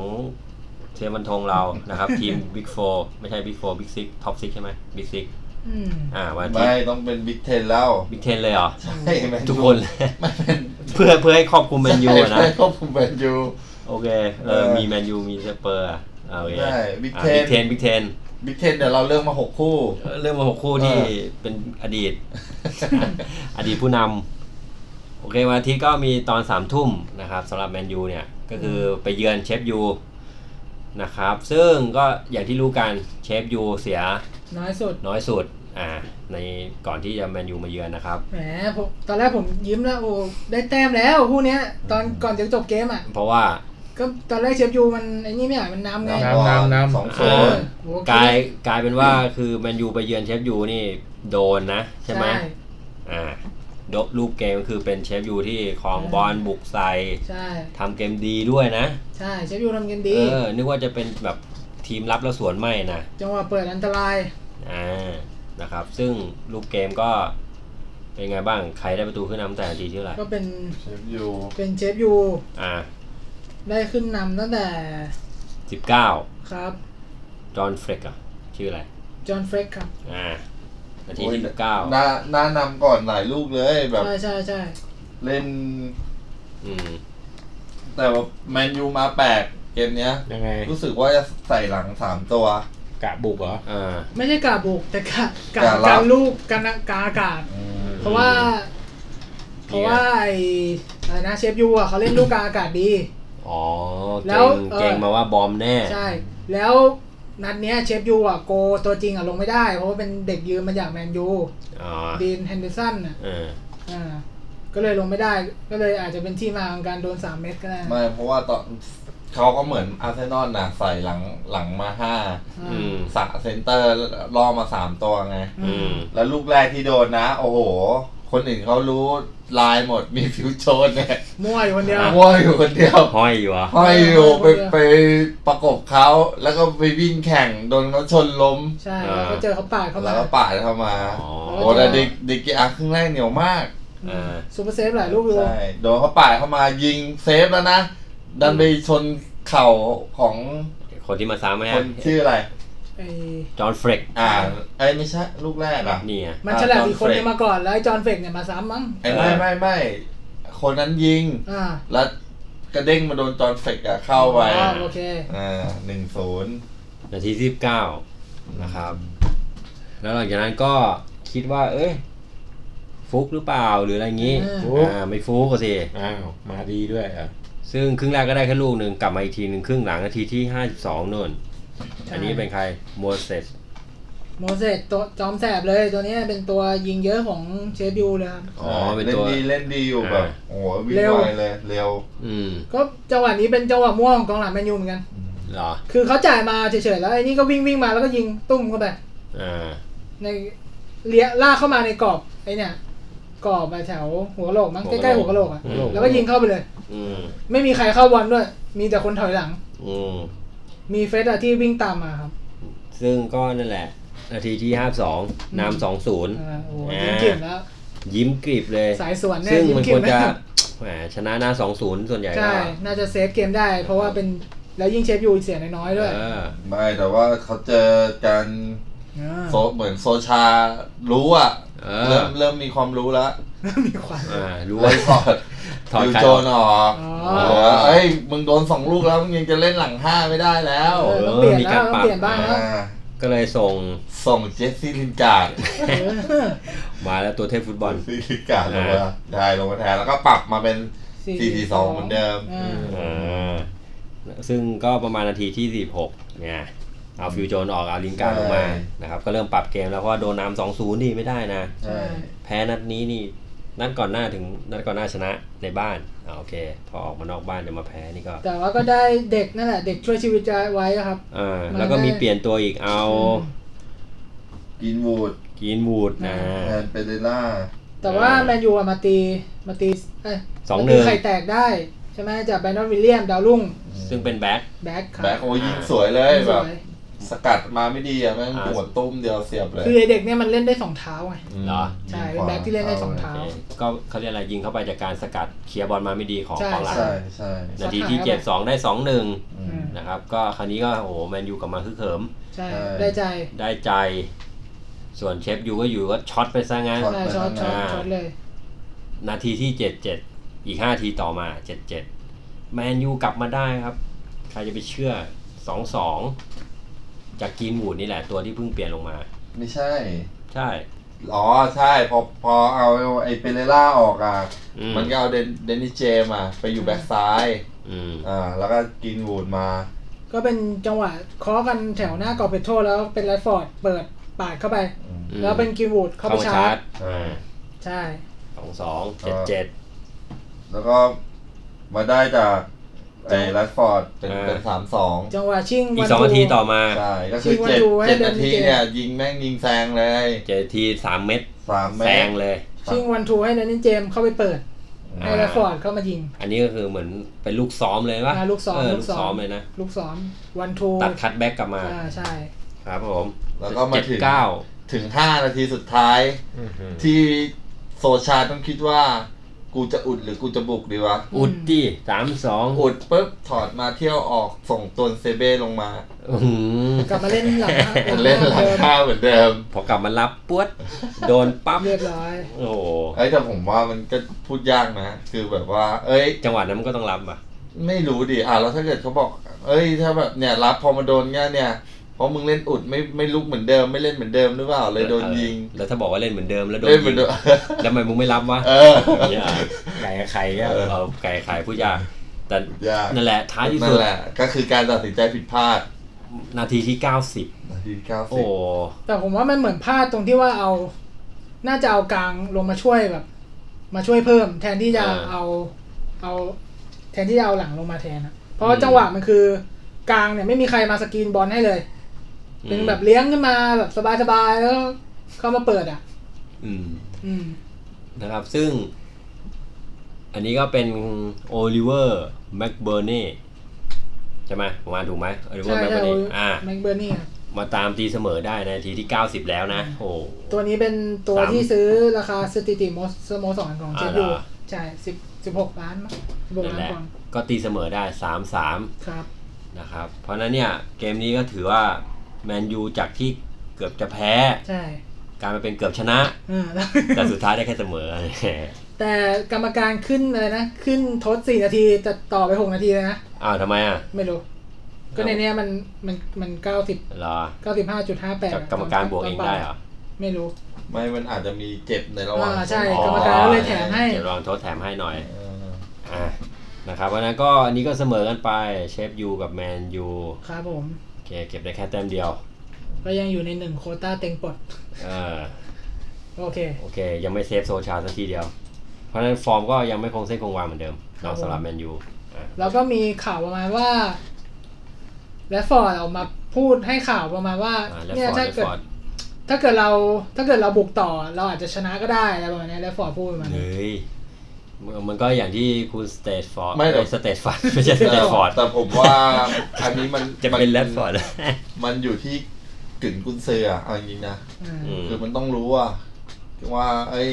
[SPEAKER 1] เทียมบันทงเรานะครับ
[SPEAKER 5] (laughs)
[SPEAKER 1] ทีม Big 4 ไม่ใช่ Big 4 Big 6 Top 6 ใช่ไหม Big
[SPEAKER 2] อืม
[SPEAKER 1] 6อ่าวันอาทิต
[SPEAKER 5] ไม่
[SPEAKER 1] ย์
[SPEAKER 5] ต้องเป็นบิ๊กเทนแล้ว
[SPEAKER 1] Big 10 เลยเหรอ
[SPEAKER 5] ใช่แมยู
[SPEAKER 1] ทุกคนเลย
[SPEAKER 5] ไม่เป็น
[SPEAKER 1] เพื่อเพื่อให้ครอบคลุมแมนยูอะนะ
[SPEAKER 5] ใช่ควบคุมแมนยู
[SPEAKER 1] โอเค เออ
[SPEAKER 5] เออ
[SPEAKER 1] มีแมนยูมีสเปอร์อะอ่าโอเค
[SPEAKER 5] ใช่ Big 10
[SPEAKER 1] บิ๊กเทนบิ๊กเทน
[SPEAKER 5] บิ๊กเทนเดี๋ยวเราเลือกมาหกคู่
[SPEAKER 1] เรื่องมาหกคู่ที่
[SPEAKER 5] เออ
[SPEAKER 1] เป็นอดีต (laughs) อดีตผู้นำโอเควันอาทิตย์ก็มีตอนสามทุ่มนะครับสำหรับแมนยูเนี่ย ก็คือไปเยือนเชฟยูนะครับ ซึ่งก็อย่างที่รู้กันเชฟยูเสีย
[SPEAKER 2] น้อยสุด
[SPEAKER 1] น้อยสุดอ่าในก่อนที่จะแมนยูมาเยือนนะครับ
[SPEAKER 2] แหมผมตอนแรกผมยิ้มแล้วโอ้ได้แต้มแล้วคู่เนี้ย ตอนก่อนจะจบเกมอ่ะ
[SPEAKER 1] เพราะว่า
[SPEAKER 2] ก็ตอนแรกเชฟยูมันไอ้นี่ไม่หายมันน้ำไง
[SPEAKER 4] น้ำน้ำน้ำ
[SPEAKER 5] สองโซ
[SPEAKER 1] เออ
[SPEAKER 5] น
[SPEAKER 2] โอ้โห
[SPEAKER 1] กลายกลายเป็นว่าคือแมนยูไปเยือนเชฟยูนี่โดนนะ ใช่ไหมอ่า ดกรูปเกมก็คือเป็นเชฟยูที่ของบอลบุกใส่
[SPEAKER 2] ใช่
[SPEAKER 1] ทำเกมดีด้วยนะ
[SPEAKER 2] ใช่เชฟยูทำเกมดี
[SPEAKER 1] เออ นึกว่าจะเป็นแบบทีมรับแล้วสวนไม่นะ
[SPEAKER 2] จังหวะเปิดอันตราย
[SPEAKER 1] อ่า นะครับ ซึ่งรูปเกมก็เป็นไงบ้าง ใครได้ประตูขึ้นนำตั้งแต่นาทีที่เท่าไหร่
[SPEAKER 2] ก็เป็น
[SPEAKER 5] เชฟยู
[SPEAKER 2] เป็นเชฟยู
[SPEAKER 1] อ่า
[SPEAKER 2] ได้ขึ้นนำตั้งแต่
[SPEAKER 1] สิบเก้า
[SPEAKER 2] ครับ
[SPEAKER 1] จอห์นเฟรกอะชื่ออะไร
[SPEAKER 2] จอห์นเฟรกครับ
[SPEAKER 1] อ่า นาทีที่สิบเก้า
[SPEAKER 5] หน้าหน้านำก่อนหลายลูกเลยแบบ
[SPEAKER 2] ใช่ใช่ใช่
[SPEAKER 5] เล่น
[SPEAKER 1] อืม
[SPEAKER 5] แต่ว่าแมนยูมาแปลกเกมเนี้ย
[SPEAKER 3] ยังไง
[SPEAKER 5] รู้สึกว่าจะใส่หลังสามตัว
[SPEAKER 3] กะบุกเหรอ
[SPEAKER 1] อ่า
[SPEAKER 2] ไม่ใช่กาบุกแต่กากา
[SPEAKER 5] การรับ
[SPEAKER 2] การลูกการกาอากาศ เพราะว่า เพราะว่าไอ้อะไรนะเชฟยูอ่ะเขาเล่นลูกกาอากาศดี
[SPEAKER 1] อ๋อ
[SPEAKER 2] แล้
[SPEAKER 1] เก่
[SPEAKER 2] ว
[SPEAKER 1] ง
[SPEAKER 2] เอ่อ
[SPEAKER 1] เก่งมาว่าบอมแน่
[SPEAKER 2] ใช่ แล้วนัดเนี้ยเชฟยูอ่ะโกตัวจริงอ่ะลงไม่ได้ เพราะว่าเป็นเด็กยืมมาจากแมนยู
[SPEAKER 1] อ๋อ
[SPEAKER 2] ดีนแฮนเดอร์สันอ่ะ
[SPEAKER 1] เออ
[SPEAKER 2] อ่าก็เลยลงไม่ได้ ก็เลยอาจจะเป็นที่มาของการโดนสามเม็ดก็ได้
[SPEAKER 5] ไม่เพราะว่าตอนเขาก็เหมือนอาร์เซนอลนะใส่หลังหลังมาห้า
[SPEAKER 1] อืม
[SPEAKER 5] สะเซนเตอร์ล่อมาสามตัวไง
[SPEAKER 1] อืม
[SPEAKER 5] แล้วลูกแรกที่โดนนะ โอ้โห คนอื่นเขารู้ลายหมดมีฟิวโชนเนี่ย
[SPEAKER 2] มั่วอยู่คนเดียว
[SPEAKER 5] มั่วอยู่คนเดียว
[SPEAKER 1] ห้อยอยู่เหรอ่ะ
[SPEAKER 5] ห้อยอยู่ไป
[SPEAKER 2] มั่วอยู่คนเดียว
[SPEAKER 5] ไปประกบเขาแล้วก็ไปวิ่งแข่งโดนเขาชนล้ม
[SPEAKER 2] ใช่
[SPEAKER 1] อ่า
[SPEAKER 2] แล้วก็เจอเขาปาดเข้า
[SPEAKER 5] แล้ว
[SPEAKER 2] มา
[SPEAKER 5] ก็ปาดเข้ามา
[SPEAKER 1] อ๋อ
[SPEAKER 5] โอ้แต่ดิกดิกกี้อาร์ครึ่งแรกเหนียวมาก
[SPEAKER 1] อ่า
[SPEAKER 2] ซูเปอร์เซฟหลายลูกเลย
[SPEAKER 5] ใช่โดนเขาปาดเข้ามายิงเซฟแล้วนะ ดันไปชนเข่าของ
[SPEAKER 1] คนที่มาซ้ำไหม
[SPEAKER 5] ค
[SPEAKER 1] ฮะ
[SPEAKER 5] นชื่ออะไร
[SPEAKER 2] ไอ้
[SPEAKER 1] จอห์นเฟรก
[SPEAKER 5] อ่าไอ้ยไม่ใช่ลูกแรกอ่ะ
[SPEAKER 1] นี่ไง
[SPEAKER 2] มันฉลาด
[SPEAKER 5] อ่า
[SPEAKER 2] อีกคน
[SPEAKER 5] จอห์นเฟรก
[SPEAKER 2] นึงมาก่อนแล้วไอ้จอห์นเฟรกเนี่ยมาซ้ำมั้ง
[SPEAKER 5] ไอ้ไม่ไม่ไม่คนนั้นยิง
[SPEAKER 2] อ่า
[SPEAKER 5] แล้วกระเด้งมาโดนจอห์นเฟกอะเข้าไป
[SPEAKER 2] อ๋อ
[SPEAKER 1] อ่า
[SPEAKER 2] โอเค
[SPEAKER 5] อ่าหนึ่งศูนย์
[SPEAKER 1] นาทีที่สิบเก้านะครับ แล้วหลังจากนั้นก็คิดว่า เอ้ย ฟุกหรือเปล่าหรืออะไรงี้
[SPEAKER 2] อืม
[SPEAKER 3] ฟุก
[SPEAKER 1] อ่า ไม่ฟุกก็สิ
[SPEAKER 3] อ้าว มาดีด้วยเหรอ่ะ
[SPEAKER 1] ซึ่งครึ่งแรกก็ได้แค่ลูกหนึ่งกลับมาอีกทีหนึ่งครึ่งหลังนาทีที่ห้าสิบสองนนอันนี้เป็นใครโมเสส
[SPEAKER 2] โมเสสตัวจอมแสบเลยตัวเนี้ยเป็นตัวยิงเยอะของเชฟยูเลยครับ
[SPEAKER 1] อ๋อเป็น
[SPEAKER 5] เล่น
[SPEAKER 1] ตัว
[SPEAKER 5] ดีเล่นดีอยู่แบบ โอ้โหวิ่ง
[SPEAKER 2] เร็ว
[SPEAKER 5] ไวเลย เร็ว
[SPEAKER 1] อืม
[SPEAKER 2] ก็จังหวะนี้เป็นจังหวะม่วงของกองหลังแมนยูเหมือนกัน
[SPEAKER 1] เหรอ
[SPEAKER 2] คือเขาจ่ายมาเฉยๆแล้วไอ้นี่ก็วิ่งวิ่งมาแล้วก็ยิงตุ้มเข้าไป
[SPEAKER 1] อ่า
[SPEAKER 2] ในเลี้ยล่ากเข้ามาในกรอบไอ้เนี่ยกรอบอะแถวหัวกะโหลกมั้ง
[SPEAKER 1] หั
[SPEAKER 2] ใก
[SPEAKER 1] วกะโหลก
[SPEAKER 2] ล้ๆหัวกะโหลกอะ
[SPEAKER 3] หัวกะโหลก
[SPEAKER 2] แล้วก็ยิงเข้าไปเลย
[SPEAKER 1] อืม
[SPEAKER 2] ไม่มีใครเข้าบอลด้วย มีแต่คนถอยหลัง
[SPEAKER 1] อืม
[SPEAKER 2] มีเฟสอะที่วิ่งตามมาครับ
[SPEAKER 1] ซึ่งก็นั่นแหละ นาทีที่ห้าสองนำสองศูนย์
[SPEAKER 2] อ่าโอ้
[SPEAKER 1] อ่า
[SPEAKER 2] ยิงเก่งแล้ว
[SPEAKER 1] ยิ้มกรีบเลย
[SPEAKER 2] สายสวนเนี่ย
[SPEAKER 1] ซึ่ง
[SPEAKER 2] ยิ้ม
[SPEAKER 1] มัน
[SPEAKER 2] เก่
[SPEAKER 1] คว
[SPEAKER 2] ง
[SPEAKER 1] รจะ
[SPEAKER 2] นะ
[SPEAKER 1] แหมชนะหน้าสองศูนย์ส่วนใหญ่ก็
[SPEAKER 2] ใช่ น่าจะเซฟเกมได้ เพราะว่าเป็นแล้วยิ่งเชฟยูเสียน้อยๆด้วย
[SPEAKER 1] เออ
[SPEAKER 5] ไม่แต่ว่าเขาเจอกัน
[SPEAKER 2] อ่า
[SPEAKER 5] โซเหมือนโซชารู้อ่ะ
[SPEAKER 1] เออ
[SPEAKER 5] เริ่มเริ่มมีความรู้แล้ว
[SPEAKER 2] (laughs) มีควัน
[SPEAKER 1] อ่ารู้
[SPEAKER 5] เล
[SPEAKER 1] ว่า
[SPEAKER 5] ยถอด
[SPEAKER 1] ถอด
[SPEAKER 5] ยู
[SPEAKER 1] ใคร
[SPEAKER 5] โจ
[SPEAKER 1] ออก
[SPEAKER 5] นออก
[SPEAKER 2] อ๋อ
[SPEAKER 5] บอกว่าเอ้ย มึงโดนสองลูกแล้ว มึงยังจะเล่นหลังห้าไม่ได้แล้ว
[SPEAKER 2] เออ
[SPEAKER 1] เออ
[SPEAKER 2] ต้องเปลี่ยน
[SPEAKER 1] มี
[SPEAKER 2] แล้
[SPEAKER 1] กาว รป
[SPEAKER 2] ต้อ
[SPEAKER 1] รั
[SPEAKER 2] ง
[SPEAKER 1] บ
[SPEAKER 2] เปลี่ยนบ้างแล้ว
[SPEAKER 5] (laughs) อ่า
[SPEAKER 1] ก็เลยส่ง
[SPEAKER 5] ส่งเจสซี่ลินการ์ด
[SPEAKER 2] เออ
[SPEAKER 1] มาแล้วตัวเทพฟุตบอล
[SPEAKER 5] ซีลิกาลงมาได้ลงมาแทนแล้วก็ปรับมาเป็น 442 เหมือนเดิม
[SPEAKER 2] อ่า
[SPEAKER 1] อ่า ซึ่งก็ประมาณนาทีที่ 46 เนี่ย เอาฟิวโจนออก เอาลิงการดลงมา
[SPEAKER 5] ใช่
[SPEAKER 1] นะครับ ก็เริ่มปรับเกมแล้วเพราะว่าโดนนำสองศูนย์นี่ไม่ได้นะ
[SPEAKER 5] ใช่
[SPEAKER 1] แพ้นัดนี้นี่ นัดก่อนหน้าถึง นัดก่อนหน้าชนะในบ้านอ่าโอเค พอออกมานอกบ้านจะมาแพ้นี่ก็
[SPEAKER 2] แต่ว่าก็ได้เด็กนั่นแหละ เด็กช่วยชีวิตไว้อะครับ
[SPEAKER 1] อ่า แล้วก็มี
[SPEAKER 2] มาได้
[SPEAKER 1] เปลี่ยนตัวอีก เอา
[SPEAKER 5] กินวูด
[SPEAKER 1] กรีนวูดนะ
[SPEAKER 5] แทนเปเดล่า
[SPEAKER 2] แต่ว่าแมนยูอะมาตีมาตีเอ้ย
[SPEAKER 1] สอง
[SPEAKER 2] มา
[SPEAKER 1] หนึ่
[SPEAKER 2] ตี
[SPEAKER 1] ง
[SPEAKER 2] ไข่แตกได้ ใช่ไหมจากแบรนดอนวิลเลียมดาวรุ่ง
[SPEAKER 1] ซึ่งเป็นแบ็ค
[SPEAKER 2] แบ็คครับ
[SPEAKER 5] แบ็คโอ้ยิงสวยเลย
[SPEAKER 2] ส
[SPEAKER 5] แบบ
[SPEAKER 2] วย
[SPEAKER 5] สกัดมาไม่ดีอะแม่ง
[SPEAKER 1] อ่า
[SPEAKER 5] หัวตุ้มเดียวเสียบเลย
[SPEAKER 2] คือไอ้เด็กเนี่ยมันเล่นได้สองเท้าไง
[SPEAKER 5] ม
[SPEAKER 1] เหรอ
[SPEAKER 2] ใช่เป็นแบ็คที่เล่นได้สองเท้า
[SPEAKER 1] โอเคก็เขาเรียกอะไรยิงเข้าไปจากการสกัดเคลียร์บอลมาไม่ดีของ
[SPEAKER 2] ใช่
[SPEAKER 1] กองหลัง
[SPEAKER 5] ใช่ใช่
[SPEAKER 1] นาทีที่เจ็ดสองได้สองหนึ่ง
[SPEAKER 5] อืม
[SPEAKER 1] นะครับ ก็คราวนี้ก็โอ้โหแมนยูกลับมาคึกเขิม
[SPEAKER 2] ใช่
[SPEAKER 5] ใช่
[SPEAKER 2] ได้ใจ
[SPEAKER 1] ได้ใจ ส่วนเชฟยูก็อยู่ก็ช็อตไปซะงั้น
[SPEAKER 5] ช็อต
[SPEAKER 2] ใช่
[SPEAKER 1] อ่า
[SPEAKER 2] ช็อตช็อตช็อตเลย
[SPEAKER 1] นาทีที่เจ็ดเจ็ดอีกห้าทีต่อมาเจ็ดเจ็ดแมนยูกลับมาได้ครับ ใครจะไปเชื่อสองสองจากกรีนวูดนี่แหละตัวที่เพิ่งเปลี่ยนลงมา
[SPEAKER 5] ไม่ใช่
[SPEAKER 1] ใช่
[SPEAKER 5] อ๋อ ใช่พอพอเอาไอ้เปเดล่าออกอ่ะ
[SPEAKER 1] อื
[SPEAKER 5] มันก็เอาเดนเดนนิสเจมา ไปอยู่แบ็คซ้าย
[SPEAKER 1] อืม
[SPEAKER 5] อ่า แล้วก็กินวูดมา
[SPEAKER 2] ก็เป็นจังหวะเคาะกันแถวหน้ากรอบเพโทรแล้วเป็นแรดฟอร์ดเปิดปาดเข้าไป
[SPEAKER 5] อืม
[SPEAKER 2] แล้วเป็นกินวูดเข้า
[SPEAKER 1] เข้า
[SPEAKER 2] ไป
[SPEAKER 1] มา
[SPEAKER 2] ชา
[SPEAKER 1] ชาร์
[SPEAKER 2] ร์จ
[SPEAKER 1] จอ่า
[SPEAKER 2] ใช่
[SPEAKER 1] สองสองเจ็ดเจ็ด
[SPEAKER 5] แล้วก็มาได้จากไอ้แรดฟอร์ดเป็น
[SPEAKER 1] อ่า
[SPEAKER 5] เป็นสามสอง
[SPEAKER 2] จังหวะชิง
[SPEAKER 1] อี
[SPEAKER 2] วั
[SPEAKER 1] ก
[SPEAKER 2] น
[SPEAKER 1] สองนาที
[SPEAKER 2] ทู
[SPEAKER 1] ต่อมา
[SPEAKER 5] ใช่ ก็คือ
[SPEAKER 2] ชิงวัน
[SPEAKER 5] เจ็ด
[SPEAKER 2] ดูให้
[SPEAKER 5] เจ็ด
[SPEAKER 2] เดิน
[SPEAKER 5] นาที
[SPEAKER 2] เกม
[SPEAKER 5] เนี่ย ยิงแม่งยิงแซงเลย
[SPEAKER 1] เจอทีสามเม็ด
[SPEAKER 5] สามแม่
[SPEAKER 1] แซ
[SPEAKER 5] ง
[SPEAKER 1] งเลย
[SPEAKER 2] ชิงวันทูให้นันนินเจมส์เข้าไปเปิด
[SPEAKER 1] อ่า
[SPEAKER 2] ให้แรชฟอร์ดเข้ามายิง
[SPEAKER 1] อันนี้ก็คือเหมือนเป็นลูกซ้อมเลยปะ
[SPEAKER 2] อ่าลูกซ้อม
[SPEAKER 1] เออ
[SPEAKER 2] ลู
[SPEAKER 1] ลู
[SPEAKER 2] ก
[SPEAKER 1] ก
[SPEAKER 2] ซ้อม
[SPEAKER 1] ซ้อมเลยนะ
[SPEAKER 2] ลูกซ้อมวันทู
[SPEAKER 1] ตัดคัดแบ็กกลับมา
[SPEAKER 2] อ่าใช่
[SPEAKER 1] ครับผม
[SPEAKER 5] แล้วก็มา
[SPEAKER 1] เจ็ด
[SPEAKER 5] ถึง
[SPEAKER 1] เก้า
[SPEAKER 5] ถึงห้านาทีสุดท้าย ที่โซชาต้องคิดว่า กูจะอุดหรือกูจะบุกดีวะ
[SPEAKER 1] อุดดิสามสอง
[SPEAKER 5] อุดปุ๊บถอดมาเที่ยวออกส่งตนเซเบ้ลงมา
[SPEAKER 2] กลับมาเล่นหลัง
[SPEAKER 5] เล่นหลัง
[SPEAKER 2] ดิม
[SPEAKER 5] ข้าวเหมือนเดิม
[SPEAKER 1] พอกลับมารับปวด โดนปั๊บ
[SPEAKER 2] เรียบร้อย
[SPEAKER 1] โอ้โห
[SPEAKER 5] ไอ้ยแต่ผมว่ามันก็พูดยากนะ คือแบบว่า เอ้ย
[SPEAKER 1] จังหวะนั้นมันก็ต้องรับอ่ะ
[SPEAKER 5] ไม่รู้ดิอ่ะแล้วถ้าเกิดเขาบอก เอ้ย ถ้าแบบเนี่ยรับพอมาโดนเงี้ยเนี่ย เพราะมึงเล่นอุดไม่ไม่ลุกเหมือนเดิม ไม่เล่นเหมือนเดิมหรือเปล่าเลยโดนยิง
[SPEAKER 1] แล้วถ้าบอกว่าเล่นเหมือนเดิมแล้วโดน
[SPEAKER 5] เล่นเหมื
[SPEAKER 1] ยิ
[SPEAKER 5] อน
[SPEAKER 1] ง
[SPEAKER 5] เดิม
[SPEAKER 1] แล้วทำไมมึงไม่รับวะ
[SPEAKER 5] เออ
[SPEAKER 1] เนี่ย
[SPEAKER 6] ไก่กับไข่ก็
[SPEAKER 5] เออ
[SPEAKER 1] เอาไก่ขายผู้ยากแต่
[SPEAKER 5] ยาก
[SPEAKER 1] นั่นแหละท้ายที่
[SPEAKER 5] นั่
[SPEAKER 1] สุ
[SPEAKER 5] น
[SPEAKER 1] ด
[SPEAKER 5] แหละ ก็คือการตัดสินใจผิดพลาด
[SPEAKER 1] นาทีที่
[SPEAKER 5] นาทีเก้า
[SPEAKER 1] 90
[SPEAKER 5] สิบ
[SPEAKER 1] โอ้
[SPEAKER 2] แต่ผมว่ามันเหมือนพลาดตรงที่ว่าเอา น่าจะเอากลางลงมาช่วยแบบ มาช่วยเพิ่ม แทนที่จะ
[SPEAKER 1] อ่า
[SPEAKER 2] เอา เอา แทนที่จะเอาหลังลงมาแทนนะเพราะ
[SPEAKER 1] อืม
[SPEAKER 2] จังหวะมันคือกลางเนี่ยไม่มีใครมาสกรีนบอลให้เลย
[SPEAKER 1] อืม
[SPEAKER 2] เป็นแบบเลี้ยงขึ้นมาแบบสบายๆแล้วเข้ามาเปิดอ่ะ
[SPEAKER 1] อืม
[SPEAKER 2] อืม
[SPEAKER 1] นะครับ ซึ่ง อันนี้ก็เป็นโอลิเวอร์แม็กเบอร์เน่ใช่ไหมผมอ่านถูกไหมโอลิเวอ
[SPEAKER 2] ใช่
[SPEAKER 1] ร์แม็ก
[SPEAKER 2] ใช่
[SPEAKER 1] เบอร์เน่
[SPEAKER 2] โอ้ย
[SPEAKER 1] อ่า
[SPEAKER 2] แมงเบอร์นี่อะ
[SPEAKER 1] มาตามตีเสมอได้ในนาทีที่ 90 แล้วนะ โอ้
[SPEAKER 2] ตัวนี้เป็นตัว
[SPEAKER 1] สาม
[SPEAKER 2] ที่ซื้อราคาสถิติโมสโมสรของเจฟ
[SPEAKER 1] อ่า
[SPEAKER 2] ยู
[SPEAKER 1] เหรอ
[SPEAKER 2] ใช่สิบสิบหกล้านมั้งสิบหก
[SPEAKER 1] นั่น
[SPEAKER 2] ล้าน
[SPEAKER 1] แหละ
[SPEAKER 2] ปอนด์
[SPEAKER 1] ก็ตีเสมอได้ 3-3
[SPEAKER 2] ครับ
[SPEAKER 1] นะครับ เพราะฉะนั้นเนี่ย เกมนี้ก็ถือว่า แมนยูจากที่เกือบจะแพ้
[SPEAKER 2] ใช่
[SPEAKER 1] กลายมาเป็นเกือบชนะ
[SPEAKER 2] อ่าแล้ว
[SPEAKER 1] แต่สุดท้ายได้แค่เสมอ (laughs)
[SPEAKER 2] แต่กรรมการขึ้นเลยนะ ขึ้นทดสี่นาทีแต่ต่อไปหกนาทีเลยนะ
[SPEAKER 1] อ้าวทำไมอ่ะ
[SPEAKER 2] ไม่รู้ ก็ในเนี้ยมันมันมันเก้าสิบ
[SPEAKER 1] เหรอ
[SPEAKER 2] เก้าสิบห้าจุดห้าแปด
[SPEAKER 1] กับกรรมการบวกเองได้เหรอ
[SPEAKER 2] ไม่รู้
[SPEAKER 5] ไม่มันอาจจะมีเจ็บในระหว่าง
[SPEAKER 2] อ่าใช่กรรมการก็เลยแถมให้
[SPEAKER 1] เดี๋ยวลองทดแถมให้หน่อย อ่ะนะครับเพราะฉะนั้นก็อันนี้ก็เสมอกันไปเชฟยูกับแมนยู
[SPEAKER 2] ครับผม
[SPEAKER 1] โอเคเก็บได้แค่แต้มเดียว
[SPEAKER 2] ก็ยังอยู่ในหนึ่งโควต้าเต็งปลด
[SPEAKER 1] เออ
[SPEAKER 2] โอเค
[SPEAKER 1] โอเค ยังไม่เซฟโซชาสักทีเดียว เพราะฉะนั้นฟอร์มก็ยังไม่คงเส้นคงวาเหมือนเดิมเนอกสำหรับแมนยูอ่ะ
[SPEAKER 2] แล้วก็มีข่าวประมาณว่า แลฟฟอร์ดออกมาพูดให้ข่าวประมาณว่า
[SPEAKER 1] อ่ะแล้ว
[SPEAKER 2] เนี่
[SPEAKER 1] ฟ
[SPEAKER 2] ย
[SPEAKER 1] อร์ด
[SPEAKER 2] ถ้า
[SPEAKER 1] แล้วฟอร์ด
[SPEAKER 2] เกิดถ้าเกิดเรา ถ้าเกิดเราบุกต่อ เราอาจจะชนะก็ได้อะไรประมาณเนี้ยแลฟฟอร์ดพูดประมาณ
[SPEAKER 1] เฮ
[SPEAKER 2] นี้
[SPEAKER 1] ้ยมันมันก็อย่างที่คุณสเตทฟอร์ด
[SPEAKER 5] ไม่หรอก
[SPEAKER 1] สเตทฟอร์ดไม่ใช่สเตทฟอร์ด
[SPEAKER 5] แต่ผมว่าอันนี้มัน
[SPEAKER 1] จะเป็นแลดฟอร์ด
[SPEAKER 5] มันอยู่ที่กึ่งกุนเสือะเอาจริงๆนะ
[SPEAKER 2] อ่า
[SPEAKER 1] ม
[SPEAKER 5] คือมันต้องรู้ว่าว่าไอ้ย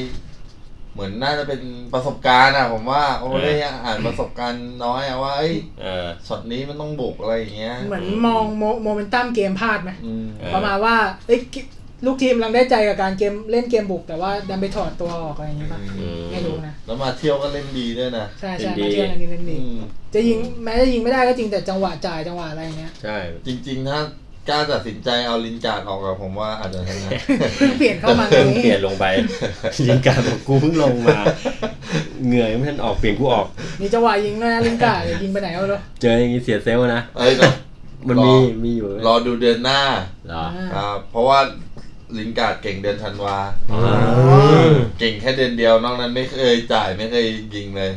[SPEAKER 5] เหมือนน่าจะเป็นประสบการณ์อะผมว่าโอ้
[SPEAKER 1] เออ
[SPEAKER 5] เล่ยอ่านประสบการณ์น้อยอะว่าไอ้ย
[SPEAKER 1] เออ
[SPEAKER 5] ช็อตนี้มันต้องบุกอะไรอย่างเงี้ย
[SPEAKER 2] เหมือนมองโมโมเมนตัมเกมพลาดไหม
[SPEAKER 5] อืม
[SPEAKER 1] เออ
[SPEAKER 2] ประมาณว่าเอ้ยลูกทีมกำลังได้ใจกับการเกมเล่นเกมบุก แต่ว่าดันไปถอดตัวออกอะไรอย่างงี้ป่ะ
[SPEAKER 1] อืม
[SPEAKER 2] ไม่รู้นะ
[SPEAKER 5] แล้วมาเที่ยวก็เล่นดีด้วยนะ
[SPEAKER 2] ใช่ใช่
[SPEAKER 1] เล่ดี
[SPEAKER 2] มานเที่ยวกันดีเล่นดี
[SPEAKER 5] อืม
[SPEAKER 2] จะยิงแม้จะยิงไม่ได้ก็จริงแต่จังหวะจ่ายจังหวะอะไรอย่างเงี้ย
[SPEAKER 1] ใช่
[SPEAKER 5] จริง ๆ ถ้ากล้าตัดสินใจเอาลินการ์ดออกกับผมว่าอาจจะชนะ
[SPEAKER 2] (laughs) เพิ่งเปลี่ยนเข้ามา
[SPEAKER 1] เพิ่ง
[SPEAKER 2] นี้
[SPEAKER 1] เปลี่ยน (laughs) ลงไปยิงการบอกกูเพิ่งลงมา เหงื่อยังไม่ทันออกเปลี่ยนกูออก
[SPEAKER 2] มีจังหวะยิงด้วยนะลิงการ์ดยิงไปไหนก็ไม่รู้
[SPEAKER 1] เจออย่างนี้เสียเซลลนะ
[SPEAKER 5] เอ้ยเรา
[SPEAKER 1] มันมีมีอยู่
[SPEAKER 5] รอดูเดือนหน้า
[SPEAKER 1] เหรอ
[SPEAKER 5] อ่าเพราะว่าลินการ์ดเก่งเดือนธันวาเก่งแค่เดือนเดียวนอกนั้นไม่เคยจ่ายไม่เคยยิงเลย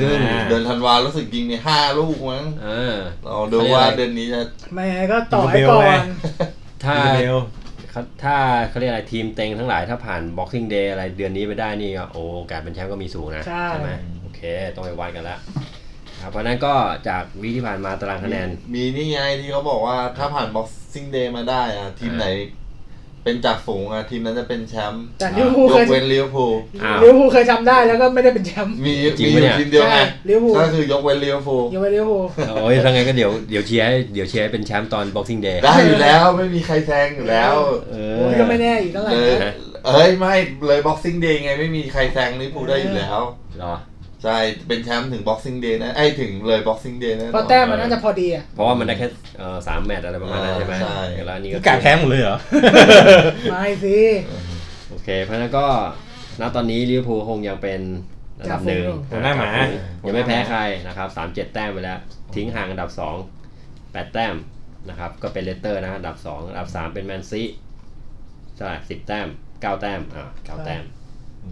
[SPEAKER 1] ซึ่ง
[SPEAKER 5] เดือนธันวารู้สึกยิงในห้าลูกมั้ง
[SPEAKER 1] เออ
[SPEAKER 5] เราดูว่าเดือนนี้จะ
[SPEAKER 2] ไม่งั้นก็ต่อให้ก่อน
[SPEAKER 1] ถ้า
[SPEAKER 6] เร็ว
[SPEAKER 1] เขาถ้าเขาเรียกอะไรทีมเต็งทั้งหลายถ้าผ่าน Boxing Day อะไรเดือนนี้ไปได้นี่ก็โอ้โอกาสเป็นแชมป์ก็มีสูงนะ
[SPEAKER 2] ใช่
[SPEAKER 1] ไหมโอเค ต้องไปวัดกันละครับเพราะฉะนั้นก็จากวีคที่ผ่านมาตารางคะแนน
[SPEAKER 5] มีนี่ไงที่เขาบอกว่าถ้าผ่าน Boxing Day มาได้อะทีมไหน เป็นจากฝูงอะทีมนั้นจะเป็นแชมป์
[SPEAKER 2] แต่ลิเวอร์พูลเคย
[SPEAKER 5] ยกเว้นลิเวอร์พูล
[SPEAKER 1] อ้าว
[SPEAKER 2] ลิเวอร์พูลเคยทำได้แล้วก็ไม่ได้เป็นแชมป์
[SPEAKER 5] มี
[SPEAKER 1] จริง
[SPEAKER 5] มี
[SPEAKER 1] ปะ
[SPEAKER 5] อ
[SPEAKER 1] เนี่
[SPEAKER 5] ยู่
[SPEAKER 1] ย
[SPEAKER 5] ทีมเดียวไง
[SPEAKER 2] ใช่ลิเวอร์พูล
[SPEAKER 5] ก็คือยกเว้นลิเวอร์พูล
[SPEAKER 2] ยังไม่ลิเวอร์พูล
[SPEAKER 1] โอ้ยถ้างั้นก็เดี๋ยวเดี๋ยวเชียร์ให้เดี๋ยวเชียร์ให้เป็นแชมป์ตอน Boxing Day
[SPEAKER 5] ได้อยู่แล้วไม่มีใครแซงอยู่แล้ว
[SPEAKER 1] เอ
[SPEAKER 2] โอ้
[SPEAKER 1] อย
[SPEAKER 2] ก็ไม่แน่อีกเท่าไหร่
[SPEAKER 5] เลย
[SPEAKER 2] นะ
[SPEAKER 5] เอ้ยไม่เลย Boxing Day ไงไม่มีใครแซงลิเวอร์พูลได้อยู่แล้ว
[SPEAKER 1] เหรอ
[SPEAKER 5] ใช่เป็นแชมป์ถึง Boxing Day นะไอ้ยถึงเลย Boxing Day นะ
[SPEAKER 2] เพราะแต้มมันน่าจะพอดีอ่ะ
[SPEAKER 1] เพราะว่ามันได้แค่เอ่อสามแมตช์อะไรประมาณนั้นใช่ไหม
[SPEAKER 5] ใช่
[SPEAKER 1] แล้วอันนี่
[SPEAKER 6] นี่กาแพ้หมดเลยเหรอ
[SPEAKER 2] ไม่สิ
[SPEAKER 1] โอเค เพราะฉะนั้นก็ณตอนนี้ลิเวอร์พูลคงยังเป็นอันดับหนึ่ง
[SPEAKER 6] หัวหน้าหมา
[SPEAKER 1] ยังไม่แพ้ใครนะครับสามเจ็ดแต้มไปแล้ว ทิ้งห่างอันดับสองแปดแต้มนะครับ ก็เป็นเลสเตอร์นะอันดับสองอันดับสามเป็นแมนซีเท่าไหร่สิบแต้มเก้าแต้มอ่าเก้าแต้ม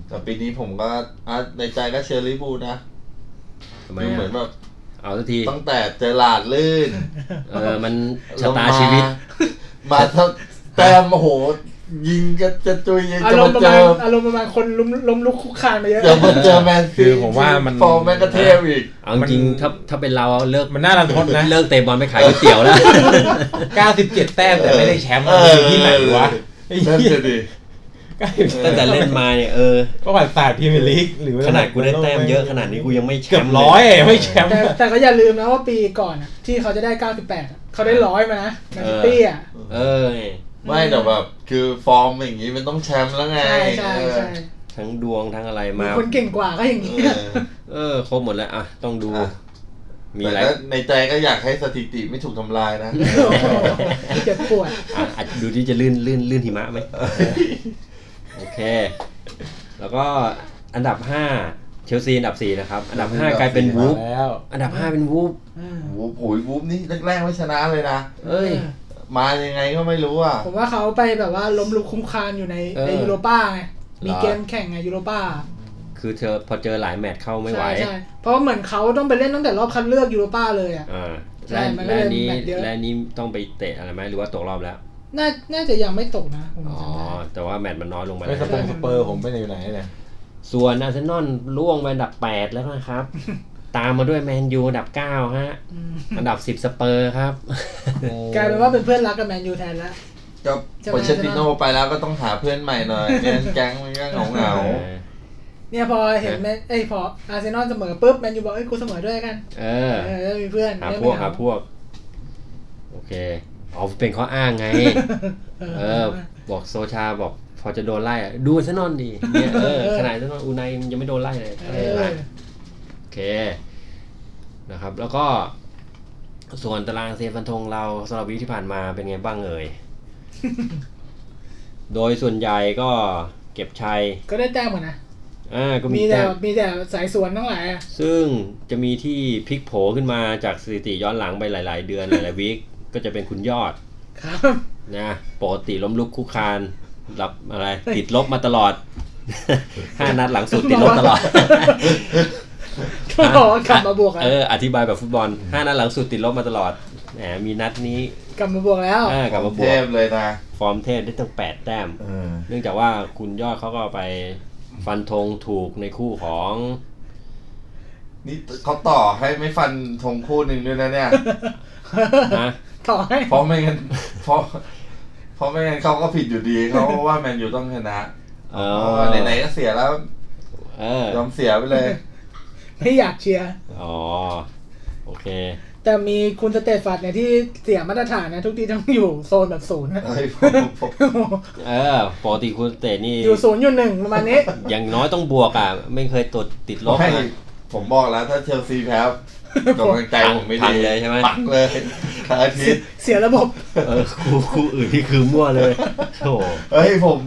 [SPEAKER 5] แต่ปีนี้ผมก็อ่ะในใจก็เชียร์ลิเวอร์พูลนะ
[SPEAKER 1] ทำไม
[SPEAKER 5] เหมือน
[SPEAKER 1] อ่ะ
[SPEAKER 5] แบบ
[SPEAKER 1] เอาสักที
[SPEAKER 5] ตั้งแต่เจอหลาดลื่น
[SPEAKER 1] เออมัน
[SPEAKER 5] ล
[SPEAKER 1] ชะ
[SPEAKER 5] งม
[SPEAKER 1] ตาชีวิต
[SPEAKER 5] มาเท่าแต้มโอ้โห ยิงกันจะจุยยัง
[SPEAKER 2] อา
[SPEAKER 5] จะ
[SPEAKER 2] รมณ์ป
[SPEAKER 5] มา
[SPEAKER 2] ระ
[SPEAKER 5] เจ
[SPEAKER 2] มาณ
[SPEAKER 5] อ
[SPEAKER 2] อารมณ์ประมาณคนล้มล้มลุกคุกคานมาเยอะ
[SPEAKER 5] จะมาเจอแมนซี
[SPEAKER 6] คือผมว่ามัน
[SPEAKER 5] ฟอร์มแมกกาเทพอีก
[SPEAKER 1] เอาจริงๆถ้าถ้าเป็นเราเลิก
[SPEAKER 6] มันน่ารันทดนะ
[SPEAKER 1] เลิกเตะบอลไปขายก๋วยเตี๋ยวแล้ว
[SPEAKER 6] 97 แต้มแต่ไม่ได้แชมป์
[SPEAKER 5] เอ
[SPEAKER 6] อะ
[SPEAKER 5] อ
[SPEAKER 6] ที่ไหนวะไอ้
[SPEAKER 5] นั่น
[SPEAKER 6] เหี้ย
[SPEAKER 5] จะดี
[SPEAKER 6] 97
[SPEAKER 1] ตั้งแต่เล่นมาเนี่ยเออ
[SPEAKER 6] ประวัติศาสตร์พรีเมียร์ลีกหรือว่
[SPEAKER 1] ขนาดกูได้แต้มเยอะขนาดนี้กูยังไม่แชมป์
[SPEAKER 6] เกือบร้อยไม่แชมป์
[SPEAKER 2] แต่แต่ก็อย่าลืมนะว่าปีก่อนอะที่เขาจะได้ 98อะเขาได้ร้อยมานะแมนซิตี้อ่ะ
[SPEAKER 1] เออ
[SPEAKER 5] ไม่แต่แบบคือฟอร์มอย่างนี้มันต้องแชมป์แล้วไง
[SPEAKER 2] ใช่ใช่ใช่
[SPEAKER 1] ทั้งดวงทั้งอะไร
[SPEAKER 2] มี
[SPEAKER 1] มา
[SPEAKER 2] คนเก่งกว่าก็อย่าง
[SPEAKER 5] เอ
[SPEAKER 2] นี้
[SPEAKER 5] อ
[SPEAKER 2] ย
[SPEAKER 1] เออ ครบหมดแล้ว อ่ะ ต้องดู
[SPEAKER 5] อ่ะ
[SPEAKER 1] มี
[SPEAKER 5] แต่
[SPEAKER 1] อะไร
[SPEAKER 5] ก็ในใจก็อยากให้สถิติไม่ถูกทำลายนะ
[SPEAKER 2] โอ้โหเจ็บปวด
[SPEAKER 1] อ่ะอ่ะดูที่จะลื่นลื่นลื่นหิมะไหมโอเค แล้วก็อันดับ 5 เชลซีอันดับ 4 นะครับ อันดับ 5 กลายเป็นวูฟ
[SPEAKER 6] แล้ว
[SPEAKER 1] อันดับ 5 เป็นวูฟ
[SPEAKER 5] วูบโอ้ยวูบนี่แรกๆไม่ชนะเลยนะ
[SPEAKER 1] เอ้ย
[SPEAKER 5] มายังไงก็ไม่รู้อ่ะ
[SPEAKER 2] ผมว่าเขาไปแบบว่าล้มลุกคุ้มคานอยู่ใน
[SPEAKER 1] เออ
[SPEAKER 2] ในยูโรป้าไง มี
[SPEAKER 1] เหรอ
[SPEAKER 2] เกมแข่งไงยูโรป้า
[SPEAKER 1] คือเธอพอเจอหลายแมตช์เข้าไม่ไหว
[SPEAKER 2] ใช่ใช่เพราะว่าเหมือนเขาต้องไปเล่นตั้งแต่รอบคัดเลือกยูโรป้าเลยอ่ะ
[SPEAKER 1] อ่า
[SPEAKER 2] ใช่
[SPEAKER 1] และ
[SPEAKER 2] มันก็
[SPEAKER 1] และ
[SPEAKER 2] เลย
[SPEAKER 1] นี้
[SPEAKER 2] แมตช์เยอะ
[SPEAKER 1] และนี้ต้องไปเตะอะไรไหมหรือว่าตกรอบแล้ว
[SPEAKER 2] น่าน่าจะยังไม่ตกนะผม
[SPEAKER 1] อ๋อ
[SPEAKER 2] จำได้
[SPEAKER 1] แต่ว่าแมตช์มันน้อยลงมา
[SPEAKER 6] ไม่
[SPEAKER 1] แล้ว
[SPEAKER 6] สปงสเปอร์ผมไปอยู่ไหนเนี่ย
[SPEAKER 1] ส่วนอาร์เซนอลล่วงไปอันดับ 8 แล้ว
[SPEAKER 2] (laughs)
[SPEAKER 1] นะครับ ตามมาด้วยแมนยูอันดับ 9 ฮะ
[SPEAKER 2] อืม
[SPEAKER 1] อันดับ 10 สเปอร์ครับ
[SPEAKER 2] (laughs) กลายเป็นว่าเป็นเพื่อนรักกับแมนยูแทนแล้ว
[SPEAKER 5] ก็
[SPEAKER 2] จะมา
[SPEAKER 5] โปเชตติโน่ไปแล้วก็ต้องหาเพื่อนใหม่หน่อยเล่นแก๊งมันก็เหงาเหงา
[SPEAKER 2] เนี่ยพอเห็นแมนเอ้ยพออาร์เซนอลเสมอปุ๊บแมนยูบอกเอ้ยกูเสมอด้วยกัน
[SPEAKER 1] เออ
[SPEAKER 2] เออได้มีเพื่อน
[SPEAKER 1] หา
[SPEAKER 2] ได้
[SPEAKER 1] พ
[SPEAKER 2] ไม่
[SPEAKER 1] วกหาง
[SPEAKER 2] เหา
[SPEAKER 1] พวก โอเคเอาเป็นข้ออ้าง
[SPEAKER 2] (laughs)
[SPEAKER 1] ไง เออ บอกโซชาบอกพอจะโดนไล่อะดูอาร์เซนอลดีเนี่ยเออขนาดอาร์เซนอลอูไนยังไม่โดนไล่เลย
[SPEAKER 2] เอ
[SPEAKER 1] อะไรอะไร
[SPEAKER 2] อ
[SPEAKER 1] โอเค นะครับ แล้วก็ ส่วนตารางเซฟฟันธงเราสำหรับวีคที่ผ่านมาเป็นไงบ้างเอ่
[SPEAKER 2] (laughs)
[SPEAKER 1] ย โดยส่วนใหญ่ก็เก็บชัย
[SPEAKER 2] ก็ได้แต้มหมดนะ
[SPEAKER 1] อ่า ก็มี
[SPEAKER 2] มีแต่
[SPEAKER 1] แต้ม
[SPEAKER 2] มีแต่สายสวนทั้งหลายอะ
[SPEAKER 1] ซึ่งจะมีที่พลิกโผขึ้นมาจากสถิติย้อนหลังไปหลาย ๆ เดือน หลาย ๆ วีคก็จะเป็นคุณยอด
[SPEAKER 2] ครับ
[SPEAKER 1] นะ ปกติล้มลุกคุกคานรับอะไร ติดลบมาตลอด (laughs) ห้านัดหลังสุดติดลบตลอด
[SPEAKER 2] ก็บอกว่ากลับมาบวกแล้ว
[SPEAKER 1] เออ อธิบายแบบฟุตบอลห้านัดหลังสุดติดลบมาตลอด แหม มีนัดนี้
[SPEAKER 2] กลับมาบวกแล้ว (laughs)
[SPEAKER 1] อ่า
[SPEAKER 5] ๆ
[SPEAKER 1] กลับมาบ
[SPEAKER 5] เท
[SPEAKER 1] วก
[SPEAKER 5] พเลยนะ
[SPEAKER 1] ฟอร์มเทพได้ตั้งแปดแต้ม
[SPEAKER 5] เออ
[SPEAKER 1] เนื่องจากว่าคุณยอดเขาก็ไปฟันธงถูกในคู่ของ
[SPEAKER 5] นี่เขาต่อให้ไม่ฟันธงคู่หนึ่งด้วย
[SPEAKER 1] (laughs)
[SPEAKER 5] นะเนี่ย
[SPEAKER 1] นะ
[SPEAKER 2] ต่อให้
[SPEAKER 5] เพราะไม่งั้นเพราะเพราะไม่งั้นเขาก็ผิดอยู่ดีเขาก็ว่าแมนยูต้องชนะ
[SPEAKER 1] เอ
[SPEAKER 5] เอ
[SPEAKER 1] อ
[SPEAKER 5] อไหนๆก็เสียแล้ว
[SPEAKER 1] เออย
[SPEAKER 5] อมเสียไป
[SPEAKER 1] (laughs)
[SPEAKER 5] เลย
[SPEAKER 2] ไม่อยากเชียร์
[SPEAKER 1] อ๋อ โอเค
[SPEAKER 2] แต่มีคุณสเตฟานเนี่ยที่เสียมาตรฐานนะ ทุกทีต้องอยู่โซนแบบศูนย์นะ
[SPEAKER 5] เอ้ยผมผม
[SPEAKER 1] เออปกติคุณเตะนี่
[SPEAKER 2] อยู่ศูนย์อยู่หนึ่งประมาณนี้
[SPEAKER 1] อย่างน้อยต้องบวกอ่ะ ไม่เคยตดติดลบ
[SPEAKER 5] ไม่
[SPEAKER 1] นะ
[SPEAKER 5] ผมบอกแล้วถ้าเชลซีแพ้
[SPEAKER 1] (laughs)
[SPEAKER 5] กำลังใจผมไม่
[SPEAKER 1] พั
[SPEAKER 5] ดี
[SPEAKER 1] งเลยใช่ไหม
[SPEAKER 5] ปักเลยทั้งอาทิตย์
[SPEAKER 2] เสียระบบ
[SPEAKER 1] เออคู่คู่อื่นที่คือมั่วเลยโอ้
[SPEAKER 5] เอ้ยผม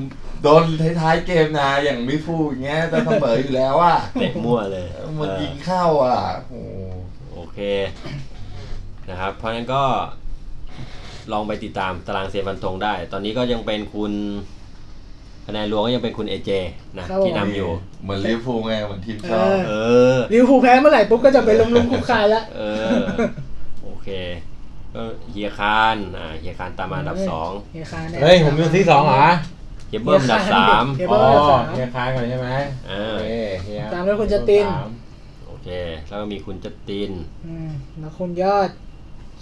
[SPEAKER 5] โดนท้ายๆเกมนะอย่างลิฟูลอย่างเงี้ยจะเสมออยู่แล้วอ่ะ
[SPEAKER 1] เตะมั่วเลย
[SPEAKER 5] มัน
[SPEAKER 1] เออ
[SPEAKER 5] ยิงเข้าอ่ะโอ้โห
[SPEAKER 1] โอเคนะครับ เพราะฉะนั้นก็ลองไปติดตามตารางเซฟันธงได้ ตอนนี้ก็ยังเป็นคุณคะแนนรวมก็ยังเป็นคุณเอเจนะครับ
[SPEAKER 2] ผม
[SPEAKER 1] ที่นำอยู่
[SPEAKER 5] เหมือนลิฟูลไงเหมือนทีมชอบ
[SPEAKER 1] เออ
[SPEAKER 2] ลิเวอร์พูลแพ้เมื่อไหร่ปุ๊บก็จะไปล้มลุกคุกคานละ
[SPEAKER 1] เออ โอเค ก็เฮียคานอ่าเฮียคานตามมาอันดับสอง
[SPEAKER 2] เฮียคานนี่
[SPEAKER 6] เฮ้ย ผมเป็นที่สองเหรอ
[SPEAKER 1] เฮียเบิ้มอันดับสาม
[SPEAKER 2] เฮีย
[SPEAKER 6] อ๋
[SPEAKER 2] เบิ้มอัน
[SPEAKER 6] อ
[SPEAKER 2] ดับสาม
[SPEAKER 6] เฮียค้างก่อนใช่ไหม
[SPEAKER 1] อ่า
[SPEAKER 6] โอเคเฮีย
[SPEAKER 2] ตามด้วยคุณจติน
[SPEAKER 6] สาม
[SPEAKER 1] โอเค แล้วก็มีคุณจติน
[SPEAKER 2] อืมแล้วคุณยอด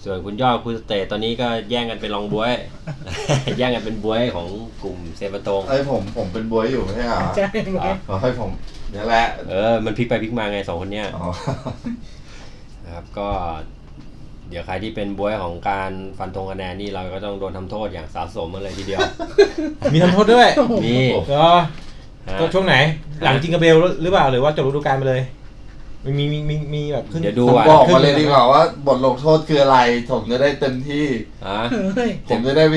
[SPEAKER 1] ส่วนคุณยอดคุณสเตทตอนนี้ก็แย่งกันเป็นรองบวย (laughs) แย่งกันเป็นบวยของกลุ่มเซฟันธง
[SPEAKER 5] ไอ้ยผมผมเป็นบวยอยู่ไม่ใช่เหรอ
[SPEAKER 2] ใช่ไหม
[SPEAKER 5] ขอให้ผมนี่แหละ
[SPEAKER 1] เออ มันพลิกไปพลิกมาไงสองคนเนี้ย
[SPEAKER 5] อ๋อ
[SPEAKER 1] นะครับก็เดี๋ยวใครที่เป็นบวยของการฟันธงคะแนนนี่เราก็ต้องโดนทำโทษอย่างสาสมมาเลยทีเดียว
[SPEAKER 6] มีทำโทษด้วย
[SPEAKER 1] นี่
[SPEAKER 6] เหรอ
[SPEAKER 1] ฮะ
[SPEAKER 6] ก็ช่วงไหน หลังจิงกาเบลหรือเปล่าหรือว่าจบฤดูกาลไปเลย มีมีมีมีแบบขึ้น
[SPEAKER 1] เดี๋ยวดู
[SPEAKER 5] ผม
[SPEAKER 1] อ่ะ
[SPEAKER 5] บอกมาเลยดีกว่าว่าบทลงโทษคืออะไร ผมจะได้เต็มที่
[SPEAKER 1] อ่ะ
[SPEAKER 2] เฮ้ย
[SPEAKER 5] ผมจะได้ไป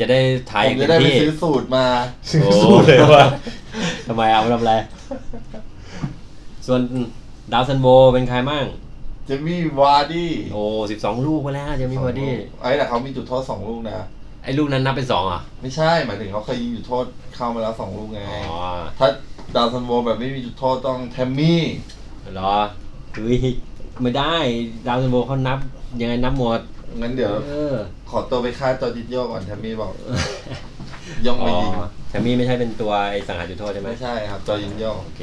[SPEAKER 1] จะได้ถ่าย
[SPEAKER 5] ผม
[SPEAKER 1] เต็
[SPEAKER 5] จะ
[SPEAKER 1] ม
[SPEAKER 5] ได้ไป
[SPEAKER 1] ที่
[SPEAKER 5] ซื้อสูตรมา
[SPEAKER 1] โอ้
[SPEAKER 6] สู้เลยว่ะ
[SPEAKER 1] (laughs) ทำไมเอามาทำอะไร ส่วนดาวซันโบเป็นใครมั่ง
[SPEAKER 5] จะมีวาร์ดี้
[SPEAKER 1] โอ้สิบสองลูกมาแล้วเจะมีพอดี
[SPEAKER 5] ไอ้แต่เขามีจุดโทษสองลูกนะ
[SPEAKER 1] ไอ้ลูกนั้นนับเป็นสองเหรอ่ะ
[SPEAKER 5] ไม่ใช่ หมายถึงเขาเคยยิงจุดโทษเข้ามาแล้วสองลูกไง
[SPEAKER 1] อ๋อ
[SPEAKER 5] ถ้าดาวซันโวแบบไม่มีจุดโทษต้องแทมมี่
[SPEAKER 1] เหรอเฮ้ยไม่ได้ดาวซันโบเขานับ ยังไงนับหมด
[SPEAKER 5] งั้นเดี๋ยว
[SPEAKER 1] เออ (laughs)
[SPEAKER 5] ขอตัวไปฆ่าจอร์จิโยก่อนแทมมี่บอก ย่องไป
[SPEAKER 1] อ๋อ
[SPEAKER 5] ยิง
[SPEAKER 1] แทมมี่ไม่ใช่เป็นตัวไอ้สังหารจุดโทษใช่ไหม
[SPEAKER 5] ไม่ใช่ครับจอยิงย่อง
[SPEAKER 1] โอเค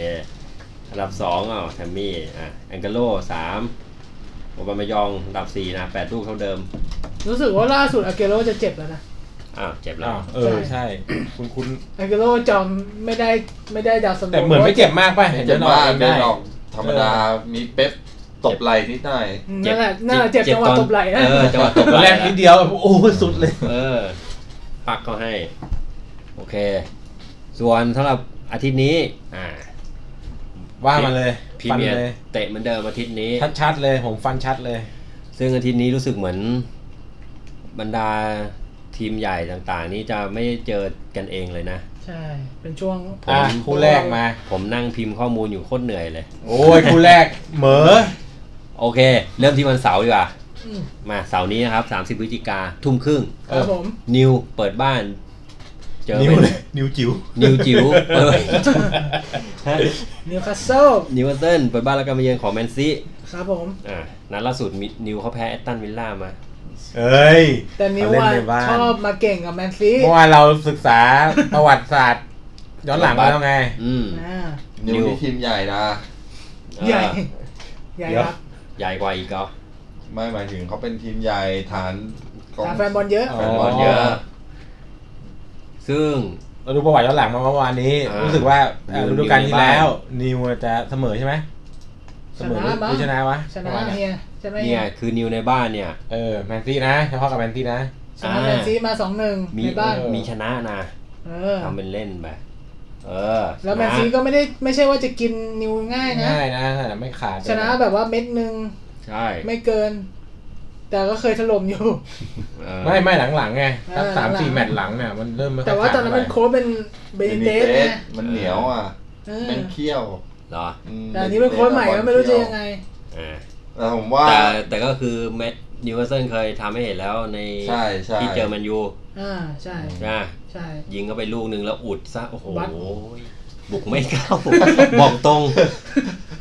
[SPEAKER 1] อันดับสองอ่ะแทมมี่อ่ะแองเกโลสามโอบามายองอันดับสี่นะแปดลูกเท่าเดิม
[SPEAKER 2] รู้สึกว่าล่าสุดอาเกโรจะเจ็บแล้วนะ
[SPEAKER 1] อ้าวเจ็บแล้
[SPEAKER 6] อ้าว วเออใช่ คุณคุณ
[SPEAKER 2] อาเกโรจอมไม่ได้ไม่ได้ดาวซันโว
[SPEAKER 6] แต่เหมือนไม่เจ็บมากป่ะเห็น
[SPEAKER 5] เจ็บ
[SPEAKER 6] ดิออ
[SPEAKER 5] มาก
[SPEAKER 6] อง
[SPEAKER 5] เดิน
[SPEAKER 6] ได้
[SPEAKER 5] ออกธรรมดา มีเป๊ปตบไหล่นิดหน่อย
[SPEAKER 2] นั่นแหละนั่นแหละเจ็บจังหวะ
[SPEAKER 1] ตอน
[SPEAKER 2] ตบไหล่นะ
[SPEAKER 1] เออจังหวะตบไหล่
[SPEAKER 6] แรกนิดเดียว โอ้โหสุดเลย
[SPEAKER 1] เออ ปักเขาให้ โอเค ส่วนสำหรับอาทิตย์นี้ อ่า
[SPEAKER 6] ว่ามาเลย
[SPEAKER 1] พรี
[SPEAKER 6] ฟัน
[SPEAKER 1] เมียร์
[SPEAKER 6] เลย
[SPEAKER 1] เตะเหมือนเดิมอาทิตย์นี้
[SPEAKER 6] ชัดๆเลยผมฟันชัดเลย
[SPEAKER 1] ซึ่งอาทิตย์นี้รู้สึกเหมือนบรรดาทีมใหญ่ต่างๆ นี้จะไม่เจอกันเองเลยนะ
[SPEAKER 2] ใช่ เป็นช่วง
[SPEAKER 1] ผม
[SPEAKER 6] อ่ะคู่แรกมา
[SPEAKER 1] ผมนั่งพิมพ์ข้อมูลอยู่โคตรเหนื่อยเลย
[SPEAKER 6] โอ้ยคู่แรก เหมอ
[SPEAKER 1] โอเค เริ่มที่วันเสาร์ดีกว่า
[SPEAKER 2] อืม
[SPEAKER 1] มาเสาร์นี้นะครับ 30พฤศจิกาทุ่มครึ่ง
[SPEAKER 2] ครับผม
[SPEAKER 1] นิวเปิดบ้าน เจอ
[SPEAKER 6] นิ้ว
[SPEAKER 1] เป็น
[SPEAKER 6] เลย นิ้วจิ๋ว
[SPEAKER 1] นิวจิ๋ว (laughs) เปิด
[SPEAKER 2] นิวคาสเซิล
[SPEAKER 1] นิวคาสเซิลเปิดบ้านแล้วก็มาเยือนของแมนซี
[SPEAKER 2] ครับผม
[SPEAKER 1] อ่านัดล่าสุดมินิวเขาแพ้แอตตันวิลล่ามา
[SPEAKER 6] เอ้ย
[SPEAKER 2] แต่นิว
[SPEAKER 6] เขา
[SPEAKER 2] ว่า
[SPEAKER 6] เล่ในบ้าน
[SPEAKER 2] ชอบมาเก่งกับแมนซี
[SPEAKER 6] เมื่อวานเราศึกษาประวัติศาสตร์ (laughs) ย้อนหลังมาแล้วไง
[SPEAKER 1] อืม
[SPEAKER 2] อ่า
[SPEAKER 1] นิ
[SPEAKER 5] นิ
[SPEAKER 1] ว
[SPEAKER 5] วที่ทีมใหญ่นะ
[SPEAKER 2] ใหญ่
[SPEAKER 1] เออ
[SPEAKER 2] ใหญ่
[SPEAKER 6] เดี๋ยว
[SPEAKER 2] ครับ
[SPEAKER 1] ใหญ่กว่าอีกเหรอ
[SPEAKER 5] ไม่หมายถึงเขาเป็นทีมใหญ่ฐานกอง
[SPEAKER 2] หาแฟนบอลเยอะ
[SPEAKER 6] อ๋อ
[SPEAKER 5] แฟนบอลเยอะ
[SPEAKER 1] ซึ่ง
[SPEAKER 6] เราดูประวัติย้อนหลังมาเมื่อวานนี้
[SPEAKER 1] อ่ารู้
[SPEAKER 6] รู้สึกว่าเอ่อ
[SPEAKER 1] นิว
[SPEAKER 6] ฤดูกาล
[SPEAKER 1] นิ
[SPEAKER 6] ที่
[SPEAKER 1] วในบ้าน
[SPEAKER 6] แล้ว นิวจะเสมอใช่ไหมเสมอหรื
[SPEAKER 2] ช
[SPEAKER 6] อ
[SPEAKER 2] นะมั้ง
[SPEAKER 6] หรือชนะวะ
[SPEAKER 2] ชนะ
[SPEAKER 6] ปรมาณ
[SPEAKER 2] เฮียใช่ไหม
[SPEAKER 1] เนี่ยคือนิวในบ้านเนี่ย
[SPEAKER 6] เออแมนซี่นะเฉพาะกับแมนซี่นะ
[SPEAKER 2] ชนะแมนซีมาสองหนึ่ง
[SPEAKER 1] มี
[SPEAKER 2] ในบ้าน
[SPEAKER 6] เออ
[SPEAKER 1] มีชนะนะ
[SPEAKER 2] เออ
[SPEAKER 1] ทำเป็นเล่นไปเออ
[SPEAKER 2] แล้ว
[SPEAKER 1] ชะ
[SPEAKER 2] แมนซีก็ไม่ได้ไม่ใช่ว่าจะกินนิวง่ายนะ
[SPEAKER 6] ง่ายนะแต่ไม่ขาด
[SPEAKER 2] ชนะแบบว่าเม็ดหนึ่ง
[SPEAKER 1] ใช่
[SPEAKER 2] ไม่เกิน แต่ก็เคยถล่มอยู่
[SPEAKER 1] เออ
[SPEAKER 6] ไม่ไม่หลังๆไงตั้ง
[SPEAKER 2] เออ
[SPEAKER 6] สามสี่
[SPEAKER 2] หลังๆ
[SPEAKER 6] แมตช์หลังเนี่ยมันเริ่มไม่ค่ย
[SPEAKER 2] แต่ว่าตอนนั้น
[SPEAKER 6] ขาด
[SPEAKER 2] มันโค้ชเป็นเบนเตสนะ
[SPEAKER 5] มันเหนียวอ่ะ
[SPEAKER 2] เออ
[SPEAKER 5] มันเคี้ยว
[SPEAKER 1] เหรอ
[SPEAKER 5] อืม
[SPEAKER 2] แต่อันนี้เป็นโค้ชใหม่ก็ไม่รู้จะยังไง
[SPEAKER 1] อ่า
[SPEAKER 5] แต่ผมว่า
[SPEAKER 1] แต่แต่ก็คือแมตนิวคาสเซิลเคยทำให้เห็นแล้วใน
[SPEAKER 5] ใช่ใช่
[SPEAKER 1] ที่เจอแมนยู
[SPEAKER 2] อ่าใช่
[SPEAKER 1] นะ
[SPEAKER 2] ใช่
[SPEAKER 1] ยิงเข้าไปลูกหนึ่งแล้วอุดซะโอ้โห
[SPEAKER 2] บัด
[SPEAKER 1] บุกไม่
[SPEAKER 6] (laughs)
[SPEAKER 1] เข้า บอกตรง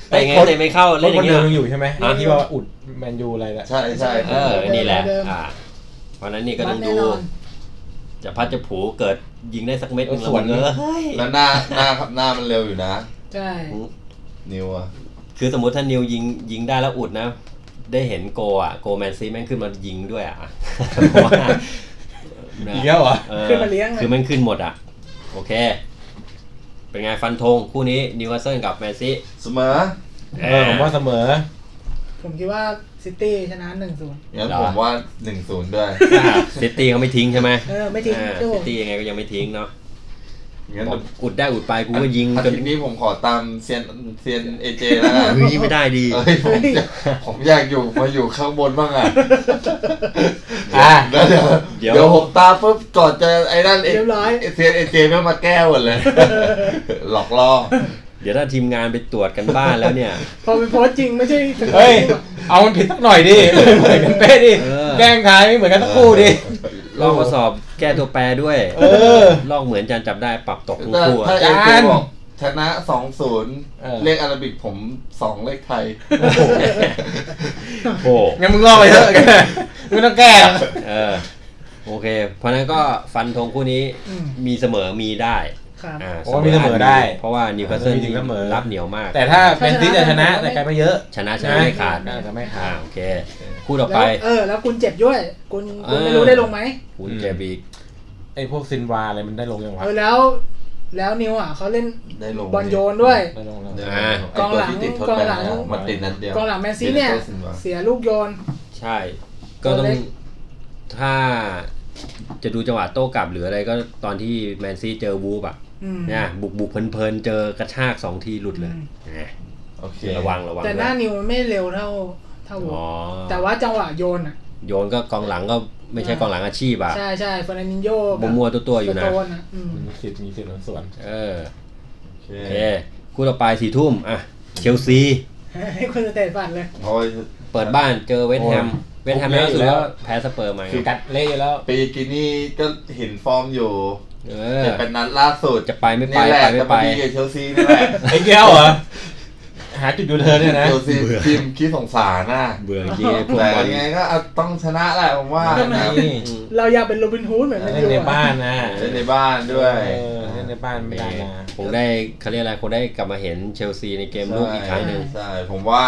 [SPEAKER 1] แต่ไงเตะไม่เข้า
[SPEAKER 6] ค
[SPEAKER 1] เล่
[SPEAKER 6] น
[SPEAKER 1] นอ
[SPEAKER 6] ค
[SPEAKER 1] ย่าน ง
[SPEAKER 6] เดิ
[SPEAKER 1] เงี้ย
[SPEAKER 6] มยังอยู่ใช่ไหม
[SPEAKER 1] ฮะ
[SPEAKER 6] ที่ว่าอุดแมนยูอะไรละ
[SPEAKER 5] ใช่ใช่
[SPEAKER 1] เออ นี่แหละ
[SPEAKER 2] เดิม
[SPEAKER 1] อ่า เพราะฉะนั้นนี่ก็ต้
[SPEAKER 2] บัต
[SPEAKER 1] อง
[SPEAKER 2] แน่
[SPEAKER 1] ดู
[SPEAKER 2] นอน
[SPEAKER 1] จะพัดจะผูเกิดยิงได้สักเม็ดหนึงแล้
[SPEAKER 6] เออส
[SPEAKER 1] ว
[SPEAKER 6] ว
[SPEAKER 1] มั
[SPEAKER 6] น
[SPEAKER 1] นเออเฮ้ย
[SPEAKER 5] แล้วหน้าหน้าครับหน้ามันเร็วอยู่นะ
[SPEAKER 2] ใช่
[SPEAKER 5] นิวอ่ะ
[SPEAKER 1] คือสมมติถ้านิวยิงยิงได้แล้วอุดนะ ได้เห็นโกอ่ะ โกแมนซีแม่งขึ้นมายิงด้วยอ่ะ (laughs) เพราะว่า
[SPEAKER 6] อีกแล้วเหรอ
[SPEAKER 1] ออ
[SPEAKER 2] ขึ้นมาเลี้ยงเลย
[SPEAKER 1] คือแม่งขึ้นหมดอ่ะ โอเค เป็นไงฟันธงคู่นี้นิวคาสเซิลกับแมนซี
[SPEAKER 5] เสมอ
[SPEAKER 1] เอ
[SPEAKER 6] เออ
[SPEAKER 1] อ
[SPEAKER 6] ผมว่าเสมอ
[SPEAKER 2] ผมคิดว่าซิตี้ชนะหนึ่งศูนย์
[SPEAKER 5] งั้น
[SPEAKER 1] เหรอ
[SPEAKER 5] ผมว่าหนึ่งศูนย์ด้วย
[SPEAKER 1] ซิตี้เขาไม่ทิ้งใช่ไหม
[SPEAKER 2] เออ ไม่จริง
[SPEAKER 1] อ่า
[SPEAKER 2] ใช่ผ
[SPEAKER 1] ซิ
[SPEAKER 2] ม
[SPEAKER 1] ตี้ยังไงก็ยังไม่ทิ้งเนาะ
[SPEAKER 5] งั้น
[SPEAKER 1] บอกอุดได้อุดไปกูก็ยิง
[SPEAKER 5] อา
[SPEAKER 1] จน
[SPEAKER 5] ทิตย์นี้ผมขอตามเซียนเซียนเอเจแล้วกัน
[SPEAKER 1] ยิงไม่ได้ดี
[SPEAKER 5] เอ้ยผมอยากผมอยากอยู่มาอยู่ข้างบนบ้างอ่ะ
[SPEAKER 6] อ่ะ
[SPEAKER 5] แล้วเดี๋ยว
[SPEAKER 1] เดี๋ยว
[SPEAKER 5] เดี๋ยวผมตามปุ๊บก่อนจะไอ้นั่นเอ
[SPEAKER 2] เรียบร้อย
[SPEAKER 5] เซียนเอเจไม่มาแก้หมดเลย หลอกล่อ
[SPEAKER 1] เดี๋ยวถ้าทีมงานไปตรวจกันบ้านแล้วเนี่ย
[SPEAKER 2] พอเป็นโพสต์จริงไม่ใช่ถึง
[SPEAKER 6] เฮ้ย เอามันผิดสักหน่อยดิ เหมือนกันเป๊ะดิ
[SPEAKER 1] เออ
[SPEAKER 6] แกล้งทายไม่เหมือนกันสักคู่ดิ
[SPEAKER 1] ลอกข้อสอบแก้ตัวแปรด้วย
[SPEAKER 6] เออ
[SPEAKER 1] ลอกเหมือนจานจับได้ปรับตกทุก
[SPEAKER 5] ถ้า
[SPEAKER 1] คู่
[SPEAKER 5] ถ้า
[SPEAKER 1] อะ
[SPEAKER 5] เอเจ
[SPEAKER 6] จาน
[SPEAKER 5] บอกชนะสองศูนย์เลขอาราบิกผมสองเลขไทย
[SPEAKER 1] โอ้โห
[SPEAKER 6] งั้นมึงลอกไปเถอะ ไม่ต้องแก้หรอก
[SPEAKER 1] เออโอเค เพราะฉะนั้นก็ฟันธงคู่นี้
[SPEAKER 2] อืม
[SPEAKER 1] มีเสมอมีได้
[SPEAKER 2] ครับ
[SPEAKER 1] อ่า
[SPEAKER 6] โอ้มีเสมอได้
[SPEAKER 1] เพราะว่านิวคาสเซิล
[SPEAKER 6] มีเสมอ
[SPEAKER 1] รับเหนียวมาก
[SPEAKER 6] แต่ถ้าแมนซีจะชนะ
[SPEAKER 2] ถ้าชนะ
[SPEAKER 6] แต่ไกลไม่เยอะ
[SPEAKER 1] ชนะชนะไม่ขาด
[SPEAKER 6] ก็จะไม่ขา
[SPEAKER 1] อ่า
[SPEAKER 6] ด
[SPEAKER 1] โอเค คู่ต่อ
[SPEAKER 2] แล้
[SPEAKER 1] ไป
[SPEAKER 2] วเออ แล้วคุณเจ็บด้วย คุณคุณไม่
[SPEAKER 1] เออ
[SPEAKER 2] รู้ได้ลงไหม
[SPEAKER 1] คุณเจบีก
[SPEAKER 6] ไอ้พวกซินวาอะไรมันได้ลงยังวะ
[SPEAKER 2] เออแล้ว แล้วนิวอ่ะเขาเล่น
[SPEAKER 5] ได้ลง
[SPEAKER 2] บอลโยนด้วย
[SPEAKER 6] ได้ลงแล้ว
[SPEAKER 5] ได้ลงไอ้ตัวที่ติดทดแบนนะมันติดนัดเดียว
[SPEAKER 2] กองหลังแมนซีเนี่ย
[SPEAKER 5] เดี๋ยวโต้สินวะ
[SPEAKER 2] เสียลูกโยน
[SPEAKER 1] ใช่ ก็ต้อ
[SPEAKER 2] ตัว
[SPEAKER 1] ง
[SPEAKER 2] เล็ก
[SPEAKER 1] ถ้าจะดูจังหวะโต้กลับหรืออะไรก็ตอนที่แมนซีเจอวูฟอ่ะ
[SPEAKER 2] อืม
[SPEAKER 1] เนี่ยบุกบุกๆเพลินๆเจอกระชากสองทีหลุดเลย
[SPEAKER 2] อืม
[SPEAKER 1] นะ
[SPEAKER 5] โอเค
[SPEAKER 1] ระวังระวัง
[SPEAKER 2] แต่
[SPEAKER 1] ด้วย
[SPEAKER 2] หน้านิวมันไม่เร็วเท่าเท่า
[SPEAKER 1] อ๋อ
[SPEAKER 2] แต่ว่าจังหวะโยนอ่ะ
[SPEAKER 1] โยนก็กองหลังก็ไม่ใช่กองหลังอาชีพอะ
[SPEAKER 2] ใช่ใช่เฟอร์นันดินโยแบบ
[SPEAKER 1] มัวๆตัวๆอยู่นะ
[SPEAKER 2] สโตอ่อืม (laughs)
[SPEAKER 6] มีสิทธิ์มีสิทธิ์สวนสวน
[SPEAKER 1] เออ
[SPEAKER 5] โอเค
[SPEAKER 1] โอเคคู่ต่อไปสี่ทุ่มอ่ะเชลซี
[SPEAKER 2] ให้คุณสเตตฟันเลย
[SPEAKER 5] โอ้ย
[SPEAKER 1] เปิดบ้านเจอเวสต์แฮม เวสต์แฮมล่าสุดแล้วแพ้สเปอร์มาไง
[SPEAKER 6] คือกัดเละอยู่แล้ว
[SPEAKER 5] ปีกินี่ก็เห็นฟอร์มอยู่
[SPEAKER 1] เออ
[SPEAKER 5] แต่เป็นนัดล่าสุด
[SPEAKER 1] จะไปไม่ไป
[SPEAKER 5] นี่แหละ
[SPEAKER 1] ไปไม่
[SPEAKER 5] จะ
[SPEAKER 1] ไป
[SPEAKER 5] ดีกับเชลซีนี่แหละ
[SPEAKER 6] ไอ้เกี้ยวเหรอ หาจุดยูเทิร์นเนี่ยนะ
[SPEAKER 5] ดูสิทีมคิดสงสารน่ะ
[SPEAKER 1] เบื่อจริงๆไอ้พวก
[SPEAKER 5] แต่
[SPEAKER 1] บอล
[SPEAKER 5] ยังไงก็เอาต้องชนะแหละผมว่า
[SPEAKER 6] เล่นใน
[SPEAKER 5] นะครับ
[SPEAKER 6] นี่
[SPEAKER 2] เราอยากเป็นโรบินฮูดเหมือนแมน
[SPEAKER 6] เล่น
[SPEAKER 2] ยู
[SPEAKER 6] ใน
[SPEAKER 2] อะ
[SPEAKER 6] บ้านนะ
[SPEAKER 5] เล่นในบ้านด้วย
[SPEAKER 6] เออเล่นในบ้านไม่ได้นะ
[SPEAKER 1] คงได้เขาเรียกอะไรคงได้กลับมาเห็นเชลซีในเกมลุกอีกครั้งหนึ่ง
[SPEAKER 5] ใช่ ผมว่า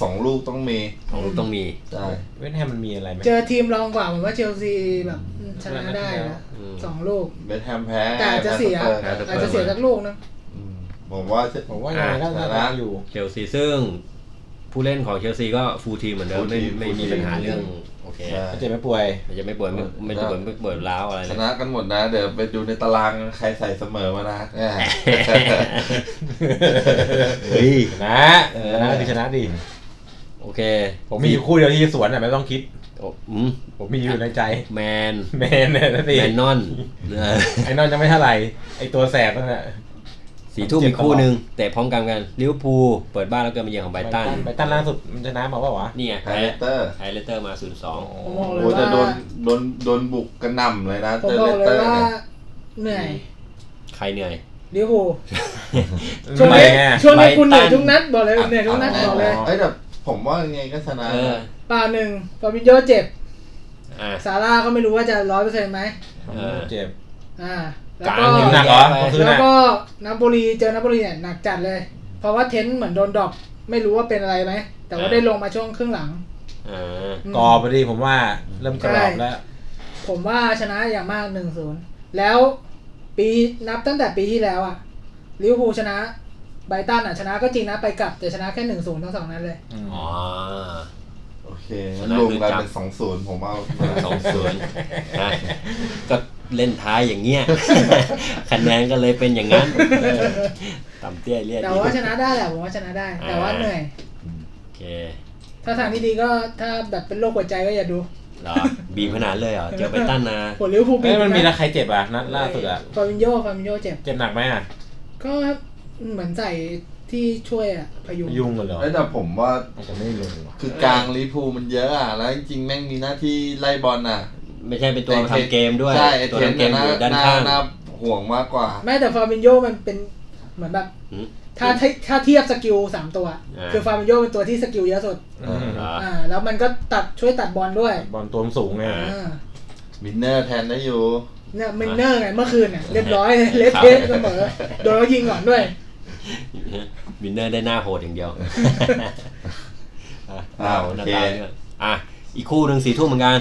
[SPEAKER 5] สองลูกต้องมี
[SPEAKER 1] ของลูกต้องมี
[SPEAKER 5] ใช่
[SPEAKER 6] เวสต์แฮมมันมีอะไรไหม
[SPEAKER 2] เจอทีมรองกว่าผมว่าเชลซีแบบชนะได้นะ
[SPEAKER 1] อืม
[SPEAKER 2] สองลูก
[SPEAKER 5] เบทแฮมแพ้
[SPEAKER 2] แต่อาจจะเสีย
[SPEAKER 1] แพ้สเปร์
[SPEAKER 2] อาจจะเสียสักลูกนึง
[SPEAKER 5] อืมผมว่าจะ
[SPEAKER 6] ผมว่ายังไงก็น่าจะอยู่
[SPEAKER 1] เชลซีซึ่งผู้เล่นของเชลซีก็ฟูลทีมเหมือนเดิม
[SPEAKER 5] full
[SPEAKER 1] ไม่
[SPEAKER 5] team
[SPEAKER 1] ไม่
[SPEAKER 5] full
[SPEAKER 1] มี
[SPEAKER 5] team
[SPEAKER 1] ปัญหาเรื่องโอเค
[SPEAKER 5] ใช่
[SPEAKER 6] เจ็บไม่ป่วย
[SPEAKER 1] มันจะไม่ป่วยไม่ไม่จะป่วยไม่ป่วยร้าวอะไร
[SPEAKER 5] ช
[SPEAKER 1] เลย
[SPEAKER 5] นะกันหมดนะ เดี๋ยวไปดูในตารางใครใส่เสมอมานะแหม่
[SPEAKER 1] เฮ้ย
[SPEAKER 6] ชนะ เออชนะดิชนะดิ
[SPEAKER 1] โอเค
[SPEAKER 6] ผมมีอยู่คู่เดียวที่สวนอ่ะไม่ต้องคิด
[SPEAKER 1] โอ้อืม
[SPEAKER 6] ผมมีอยู่ในใจ
[SPEAKER 1] แมน
[SPEAKER 6] แมนเนี่ยนะสิ
[SPEAKER 1] แมนนอนเออ
[SPEAKER 6] ไอ้นอนจะไม่เท่าไหร่ ไอ้ตัวแสบนั่นแหละ
[SPEAKER 1] สี่ทุ่มอีกคู่หนึ่งแต่พร้อมกันกันลิเวอร์พูลเปิดบ้านแล้วเกินมาเยือนของไบรตัน
[SPEAKER 6] ไปตันล่าสุดมันชนะมาเปล่าวะ
[SPEAKER 1] นี่ไง
[SPEAKER 5] (laughs) แฮร์รี่เตอร์
[SPEAKER 1] ไฮเลเตอร์มา 0-2
[SPEAKER 2] ผมบอก
[SPEAKER 5] โอ้โห
[SPEAKER 2] เลย
[SPEAKER 5] จะโดน
[SPEAKER 2] ว่า
[SPEAKER 5] โดนโดนบุกกระหน่ำเลยนะ
[SPEAKER 2] ผม
[SPEAKER 5] เจอ
[SPEAKER 2] อ
[SPEAKER 5] บ
[SPEAKER 2] กเล
[SPEAKER 5] เลสเตอย ร์
[SPEAKER 2] ว่า
[SPEAKER 5] เนี่ย
[SPEAKER 2] เหนื่อย
[SPEAKER 1] ใครเหนื่อย
[SPEAKER 2] ลิเวอร์พูล
[SPEAKER 6] ทำ
[SPEAKER 2] ช่วง
[SPEAKER 6] ไม
[SPEAKER 2] นี้
[SPEAKER 6] อ่ะ
[SPEAKER 2] ช่วง
[SPEAKER 1] ไบ
[SPEAKER 2] นี้
[SPEAKER 1] รตัน
[SPEAKER 2] คุณเหนื่อยทุกนัดบอกเลยเหนื่อยทุกนัด
[SPEAKER 5] อ๋อ
[SPEAKER 2] บอกเลย
[SPEAKER 5] เอ้ยแต่ผมว่ายังไงก็ชนะ
[SPEAKER 1] เออ
[SPEAKER 2] เปล่าหนึ่งฟาบินโยเจ็บ
[SPEAKER 1] อ่ะ
[SPEAKER 2] ซาร่าก็ไม่รู้ว่าจะร้อยเปอร์เซ็นต์ไหม
[SPEAKER 1] เออ
[SPEAKER 6] เจ็บ
[SPEAKER 2] อ่า แล้
[SPEAKER 1] ก
[SPEAKER 2] ว
[SPEAKER 1] ลาง
[SPEAKER 2] ก็
[SPEAKER 1] ทีม
[SPEAKER 6] ห
[SPEAKER 1] ห
[SPEAKER 6] นั
[SPEAKER 1] นั
[SPEAKER 6] ก
[SPEAKER 1] ก
[SPEAKER 6] เห
[SPEAKER 1] เหร
[SPEAKER 6] รอ
[SPEAKER 1] อ
[SPEAKER 6] ผมซื้อ
[SPEAKER 2] แล้ว
[SPEAKER 6] นะ
[SPEAKER 2] ก็นาโปลีเจอนาโปลีเนี่ยหนักจัดเลย เพราะว่าเทนต์เหมือนโดนดรอปไม่รู้ว่าเป็นอะไรไหม แต่ว่าได้ลงมาช่วงครึ่งหลัง
[SPEAKER 1] เออ
[SPEAKER 2] อืม
[SPEAKER 6] กรอบไปดิผมว่าเริ่มกรอบแล้ว
[SPEAKER 2] ผมว่าชนะอย่างมากหนึ่งศูนย์แล้วปีนับตั้งแต่ปีที่แล้วอะลิเวอร์พูลชนะไบรตันอะชนะก็จริงนะไปกลับ แต่ชนะแค่หนึ่งศูนย์ทั้งสองนั้นเลย
[SPEAKER 1] อ๋อ (laughs)
[SPEAKER 5] โอเคงั้นรวมกันเป็นสองศูนย์ผมเอา
[SPEAKER 1] สองศูนย์นะก็เล่นท้ายอย่างเงี้ย (laughs) คะแนนก็เลยเป็นอย่างนั้นเออต่ำเตี้ยเรียด
[SPEAKER 2] แต่
[SPEAKER 1] อีก
[SPEAKER 2] ว่าชนะได้แหละผมว่าชนะได้ แต่ว่า
[SPEAKER 1] อ่า
[SPEAKER 2] เหนื่อย
[SPEAKER 1] โอเค
[SPEAKER 2] ถ้าทางที่ดีก็ถ้าแบบเป็นโรคหัวใจก็อย่าดู
[SPEAKER 1] เหรอบีมขนาดเลยเหรอ เจอไปตั้นนะ
[SPEAKER 2] ผลลิเวอร์พูลปี
[SPEAKER 6] เอ้ยมันมี
[SPEAKER 2] นะ
[SPEAKER 6] ใครเจ็บอ่ะนัดล่าสุดอ่ะ
[SPEAKER 2] ฟาบินโยฟาบินโยเจ็บ
[SPEAKER 6] เจ็บหนักไหมอ่ะ
[SPEAKER 2] ก็เหมือนใส่ที่ช่วยอะพยุง
[SPEAKER 6] ยุ่งกันเหรอ
[SPEAKER 5] เอ้ยแต่ผมว่า
[SPEAKER 6] อาจจะไม่ลงว่ะ
[SPEAKER 5] คือกลางลิเวอร์พูลมันเยอะอ่ะ แล้วจริงๆแม่งมีหน้าที่ไล่บอลอ่ะ
[SPEAKER 1] ไม่ใช่เป็นตัวทำเกมด้วย
[SPEAKER 5] ใช่ไอ
[SPEAKER 1] ตัว
[SPEAKER 5] เทน
[SPEAKER 1] ทำเกม
[SPEAKER 5] เนี่ยน่า
[SPEAKER 1] อยู่ด้าน
[SPEAKER 5] น่า
[SPEAKER 1] ข้าง
[SPEAKER 5] น่าห่วงมากกว่า
[SPEAKER 2] ไม่แต่ฟาบินโยมันเป็นเหมือนแบบ
[SPEAKER 1] หืม
[SPEAKER 2] ถ้าถ้าถ้าเทียบสกิลสามตัว
[SPEAKER 1] อ่า
[SPEAKER 2] คือฟาบินโยเป็นตัวที่สกิลเยอะสุด
[SPEAKER 6] อืม
[SPEAKER 1] เหรอ
[SPEAKER 2] อ่าแล้วมันก็ตัดช่วยตัดบอลด้วย
[SPEAKER 6] บอลตัวมันสูงไง
[SPEAKER 1] อ่า
[SPEAKER 2] อ่า
[SPEAKER 5] มินเนอร์แทนได้อยู่
[SPEAKER 2] เนี่ยมินเนอร์ไงเมื่อคืนเนี่ยเรียบร้อยเลยเละเทะเสมอโดนเขายิงก่อนด้วย
[SPEAKER 1] (laughs) วินเนอร์ได้หน้าโหดอย่างเดียว
[SPEAKER 5] อ่าโอ
[SPEAKER 1] หน้า
[SPEAKER 5] เค
[SPEAKER 1] ตาเนี่ยอ่ะ อีกคู่หนึ่งสี่ทุ่มเหมือนกัน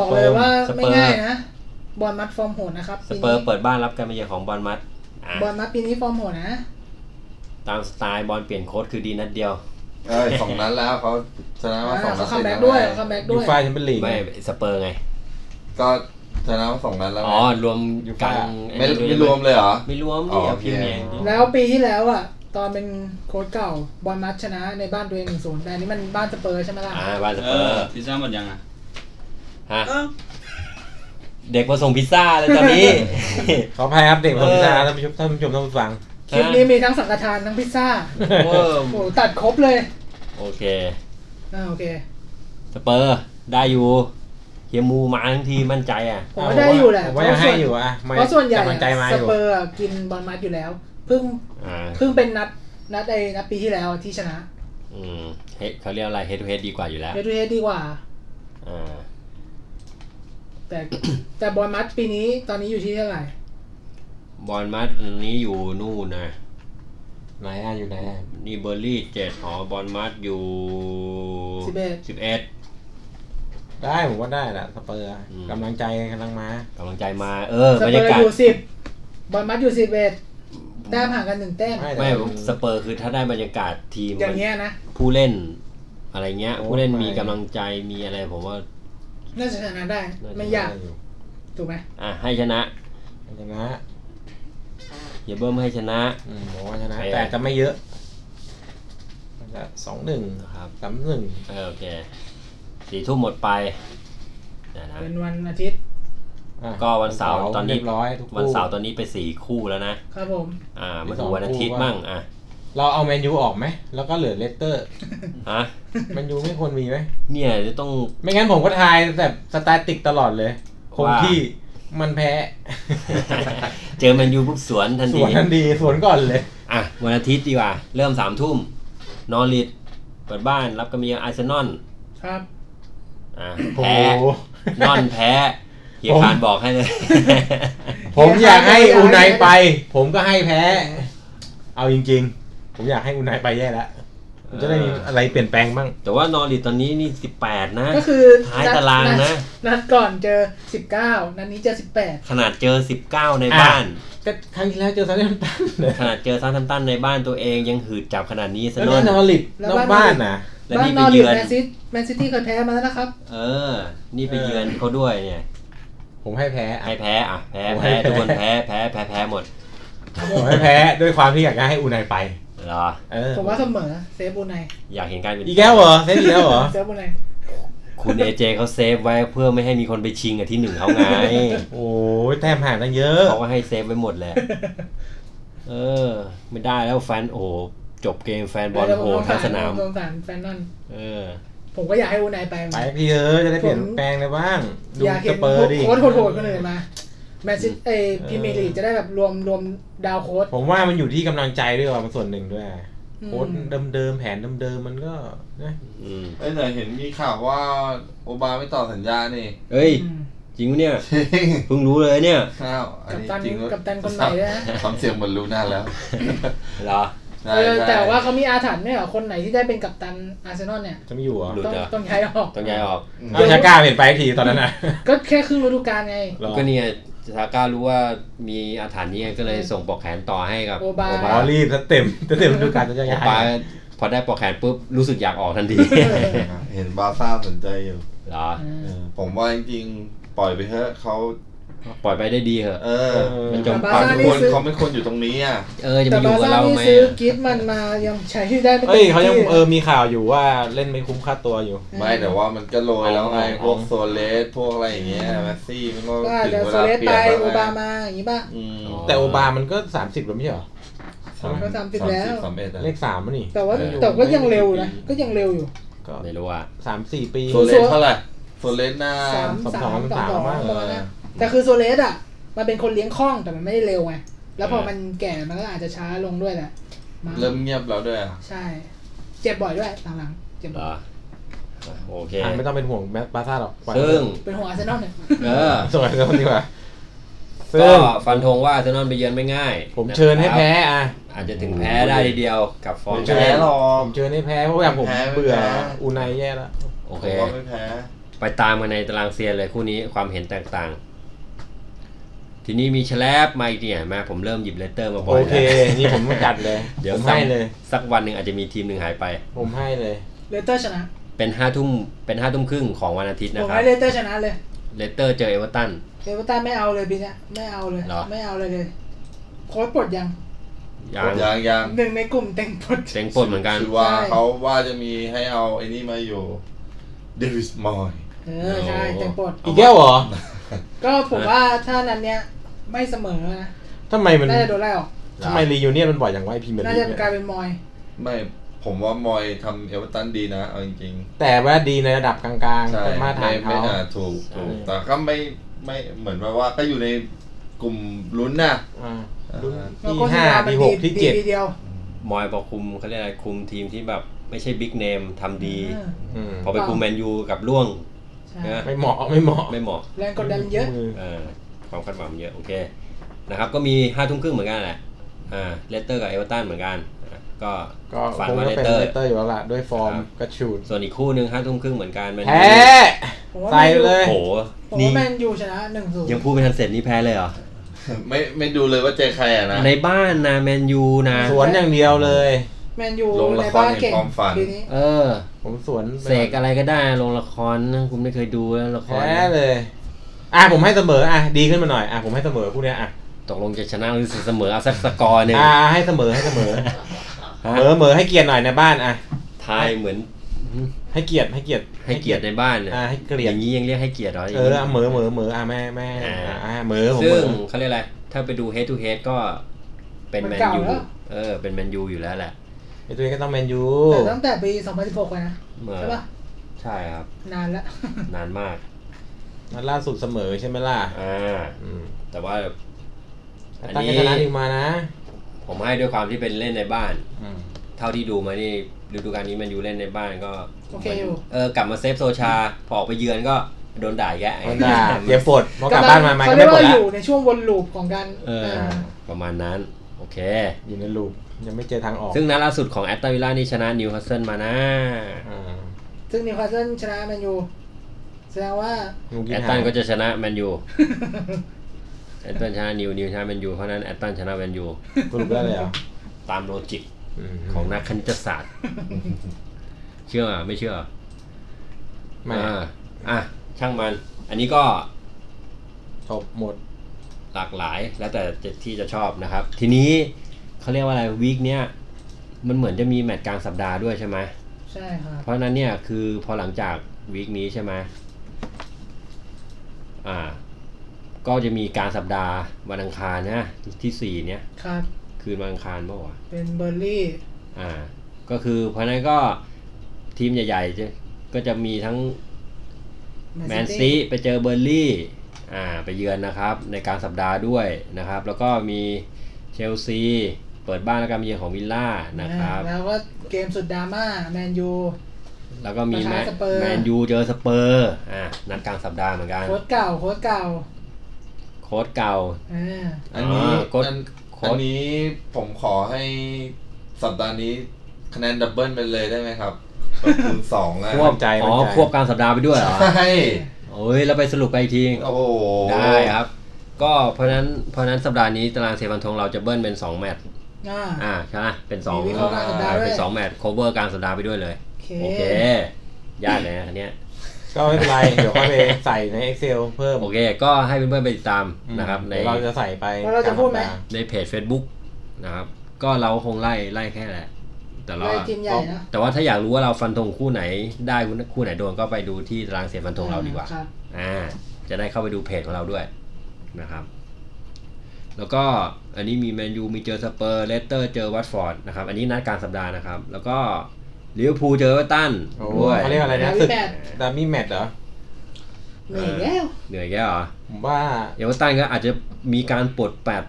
[SPEAKER 2] บอกเลยว่า
[SPEAKER 1] สเปอร์
[SPEAKER 2] ไม่ง่ายนะ บอลมัดฟอร์มโหดนะครับ
[SPEAKER 1] ส
[SPEAKER 2] ปี
[SPEAKER 1] เปอ
[SPEAKER 2] นี้
[SPEAKER 1] ร์เปิดบ้านรับการมาเยือนของบอลมัดอ่ะ
[SPEAKER 2] บอลมัดปีนี้ฟอร์มโหดนะ
[SPEAKER 1] ตามสไตล์บอลเปลี่ยนโค้ดคือดีนัดเดียว
[SPEAKER 5] เอ้ยสองนั้นแล้วเขาชนะมาสองนัด
[SPEAKER 2] เขาคัมแบ็กด้วยเขาคัมแบ็ก
[SPEAKER 6] ยู
[SPEAKER 2] ด้วย
[SPEAKER 6] ฟ่าแชมเปี้ยนลีก
[SPEAKER 1] ไม่สเปอร์ไง
[SPEAKER 5] ก็ชนะมาสองนัดแล้วไง
[SPEAKER 1] อ๋อ รวม
[SPEAKER 6] อยู่
[SPEAKER 1] กลา
[SPEAKER 6] ป่ะ
[SPEAKER 1] ง
[SPEAKER 5] ไม่
[SPEAKER 1] อ้นี่
[SPEAKER 5] ไม่
[SPEAKER 1] ด้ย
[SPEAKER 5] รวมเลยเหรอ
[SPEAKER 1] ไม่รวม
[SPEAKER 5] อ๋
[SPEAKER 1] นี่
[SPEAKER 5] อ
[SPEAKER 1] เอา
[SPEAKER 5] โอเค
[SPEAKER 1] พิมพ์เอง
[SPEAKER 2] แล้วปีที่แล้วอ่ะ ตอนเป็นโค้ชเก่าบอลมัดชนะในบ้านตัวเองหนึ่งศูนย์แต่อันนี้มันบ้านสเปอร์ใช่ไหมล่ะ
[SPEAKER 1] อ่าบ้านส
[SPEAKER 7] เอ
[SPEAKER 1] เปอ
[SPEAKER 7] อ
[SPEAKER 1] ร์
[SPEAKER 7] พิซซ่าหมดยังอ่ะ
[SPEAKER 1] ฮะเด็กมาส่งพิซซ่าแล้วตอนนี้
[SPEAKER 6] ขออภัยครับเด็กผมพิซซ่าท่านผู้ชมท่านผู้ชมท่านผู้ฟัง
[SPEAKER 2] คลิปนี้มีทั้งสังฆทานทั้งพิซซ่า
[SPEAKER 1] เออ
[SPEAKER 2] โอ้โหตัดครบเลย
[SPEAKER 1] โอเค
[SPEAKER 2] อ่าโอเค
[SPEAKER 1] สเปอร์ได้อยู่เฮียมูมาทั้งทีมั่นใจอ่ะ
[SPEAKER 2] ผมว่าได้อยู่แหละ
[SPEAKER 6] ผมว่ายังให้อยู่อ่ะ
[SPEAKER 2] เพราะส่วนใหญ่
[SPEAKER 6] กำลังใจมา
[SPEAKER 2] ส
[SPEAKER 6] อยู่
[SPEAKER 2] เปอร์อะกินบอลมัดอยู่แล้ว เพิ่ง
[SPEAKER 1] อ่า
[SPEAKER 2] เพิ่งเป็นนัดนัดไอ้นัดปีที่แล้วที่ชนะ
[SPEAKER 1] อืมเฮ้เขาเรียกอะไรเฮดทูเฮดดีกว่าอยู่แล้ว
[SPEAKER 2] เรดูเฮดดีกว่า
[SPEAKER 1] อ่า
[SPEAKER 2] แต่
[SPEAKER 6] (coughs)
[SPEAKER 2] แต่บอลมัดปีนี้ตอนนี้อยู่ที่เท่าไหร่
[SPEAKER 1] บอลมัดนี้อยู่นู่นนะ
[SPEAKER 6] ไหนอ่ะอยู่ไหนอ่ะ
[SPEAKER 1] นี่เบอร์ลี่เจ็ดหอบอลมัดอยู่
[SPEAKER 2] 11
[SPEAKER 1] สิบเอ็ด
[SPEAKER 6] ได้ผมว่าได้แหละสเปอร์
[SPEAKER 1] อืม
[SPEAKER 6] กำลังใจกำลังมาก
[SPEAKER 1] ำลังใจมา เออ
[SPEAKER 2] ส
[SPEAKER 1] บร
[SPEAKER 2] เปอย
[SPEAKER 1] รา
[SPEAKER 2] ร์
[SPEAKER 1] กาศ
[SPEAKER 2] อยู่สิบบอลมัดอยู่สิบเอ็ดแต้มห่างกันหนึ่งแต้ม
[SPEAKER 1] ไม่
[SPEAKER 6] แต่
[SPEAKER 1] สเปอร์คือถ้าได้บรรยากาศทีม
[SPEAKER 2] อย่างเงี้ยนะ
[SPEAKER 1] ผู้เล่นอะไรเงี้ย
[SPEAKER 6] โอ้
[SPEAKER 1] ผู้เล่น
[SPEAKER 6] ไม่
[SPEAKER 1] มีกำลังใจมีอะไรผมว่า
[SPEAKER 2] น่าจะชนะได้ ไม่ยาก
[SPEAKER 6] ด้อยู่
[SPEAKER 2] ถูกไหม
[SPEAKER 1] อ่ะให้ชนะ
[SPEAKER 6] ชนะ
[SPEAKER 1] อย่าเบิ้มให้ชนะ
[SPEAKER 6] อืมผมว่าชนะ
[SPEAKER 1] ใครอ่ะ
[SPEAKER 6] แต่จะไม่เยอะสองหนึ่ง
[SPEAKER 1] นะครับ
[SPEAKER 6] สามหนึ่ง
[SPEAKER 1] เออโอเคสี่ทุ่มหมดไปนะนะ
[SPEAKER 2] เป็นวันอาทิตย์
[SPEAKER 1] ก็วันเสาร์ตอนนี้
[SPEAKER 6] เรียบร้อยทุกคู่
[SPEAKER 1] วันเสาร์ตอนนี้ไปสี่คู่แล้วนะ
[SPEAKER 2] ครับผม
[SPEAKER 1] อ่า
[SPEAKER 6] มี
[SPEAKER 1] มา
[SPEAKER 6] ส
[SPEAKER 1] ดู
[SPEAKER 6] อง
[SPEAKER 1] วันอาทิตย์
[SPEAKER 6] คู่บ้า
[SPEAKER 1] มั่
[SPEAKER 6] ง
[SPEAKER 1] งอ่ะ
[SPEAKER 6] เราเอาแมนยูออกไหม แล้วก็เหลือเลสเตอร์
[SPEAKER 1] ฮะ
[SPEAKER 6] แมนยูไม่ควรมีไหม
[SPEAKER 1] เนี่ยจะต้อง (laughs)
[SPEAKER 6] ไม่งั้นผมก็ทายแบบสแตติกตลอดเลย คง
[SPEAKER 1] ว่า
[SPEAKER 6] ที่มันแพ้
[SPEAKER 1] เจอแมนยูปุ๊บสวนทัน
[SPEAKER 6] ส
[SPEAKER 1] ที
[SPEAKER 6] วนทันดีสวนก่อนเลย
[SPEAKER 1] อ อ่ะวันอาทิตย์ดีกว่า เริ่มสามทุ่มนอริดเปิดบ้านรับกับเมียอาร์เซนอล
[SPEAKER 2] ครับ
[SPEAKER 1] อ่ะ
[SPEAKER 6] โอ้
[SPEAKER 1] แพ้
[SPEAKER 6] โห
[SPEAKER 1] นอนแพ้เฮีย
[SPEAKER 6] ผม
[SPEAKER 1] คานบอกให้เลย
[SPEAKER 6] ผมอยากให้อุไนไป ผมก็ให้แพ้ เอาจริง ๆ ผมอยากให้อุไนไปแย่แล้วผมจะได้มีอะไรเปลี่ยนแปลงบ้าง
[SPEAKER 1] แต่ว่านอริดตอนนี้นี่สิบแปดนะ
[SPEAKER 2] ก็คือ
[SPEAKER 1] ท้ายตารางนะ
[SPEAKER 2] ดนัดก่อนเจอสิบเก้านัดนี้เจอสิบแปด
[SPEAKER 1] ขนาดเจอสิบเก้าในบ้าน
[SPEAKER 6] ก็ครั้งที่แล้วเจอซาเลม (laughs) ตันเนี่ย
[SPEAKER 1] ขนาดเจอซาทัมตันในบ้านตัวเองยังหืดจับขนาดนี้ซะ
[SPEAKER 6] แล้ว
[SPEAKER 1] น
[SPEAKER 6] แน่
[SPEAKER 1] น
[SPEAKER 6] นอนลิดนอกบ้านนะ
[SPEAKER 1] และ
[SPEAKER 2] บ้าน
[SPEAKER 1] นี่ไป
[SPEAKER 2] นอริ
[SPEAKER 1] เยื
[SPEAKER 2] ด
[SPEAKER 1] อน
[SPEAKER 2] แมนซิตแมนซิตี้เคยแพ้มาแล้วนะครับ
[SPEAKER 1] เออ นี่ไปเยือนเขาด้วยเนี่ย
[SPEAKER 6] ผมให้แพ้อ่ะ
[SPEAKER 1] ให้แพ้ อ่ะ แพ้
[SPEAKER 6] โอ้ย
[SPEAKER 1] แพ้ ทุกคนแพ้ แพ้ แพ้ แพ้หมด
[SPEAKER 6] ผมให้แพ้ด้วยความที่อยากจะให้อุไนไป
[SPEAKER 1] เหรอ
[SPEAKER 6] เออ
[SPEAKER 2] ผมว่าเสมอเซฟบูไน
[SPEAKER 1] อยากเห็นการเป็น
[SPEAKER 6] อีกแล้วเหรอเซตอีกแล้วเหรอ
[SPEAKER 2] เซฟบูไน
[SPEAKER 1] คุณเอเจเขาเซฟไว้เพื่อไม่ให้มีคนไปชิงอันที่หนึ่งเขาไง
[SPEAKER 6] โอ้ยแต้มห่างตั้งเยอะ
[SPEAKER 1] เขาก็ให้เซฟไว้หมดแหละ เออ ไม่ได้แล้วแฟนโอ้โหจบเกมแฟนบอลโห
[SPEAKER 2] แล้วผม
[SPEAKER 1] ทั้งสนาม
[SPEAKER 2] สงสารแฟนนอน
[SPEAKER 1] เออ
[SPEAKER 2] ผมก็อยากให้บูไนไปเหมือน
[SPEAKER 6] ไป
[SPEAKER 2] กัน
[SPEAKER 6] พี่เออจะได้เปลี่ยนแปลงเลยบ้าง ดู
[SPEAKER 2] อยาก
[SPEAKER 6] ส
[SPEAKER 2] เห็น
[SPEAKER 6] เปอร์ดิ
[SPEAKER 2] โค้ดโหดๆคนอื่นมาแมนซิตเอยพรีเมียร์ลีกจะได้แบบรวมรวมดาวโค้ด
[SPEAKER 6] ผมว่ามันอยู่ที่กำลังใจด้วยว่ะมันส่วนหนึ่งด้วย
[SPEAKER 2] อืม
[SPEAKER 6] โค้ดเดิมๆแผนเดิมๆมันก็นะ
[SPEAKER 1] อืม
[SPEAKER 5] เอ้ยแต่เห็นมีข่าวว่าโอบาไม่ต่อสัญญานี่ (laughs)
[SPEAKER 1] เอ้ย
[SPEAKER 2] อืม
[SPEAKER 1] จริงปะเนี่ย
[SPEAKER 5] จริง
[SPEAKER 1] เพิ่งรู้เลยเนี่ย
[SPEAKER 5] อ้าวอันนี้จริงด้วย
[SPEAKER 2] กัปตันคนใหม่ด้วยนะ
[SPEAKER 5] ทำเสียงเหมือนรู้หน้า
[SPEAKER 2] (laughs)
[SPEAKER 5] แล้ว
[SPEAKER 1] เหรอ
[SPEAKER 5] ใช่
[SPEAKER 2] เออ
[SPEAKER 5] ใช่
[SPEAKER 2] แต่ว่าเขามีอาถรรพ์ไหมเหรอคนไหนที่ได้เป็นกัปตันอาร์เซนอลเนี่ย
[SPEAKER 6] จะไม่อยู่เหรอ
[SPEAKER 1] หลุด
[SPEAKER 2] ต้อง
[SPEAKER 1] เหรอ
[SPEAKER 2] ต้องย้ายออก
[SPEAKER 1] ต้องย้ายออก
[SPEAKER 5] อืม
[SPEAKER 6] เอาชาก้าเปลี่ยนไปทีตอนนั้นน่ะ
[SPEAKER 2] ก็แค่ครึ่งฤดูกาลไง
[SPEAKER 6] เหรอ
[SPEAKER 1] ก็เนี่ยทาก้ารู้ว่ามีอาถรรพ์นี้ไงก็เลยส่งปลอกแขนต่อให้กับ
[SPEAKER 2] โอบา
[SPEAKER 6] อ๋อรีบซะเต็มซะเต็มดูการจะ
[SPEAKER 1] โอ
[SPEAKER 6] ย้าย
[SPEAKER 1] ปาพอได้ปลอกแขนปุ๊บ รู้สึกอยากออกทันที
[SPEAKER 5] เห็นบาร์ซ่าสนใจอยู่
[SPEAKER 1] เหรอ
[SPEAKER 2] อืม
[SPEAKER 5] เออผมว่าจริงๆ ปล่อยไปเถอะเขา
[SPEAKER 1] ปล่อยไปได้ดีเหอะ
[SPEAKER 5] เอ
[SPEAKER 6] เอ
[SPEAKER 5] อ
[SPEAKER 6] อ
[SPEAKER 1] มันจม
[SPEAKER 2] แต่บา
[SPEAKER 5] เขา
[SPEAKER 2] ร์ซ่า
[SPEAKER 5] ไม่
[SPEAKER 2] นี่
[SPEAKER 5] ควร
[SPEAKER 2] ซื้อ
[SPEAKER 5] เขาไม่ควรอยู่ตรงนี้อ่ะ
[SPEAKER 1] เออจะ
[SPEAKER 2] แต่
[SPEAKER 1] มาอบยู่
[SPEAKER 2] าร์
[SPEAKER 1] กับ
[SPEAKER 2] ซ่า
[SPEAKER 1] เรา
[SPEAKER 2] นี่
[SPEAKER 1] ไหม
[SPEAKER 2] ซื้อ
[SPEAKER 1] อะ
[SPEAKER 2] กิฟต์มันมายังใช้ได้ไม่เต็
[SPEAKER 6] เอ้ย
[SPEAKER 2] ม
[SPEAKER 6] เขายัง
[SPEAKER 2] ที่
[SPEAKER 6] เออมีข่าวอยู่ว่าเล่นไม่คุ้มค่าตัวอยู่
[SPEAKER 5] ไม่แต่ว่ามันก็โรยแล้วไง พวกโซเลส พวกอะไรอย่างเงี้ยแมสซี่มันก็
[SPEAKER 2] ก็อาจ
[SPEAKER 5] ถึง
[SPEAKER 2] จะโซ
[SPEAKER 5] เวลา
[SPEAKER 2] เลส
[SPEAKER 5] เป
[SPEAKER 2] ไป
[SPEAKER 5] ลี่ยน
[SPEAKER 2] โอ
[SPEAKER 5] แล้
[SPEAKER 2] บา
[SPEAKER 5] วไง
[SPEAKER 2] มาอย่างนี้ป่ะ
[SPEAKER 5] อืม
[SPEAKER 6] แต่โอบามันก็30แล้วไม่ใช่เหรอ
[SPEAKER 2] ก็สามสิบแล้ว
[SPEAKER 5] สามสิบสาม
[SPEAKER 6] เล
[SPEAKER 5] เอ็ด
[SPEAKER 6] ขสามมันนี่
[SPEAKER 2] แต่ว่าแต่ก็ยังเร็วนะ ก็ยังเร็วอยู่
[SPEAKER 6] ก็
[SPEAKER 1] ไม่รู้อ่ะ
[SPEAKER 6] สามสี่ปี
[SPEAKER 5] โซเลสเท่าไหร่โซเลสหน้า
[SPEAKER 2] สาม
[SPEAKER 6] สอง
[SPEAKER 2] สามส
[SPEAKER 6] สอง
[SPEAKER 2] องสอง
[SPEAKER 6] สามสอง
[SPEAKER 2] ประมาณนั้นแต่คือโซเลสอ่ะ มันเป็นคนเลี้ยงคล่องแต่มันไม่ได้เร็วไง แล้วพอ
[SPEAKER 1] เออ
[SPEAKER 2] มันแก่มันก็อาจจะช้าลงด้วยแหละา
[SPEAKER 5] เริ่มเงียบแล้วด้วยอะ
[SPEAKER 2] ใช่ เจ็บบ่อยด้วยหลังๆ เจ็บ
[SPEAKER 1] เหร
[SPEAKER 2] บ่อย
[SPEAKER 1] ออ่ะโอเค
[SPEAKER 6] อ่ะไม่ต้องเป็นห่วงแมสบาร์ซ่าหรอกปล่อย
[SPEAKER 1] ซึ่ง
[SPEAKER 2] เป็นห่วงอาร์เซนอลเนี่ย (laughs)
[SPEAKER 1] เออ
[SPEAKER 6] ส่งไปแล้วดีกว่า
[SPEAKER 1] ก็
[SPEAKER 6] ซึ่ง
[SPEAKER 1] ฟันธงว่าอาร์เซนอนไปเยือนไม่ง่าย
[SPEAKER 6] ผมเชิญให้แพ้อ่ะ
[SPEAKER 1] อาจจะถึงแพ้ได้ทีเดียวกับฟอร์ม
[SPEAKER 6] ผมเชิญ
[SPEAKER 5] แพ้หรอ
[SPEAKER 6] ผ
[SPEAKER 5] ก
[SPEAKER 6] มเชิญให้แพ้เพราะแบบผม
[SPEAKER 5] แพ้ไม่
[SPEAKER 6] เบื่อ
[SPEAKER 5] แพ้
[SPEAKER 6] อูไนแย่แล้ว
[SPEAKER 1] โอ
[SPEAKER 5] ผม
[SPEAKER 1] เค
[SPEAKER 5] ว่าไม่แพ้
[SPEAKER 1] ไปตามกันในตารางเซียนเลยคู่นี้ความเห็นแตกต่าง ทีนี้มีแฉลบมาอีกเนี่ยมาผมเริ่มหยิบเลตเตอร์มาบ่อย
[SPEAKER 6] โอ
[SPEAKER 1] แล้ว
[SPEAKER 6] เค นี่ผมจัดเลย
[SPEAKER 1] เดี๋ยว
[SPEAKER 6] ผม
[SPEAKER 1] สัก
[SPEAKER 6] ให้เลย
[SPEAKER 1] สักวันหนึ่งอาจจะมีทีมหนึ่งหายไป
[SPEAKER 6] ผมให้เลย
[SPEAKER 2] เลสเตอร์ชนะ
[SPEAKER 1] เป็นห้าทุ่มเป็นห้าทุ่มครึ่งของวันอาทิตย์
[SPEAKER 2] ผ
[SPEAKER 1] นะ
[SPEAKER 2] ม
[SPEAKER 1] ครับ
[SPEAKER 2] ให้เลสเตอร์ชนะเลย
[SPEAKER 1] เลตเตอร์เจอเอเวอร์ตัน
[SPEAKER 2] เอเวอร์ตันไม่เอาเลยปีเนี้ยไม่เอาเลย
[SPEAKER 1] เหรอ
[SPEAKER 2] ไม่เอาเลยเลย โค้ชปลดยัง
[SPEAKER 1] ยัง
[SPEAKER 5] ยังยัง
[SPEAKER 2] หนึ่งในกลุ่มเต็งปลด
[SPEAKER 1] เซ็งปลดเหมือนกัน
[SPEAKER 5] คือว่า
[SPEAKER 2] ใช่
[SPEAKER 5] เขาว่าจะมีให้เอาไอ้นี่มาอยู่เดวิสมอย
[SPEAKER 2] เออใช่
[SPEAKER 1] โอ้
[SPEAKER 2] เต็งปลด
[SPEAKER 6] อีกแก้วเหรอ
[SPEAKER 2] ก็ผมว่าถ้านั้นเนี้ยไม่เสมอนะ
[SPEAKER 6] ทำไมมัน
[SPEAKER 2] น่าจะโดนไล่ออก
[SPEAKER 6] ทำไมรียูเนียนมันบ่อยอย่างไวะไอ้พรีเมียร์
[SPEAKER 2] น่า
[SPEAKER 6] ลี
[SPEAKER 2] จะ
[SPEAKER 6] กเนี่ย
[SPEAKER 2] กลายเป็นมอย
[SPEAKER 5] ไม่ผมว่ามอยทำเอเวอร์ตันดีนะ เอาจริง
[SPEAKER 6] แต่ว่าดีในระดับกลาง
[SPEAKER 5] ๆ ใช่
[SPEAKER 6] ๆมาตรฐา
[SPEAKER 5] ไม่
[SPEAKER 6] น
[SPEAKER 5] ไม่
[SPEAKER 6] เขา
[SPEAKER 5] อ่าถูกถูก
[SPEAKER 6] ใช่
[SPEAKER 5] แต่ก็ไม่ไม่เหมือนแบบว่าก็อยู่ในกลุ่มลุ้นนะ (laughs)
[SPEAKER 6] อ่า
[SPEAKER 5] อ่า
[SPEAKER 2] แล้ว
[SPEAKER 6] ที่
[SPEAKER 2] ก็
[SPEAKER 6] ห้า
[SPEAKER 2] ทีมเรมัน
[SPEAKER 6] ที่หกที่
[SPEAKER 2] ดี
[SPEAKER 6] เจ็ด
[SPEAKER 2] ดีเดียว
[SPEAKER 1] มอยบอกคุมเขาเรียกอะไรคุมทีมที่แบบไม่ใช่บิ๊กเนมทำดี
[SPEAKER 2] เออ
[SPEAKER 6] อืม
[SPEAKER 1] พอไปคุมแมนยูกับล่วง
[SPEAKER 2] ใช่
[SPEAKER 1] เออ
[SPEAKER 6] ไม่เหมาะไม่เหมาะ
[SPEAKER 1] ไม่เหมาะ
[SPEAKER 2] แรงกดดันเยอะ
[SPEAKER 1] เออความคาดหวังมันเยอะ โอเคนะครับ ก็มีห้าทุ่มครึ่งเหมือนกันแหละอ่าเลสเตอร์กับเอเวอร์ตันเหมือนกันอ่ะก็
[SPEAKER 6] ก็
[SPEAKER 1] ฝัน
[SPEAKER 6] คง
[SPEAKER 1] ว่า
[SPEAKER 6] จะ
[SPEAKER 1] เลส
[SPEAKER 6] เป็น
[SPEAKER 1] เตอร์
[SPEAKER 6] เลสเตอร์อยู่แล้วล่ะด้วยฟอร์ม
[SPEAKER 1] ครับ
[SPEAKER 6] กระชูด
[SPEAKER 1] ส่วนอีกคู่หนึ่งห้าทุ่มครึ่งเหมือนกันแมนยู
[SPEAKER 6] แพ้
[SPEAKER 2] ผมว่า
[SPEAKER 6] ใส่
[SPEAKER 2] แมนยู
[SPEAKER 6] เลย
[SPEAKER 1] โห
[SPEAKER 2] ผม
[SPEAKER 1] นี่
[SPEAKER 2] ว่าแมนยูชนะหนึ่งศูนย์
[SPEAKER 1] ยังพูดไม่ทันเสร็จนี่แพ้เลยเหรอ
[SPEAKER 5] ไม่ไม่ดูเลยว่าเจอใครอ่ะนะ
[SPEAKER 1] ในบ้านนะแมนยูนะ
[SPEAKER 6] สวนอย่างเดียวเลย
[SPEAKER 2] แมนยู
[SPEAKER 5] ลง
[SPEAKER 2] ใน
[SPEAKER 5] ละคร
[SPEAKER 2] บ้านเก่ง
[SPEAKER 5] แห่งความฝัน
[SPEAKER 2] ปีนี้
[SPEAKER 1] เออ
[SPEAKER 6] ผมสวนไป
[SPEAKER 1] เสกอะไรก็ได้ลงละครนะคุณไม่เคยดูแล้วละคร
[SPEAKER 6] แพ้เลย อ่ะผมให้เสมออ่ะดีขึ้นมาหน่อยอ่ะผมให้เสมอคู่เนี้ยอ่ะ
[SPEAKER 1] ตกลงจะชนะหรือเสมอเอาสักสกอร์หนึ่ง
[SPEAKER 6] อ่ะให้เสมอให้เสมอเหมอเหมอให้เกียรติหน่อยในบ้านอ่ะ
[SPEAKER 1] ทายเหมือน
[SPEAKER 6] ให้เกียรติให้เกียรติ
[SPEAKER 1] ให้เกียรติในบ้านเนี่ย
[SPEAKER 6] อ่ะให้เกีย
[SPEAKER 1] อ
[SPEAKER 6] รติ
[SPEAKER 1] ย่างนี้ยังเรียกให้เกียรติเหรอ
[SPEAKER 6] เออเหมอเหมอเหมออ่ะแม่แม่อ่ะเหมอผมเหม
[SPEAKER 1] ซึ่ง
[SPEAKER 6] อ
[SPEAKER 1] เขาเรียกอะไร ถ้าไปดู head to head ก็เป็นแมนยูเออ เป็นแมนยูอยู่แล้วแหละ
[SPEAKER 6] ไอ้ตัวเองก็ต้องแมนยู
[SPEAKER 2] แต่ตั้งแต่ปี 2016เลยนะ
[SPEAKER 1] เออ
[SPEAKER 2] ใช่ป่ะ
[SPEAKER 1] ใช่ครับ
[SPEAKER 2] นานแล้ว
[SPEAKER 1] นานมาก
[SPEAKER 6] นัดล่าสุดเสมอใช่ไหมล่ะ
[SPEAKER 1] อ่า
[SPEAKER 6] อืม
[SPEAKER 1] แต่ว่า อัน
[SPEAKER 6] ตั้ง
[SPEAKER 1] นี้
[SPEAKER 6] แต่ชนะอีกมานะ
[SPEAKER 1] ผมให้ด้วยความที่เป็นเล่นในบ้าน
[SPEAKER 6] อืม
[SPEAKER 1] เท่าที่ดูมานี่ฤดูกาลนี้แมันอยู่เล่นในบ้านก็
[SPEAKER 2] โอเคอยู่
[SPEAKER 1] เออกลับมาเซฟโซชา พอออกไปเยือนก็โดนด่าอีกแกะ
[SPEAKER 6] คนด่าเจ็บปวดพอกลับบ้านมามันก็
[SPEAKER 2] เขาเรียก
[SPEAKER 6] ไม่ปวด
[SPEAKER 2] ว่าอ
[SPEAKER 6] แล้ว
[SPEAKER 2] ยู่ในช่วงวนลูปของการ
[SPEAKER 1] เออ
[SPEAKER 2] เออ
[SPEAKER 1] ประมาณนั้น โอเค
[SPEAKER 6] อยู่ในลูปยังไม่เจอทางออก
[SPEAKER 1] ซึ่งนัดล่าสุดของแอตตาวิลล่านี่ชนะนิวคาสเซิลมานะ
[SPEAKER 6] อ่า
[SPEAKER 2] ซึ่งนิวคาสเซิลชนะแมนยูแสดงว่า
[SPEAKER 6] งูกิน
[SPEAKER 1] แอต
[SPEAKER 6] หา
[SPEAKER 1] ตั
[SPEAKER 6] ง
[SPEAKER 1] นก็จะชนะแมนยู (laughs) แอตตันชนะนิวนิวชนะแมนยูเพราะฉะนั้นแอตตันชนะแมนยู
[SPEAKER 6] สรุปได้เลยเหรอ
[SPEAKER 1] ตามโลจิก
[SPEAKER 6] อืม
[SPEAKER 1] ของนักคณิตศาสตร์ (laughs) เชื่อไม่เชื่อ
[SPEAKER 6] ไม่
[SPEAKER 1] อ่าอ่ะ ช่างมัน อันนี้ก็
[SPEAKER 6] จบหมด
[SPEAKER 1] หลากหลายแล้วแต่ที่จะชอบนะครับ ทีนี้เขาเรียกว่าอะไรวีคเนี้ยมันเหมือนจะมีแมตช์กลางสัปดาห์ด้วยใช่ไหม
[SPEAKER 2] ใช่ครับ
[SPEAKER 1] เพราะฉะนั้นเนี่ยคือพอหลังจากวีคนี้ใช่ไหมอ่า ก็จะมีกลารสัปดาห์วันอังคารนะที่สี่เนี้ย
[SPEAKER 2] ครับ
[SPEAKER 1] คืนวันอังคารเมื่อวะ
[SPEAKER 2] เป็นเบอร์ลี่
[SPEAKER 1] อ่าก็คือเพราะฉะนั้นก็ทีมใหญ่ๆจะก็จะมีทั้ง แมน
[SPEAKER 2] Man
[SPEAKER 1] ซี
[SPEAKER 2] City
[SPEAKER 1] ไปเจอเบอร์นลี่อ่าไปเยือนนะครับในกลารสัปดาห์ด้วยนะครับ แล้วก็มีเชลซี เปิดบ้านแล้วก็มีเยือนของวิลล่านะครับ
[SPEAKER 2] แล้วก็เกมสุดดราม่าแมนยู
[SPEAKER 1] แล้วก็มี
[SPEAKER 2] ประ
[SPEAKER 1] แม
[SPEAKER 2] ชาน สเปอร์
[SPEAKER 1] แมนยูเจอสเปอร์อ่านัดกลางสัปดาห์เหมือนกัน
[SPEAKER 2] โค้ชเก่าโค้ชเก่า
[SPEAKER 1] โค้ดเก่า
[SPEAKER 2] อ่า
[SPEAKER 5] อันนี้
[SPEAKER 1] าโค้ด
[SPEAKER 5] อัน
[SPEAKER 1] โค้ด
[SPEAKER 5] อันนี้ผมขอให้สัปดาห์นี้คะแนนดับเบิลไปเลยได้ไหมครับแบบคูณสองนะ
[SPEAKER 1] ควบ
[SPEAKER 6] มั่นใจ
[SPEAKER 1] อ๋อ
[SPEAKER 6] มั่นใจ
[SPEAKER 1] ควบกลารสัปดาห์ไปด้วยเหรอ
[SPEAKER 5] ใช่
[SPEAKER 1] โอ้ยแล้วไปสรุปไปอีกที
[SPEAKER 5] โอ้โห
[SPEAKER 1] ได้ครับ ก็เพราะฉะนั้นเพราะฉะนั้นสัปดาห์นี้ตารางเซฟันธงเราจะเบิ้ลเป็น 2 แมตช์
[SPEAKER 2] อ่า
[SPEAKER 1] อ่าใช่ไหมเป็น2
[SPEAKER 2] มีวิเคราะห์กลางสัปดาห์ด้วย
[SPEAKER 1] เป็นสองแมตช์โคเวอร์กลางสัปดาห์ไปด้วยเลย
[SPEAKER 2] โอเค
[SPEAKER 1] โอเค ยากเลยนะอันเนี้ย
[SPEAKER 6] ก็ไม่เป็นไร (laughs) เดี๋ยวก็ไปใส่ใน Excel เพิ่ม
[SPEAKER 1] โอเค ก็ให้เพื่อนๆไปติดตามนะครับ ใน
[SPEAKER 6] เดี๋ยวเราจะใส่ไป
[SPEAKER 2] แล้วเราจะพูดไหม
[SPEAKER 1] ในเพจ Facebook นะครับ ก็เราคงไล่ไล่แค่แหละ แต่เรา
[SPEAKER 2] ได้ทีมใหญ่นะ
[SPEAKER 1] แต่ว่าถ้าอยากรู้ว่าเราฟันธงคู่ไหนได้คู่ไหนโดนก็ไปดูที่ตารางเสียฟันธงเราดีกว่า
[SPEAKER 2] ครับ
[SPEAKER 1] อ่า จะได้เข้าไปดูเพจของเราด้วยนะครับ แล้วก็อันนี้มีแมนยูมีเจอสเปอร์เลสเตอร์เจอวัตฟอร์ดนะครับ อันนี้นัดกลารสัปดาห์นะครับ แล้วก็ลิเวอร์พูลเจอเวอร์ตัน
[SPEAKER 6] โอ้
[SPEAKER 1] ด้วย
[SPEAKER 6] เขาเรียกอะไรนะศึก
[SPEAKER 2] ดาร์บี้แมตช์
[SPEAKER 6] ดาร์มี่แมตช์เหรอ
[SPEAKER 2] เหนื่อยแล้ว
[SPEAKER 1] เหนื่อยแค่เหรอ
[SPEAKER 6] ผมว่า
[SPEAKER 1] เอเวอร์ตันก็อาจจะมีการปลดแปด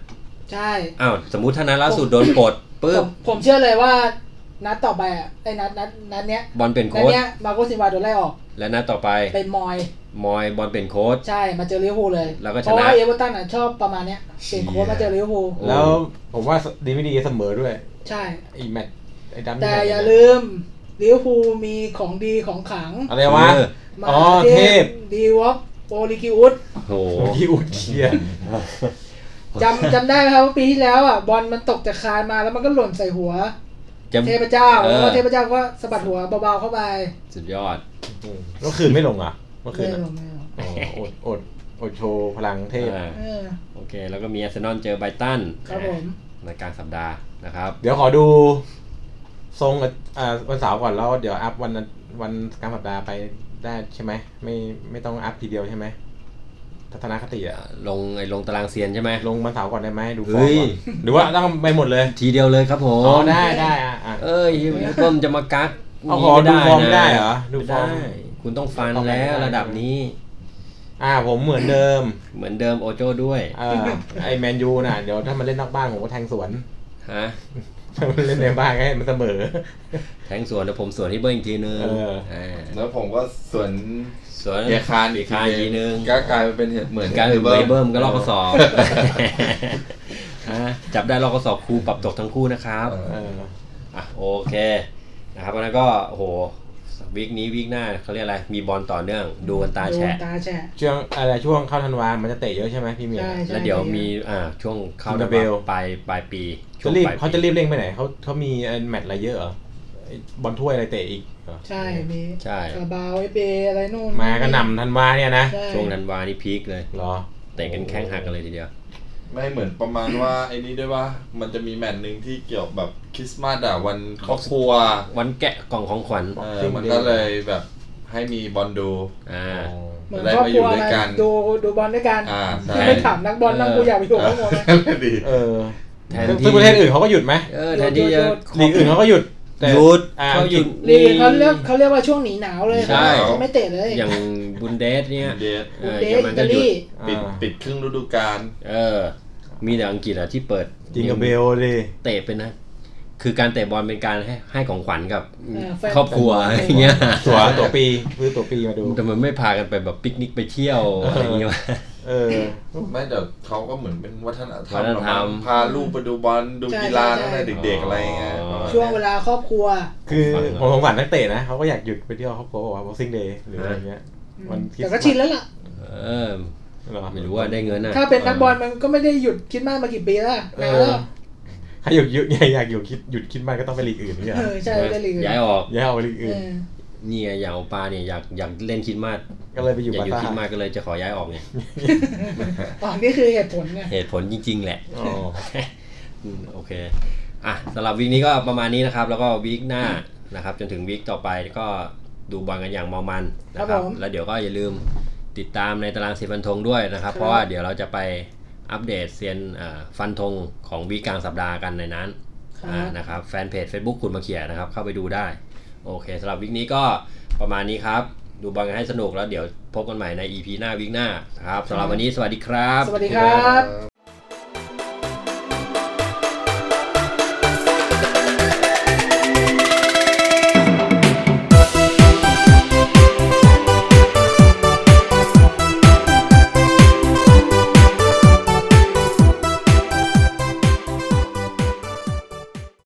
[SPEAKER 2] ใช่
[SPEAKER 1] อ้าว สมมุติถ้านัดล่าสุดโดนปลดปุ๊
[SPEAKER 2] ผ
[SPEAKER 1] บ
[SPEAKER 2] มผมเชื่อเลยว่า นัดต่อไปอ่ะไอ้นัดนัดนัดเนี้ย
[SPEAKER 1] บอลเปลี่ยน
[SPEAKER 2] นัด
[SPEAKER 1] โค้ด
[SPEAKER 2] เนี้ยมาโกซินวาโดนไล่ออก
[SPEAKER 1] และนัดต่อไป
[SPEAKER 2] เป็นมอย
[SPEAKER 1] มอยบอลเปลี่ยนโค้ด
[SPEAKER 2] ใช่มาเจอลิเวอร์พูลเลย
[SPEAKER 1] แล้วก็ชนะ
[SPEAKER 2] เพราะว่าเอเวอร์ตันอ่ะชอบประมาณเนี้ยเปลี่ยนโค้ชมาเจอลิเวอร์พูล
[SPEAKER 1] โอ้
[SPEAKER 6] แล้วผมว่าดีไม่ดีเสมอด้วย
[SPEAKER 2] ใช่
[SPEAKER 6] ไอ้แมตช์ไอ้ดัมมี่
[SPEAKER 2] แต่
[SPEAKER 6] แมตช์
[SPEAKER 2] อย่าลืมลิเวอร์พูลมีของดีของขลัง
[SPEAKER 6] อะไรวะ
[SPEAKER 1] เออ
[SPEAKER 2] มา
[SPEAKER 6] อ๋อ
[SPEAKER 2] เท
[SPEAKER 6] เท
[SPEAKER 2] พ
[SPEAKER 6] พ
[SPEAKER 2] ดีวอปโอลิกิอุส
[SPEAKER 1] โห
[SPEAKER 6] ที่อุดเชีย
[SPEAKER 2] จำจำได้ไหมครับว่าปีที่แล้วอ่ะบอลมันตกจากคานมาแล้วมันก็หล่นใส่หัว
[SPEAKER 1] จะ
[SPEAKER 2] เทพเจ้า
[SPEAKER 1] อ
[SPEAKER 2] แล้ว
[SPEAKER 1] อ
[SPEAKER 2] ก็เทพเจ้าก็สะบัดหัว (laughs) เบาๆเข้าไป
[SPEAKER 1] สุดยอด
[SPEAKER 6] เมื่อคืนไม่ลงอ่ะเมื่อคื
[SPEAKER 2] ไม่
[SPEAKER 6] น
[SPEAKER 2] หรอก
[SPEAKER 6] อะ
[SPEAKER 2] ไม่หรอก
[SPEAKER 6] อ๋ออดอดอดโชว์พลังเทพ
[SPEAKER 1] อ่า
[SPEAKER 2] เออ
[SPEAKER 1] โอเค แล้วก็มีอาร์เซนอลเจอไบรตัน
[SPEAKER 2] ครับผม
[SPEAKER 1] ในกลางสัปดาห์นะครับ
[SPEAKER 6] เดี๋ยวขอดู ทรงกับอ่าวันเสาร์ก่อนแล้วเดี๋ยวอัพวันวันกลางสัปดาห์ไปได้ใช่ไหมไม่ไม่ต้องอัพทีเดียวใช่ไหมทัศนคติอะ
[SPEAKER 1] ลงไอ้ลงตารางเซียนใช่ไหม
[SPEAKER 6] ลงวันเสาร์ก่อนได้ไหมดูฟ
[SPEAKER 1] เฮ้
[SPEAKER 6] อ
[SPEAKER 1] ย
[SPEAKER 6] ร์มก่อนหรือว่าต้องไปหมดเลย
[SPEAKER 1] ทีเดียวเลยครับผ
[SPEAKER 6] อ๋อ
[SPEAKER 1] ม
[SPEAKER 6] ได้ได้อ่ะอ่ะ
[SPEAKER 1] เอ้ยพี่เพิ่มจะมากัก
[SPEAKER 6] เอาขอดูฟอร์มไม่ได้เหรอดู
[SPEAKER 1] ไม่
[SPEAKER 6] ฟอร์ม
[SPEAKER 1] ได้ คุณต้องฟันแล้วระดับนี้
[SPEAKER 6] อ่าผมเหมือนเดิม
[SPEAKER 1] เหมือนเดิมโอโจด้วย
[SPEAKER 6] เอ่อไอแมนยูน่ะเดี๋ยวถ้ามันเล่นนอกบ้านผมก็แทงสวน
[SPEAKER 1] ฮะ
[SPEAKER 6] ถ้ามันเล่นในบ้านก็ให้มันเสมอ
[SPEAKER 1] แทงสวนแล้วผมสวนที่เบิ้ลอีกทีนึง
[SPEAKER 6] เออ
[SPEAKER 1] า
[SPEAKER 5] แล้วผมก็ส่วน
[SPEAKER 1] สวน
[SPEAKER 5] เกียร์คานอีก
[SPEAKER 1] คานอีกทีนึง
[SPEAKER 5] ก็กลายเป็นเหตุเหมือน
[SPEAKER 1] การ
[SPEAKER 5] เบิ
[SPEAKER 1] เบิ
[SPEAKER 5] ร์
[SPEAKER 1] ร์
[SPEAKER 5] น
[SPEAKER 1] เบิร์มก็ลอกกระส
[SPEAKER 6] (laughs)
[SPEAKER 1] อบฮะจับได้ลอกกระสอบครูปรับตกทั้งคู่นะครับ
[SPEAKER 5] เอ
[SPEAKER 6] เออ
[SPEAKER 1] อ่ะโอเคนะครับวันนั้นก็โอ้โหวิกนี้วิกหน้าเขาเรียกอะไรมีบอลต่อเนื่อง ดูกันตา
[SPEAKER 2] ดู
[SPEAKER 1] แฉะ
[SPEAKER 2] ตาแฉะ
[SPEAKER 6] ช่วงอะไรช่วงเข้าธันวามันจะเตะเยอะใช่ไหมพี่เมีย
[SPEAKER 2] ใช่
[SPEAKER 1] แล้วเดี๋ยวมีอ่าช่วงเข้า
[SPEAKER 6] ซิมบับเวล
[SPEAKER 1] ปลายปลายปีช่ว
[SPEAKER 6] จะ
[SPEAKER 1] ง
[SPEAKER 6] รีบ
[SPEAKER 1] ปลายปี
[SPEAKER 6] เขาจะรีบเร่งไปไหนเขาเขามีเอ่อแมตช์อะไรเยอะเหรอไอ้บอลถ้วยอะไรเตะอีกเหรอ
[SPEAKER 2] ใช่มี
[SPEAKER 1] ใช่
[SPEAKER 2] คาราบาวเอเปอะไรนู่น
[SPEAKER 6] มากระหน่ำธันวาเนี่ยนะ
[SPEAKER 2] ใช่
[SPEAKER 1] ช่วงธันวานี่พีคเลย
[SPEAKER 6] เหรอ
[SPEAKER 1] เตะกันแข้งหักกันเลยทีเดียว
[SPEAKER 5] ไม่เหมือนประมาณว่าไอ้นี้ด้วยว่ามันจะมีแมตช์หนึ่งที่เกี่ยวแบบคริสต์มาสอะวันครอบครัว
[SPEAKER 1] วันแกะกล่องของขวัญ
[SPEAKER 5] เออมันก็เลยแบบให้มีบอลดู
[SPEAKER 1] อ่า
[SPEAKER 6] อ๋อ
[SPEAKER 2] เหมือนครอบครัวมาดูดูบอลด้วยกัน
[SPEAKER 5] อ่าใช่
[SPEAKER 2] ที่ไม่ถามนักบอลนั่งกูอยากไปอยู่ข้างบนนะ
[SPEAKER 5] ดี
[SPEAKER 6] เออ
[SPEAKER 1] แทนที่
[SPEAKER 6] ซึ่งประเทศอื่นเขาก็หยุดไหม
[SPEAKER 1] เออแทนที่จะ
[SPEAKER 6] ลีกอื่นเขาก็หยุดแต่
[SPEAKER 1] หยุด
[SPEAKER 6] อ่า
[SPEAKER 1] เขาหยุด
[SPEAKER 2] เรียกเขาเรียกเขาเรียกว่าช่วงหนีหนาวเลย
[SPEAKER 1] ใช่
[SPEAKER 2] เขาไม่เตะเลย
[SPEAKER 1] อย่างบุนเดสเนี่ย
[SPEAKER 5] บุนเดส
[SPEAKER 1] เอ
[SPEAKER 2] บุน
[SPEAKER 1] อเยอรมันก็
[SPEAKER 2] เดสอิตา
[SPEAKER 1] หยุด
[SPEAKER 2] ลี
[SPEAKER 6] อ่า
[SPEAKER 5] ปิดปิดครึ่งฤดูกาล
[SPEAKER 1] เออ มีแต่อังกฤษอะที่เปิด
[SPEAKER 6] จริงกับเบลดิ
[SPEAKER 1] เตะเป็นนะ คือการเตะบอลเป็นการให้ให้ของขวัญกับ
[SPEAKER 2] เออแฟน
[SPEAKER 1] ครอบครัวอะไรเงี้ย
[SPEAKER 6] ตัวตัวปีซื้อตัวปีมาดู
[SPEAKER 1] แต่มันไม่พากันไปแบบปิกนิกไปเที่ยวอะไรเงี้ย
[SPEAKER 6] เออ
[SPEAKER 5] ไม่แต่เขาก็เหมือนเป็นวัฒนธรรม
[SPEAKER 1] วัฒนธรรม
[SPEAKER 5] พาลูกไปดูบอลดู
[SPEAKER 2] ใช่
[SPEAKER 5] กีฬา
[SPEAKER 2] ใช่
[SPEAKER 5] ตั้งแต่เด็กๆอะไรอย่างเงี้ยประมาณ
[SPEAKER 2] ช่วงเวลาครอบครัว
[SPEAKER 6] คือผมสงสารนักเตะนะเขาก็อยากหยุดไปเที่ยวครอบครัวบอกว่า boxing day หรืออะไรเงี้ยวันคริส
[SPEAKER 2] แต่
[SPEAKER 6] ต์มาส
[SPEAKER 2] ก็ชินแล้วล่ะ
[SPEAKER 1] เออ
[SPEAKER 6] เหรอ
[SPEAKER 1] ไม่รู้ว่าได้เงินอะ
[SPEAKER 2] ถ้าเป็นนักบอลมันก็ไม่ได้หยุดคิดมากมากี่ปีแล้วล่ะ
[SPEAKER 6] เอน
[SPEAKER 2] าน
[SPEAKER 6] อ
[SPEAKER 2] แล้ว
[SPEAKER 6] ใครอยากหยุดอยากหยุดคิดหยุดคิดมากก็ต้องไปลีกอื่นเนี่ย
[SPEAKER 2] เออใช่ได้ลีก
[SPEAKER 1] ย้ายออก
[SPEAKER 6] ย้ายเอาไปลีกอื่น
[SPEAKER 2] เออ
[SPEAKER 1] นี่ไงอยากเอาปลาเนี่ยอยากอยากเล่นคิดมาก
[SPEAKER 6] ก็เลยไปอ
[SPEAKER 1] อยู่ยาก
[SPEAKER 6] บา
[SPEAKER 1] อยู่
[SPEAKER 6] ซ่า
[SPEAKER 1] คิดมากก็เลยจะขอย้ายออกไง
[SPEAKER 2] อ๋อนี่คือเหตุผลเนี่ย
[SPEAKER 1] เหตุผลจริง ๆ แหละ
[SPEAKER 6] อ๋อ
[SPEAKER 1] อืมโอเค อ่ะสำหรับวีคนี้ก็ประมาณนี้นะครับ แล้วก็วีคหน้านะครับ จนถึงวีคต่อไปก็ดูบอลกันอย่างเมามันนะค
[SPEAKER 2] ครั
[SPEAKER 1] รับ
[SPEAKER 2] บผม
[SPEAKER 1] แล้วเดี๋ยวก็อย่าลืมติดตามในตารางเสียฟันธงด้วยนะครับ
[SPEAKER 2] ครับ
[SPEAKER 1] เพราะว่าเดี๋ยวเราจะไปอัปเดตเซียนเอ่อฟันธงของวีคกลางสัปดาห์กันในนั้น
[SPEAKER 2] ครับ
[SPEAKER 1] อ่านะครับแฟนเพจ Facebook คุณมาเขียนะครับ เข้าไปดูได้ โอเคสำหรับวีคนี้ก็ประมาณนี้ครับ ดูบอลกันให้สนุกแล้วเดี๋ยวพบกันใหม่ใน EP หน้าวีคหน้านะครับสำหรับวันนี้สวัสดีครับ
[SPEAKER 2] สวัสดีครับ
[SPEAKER 5] เออ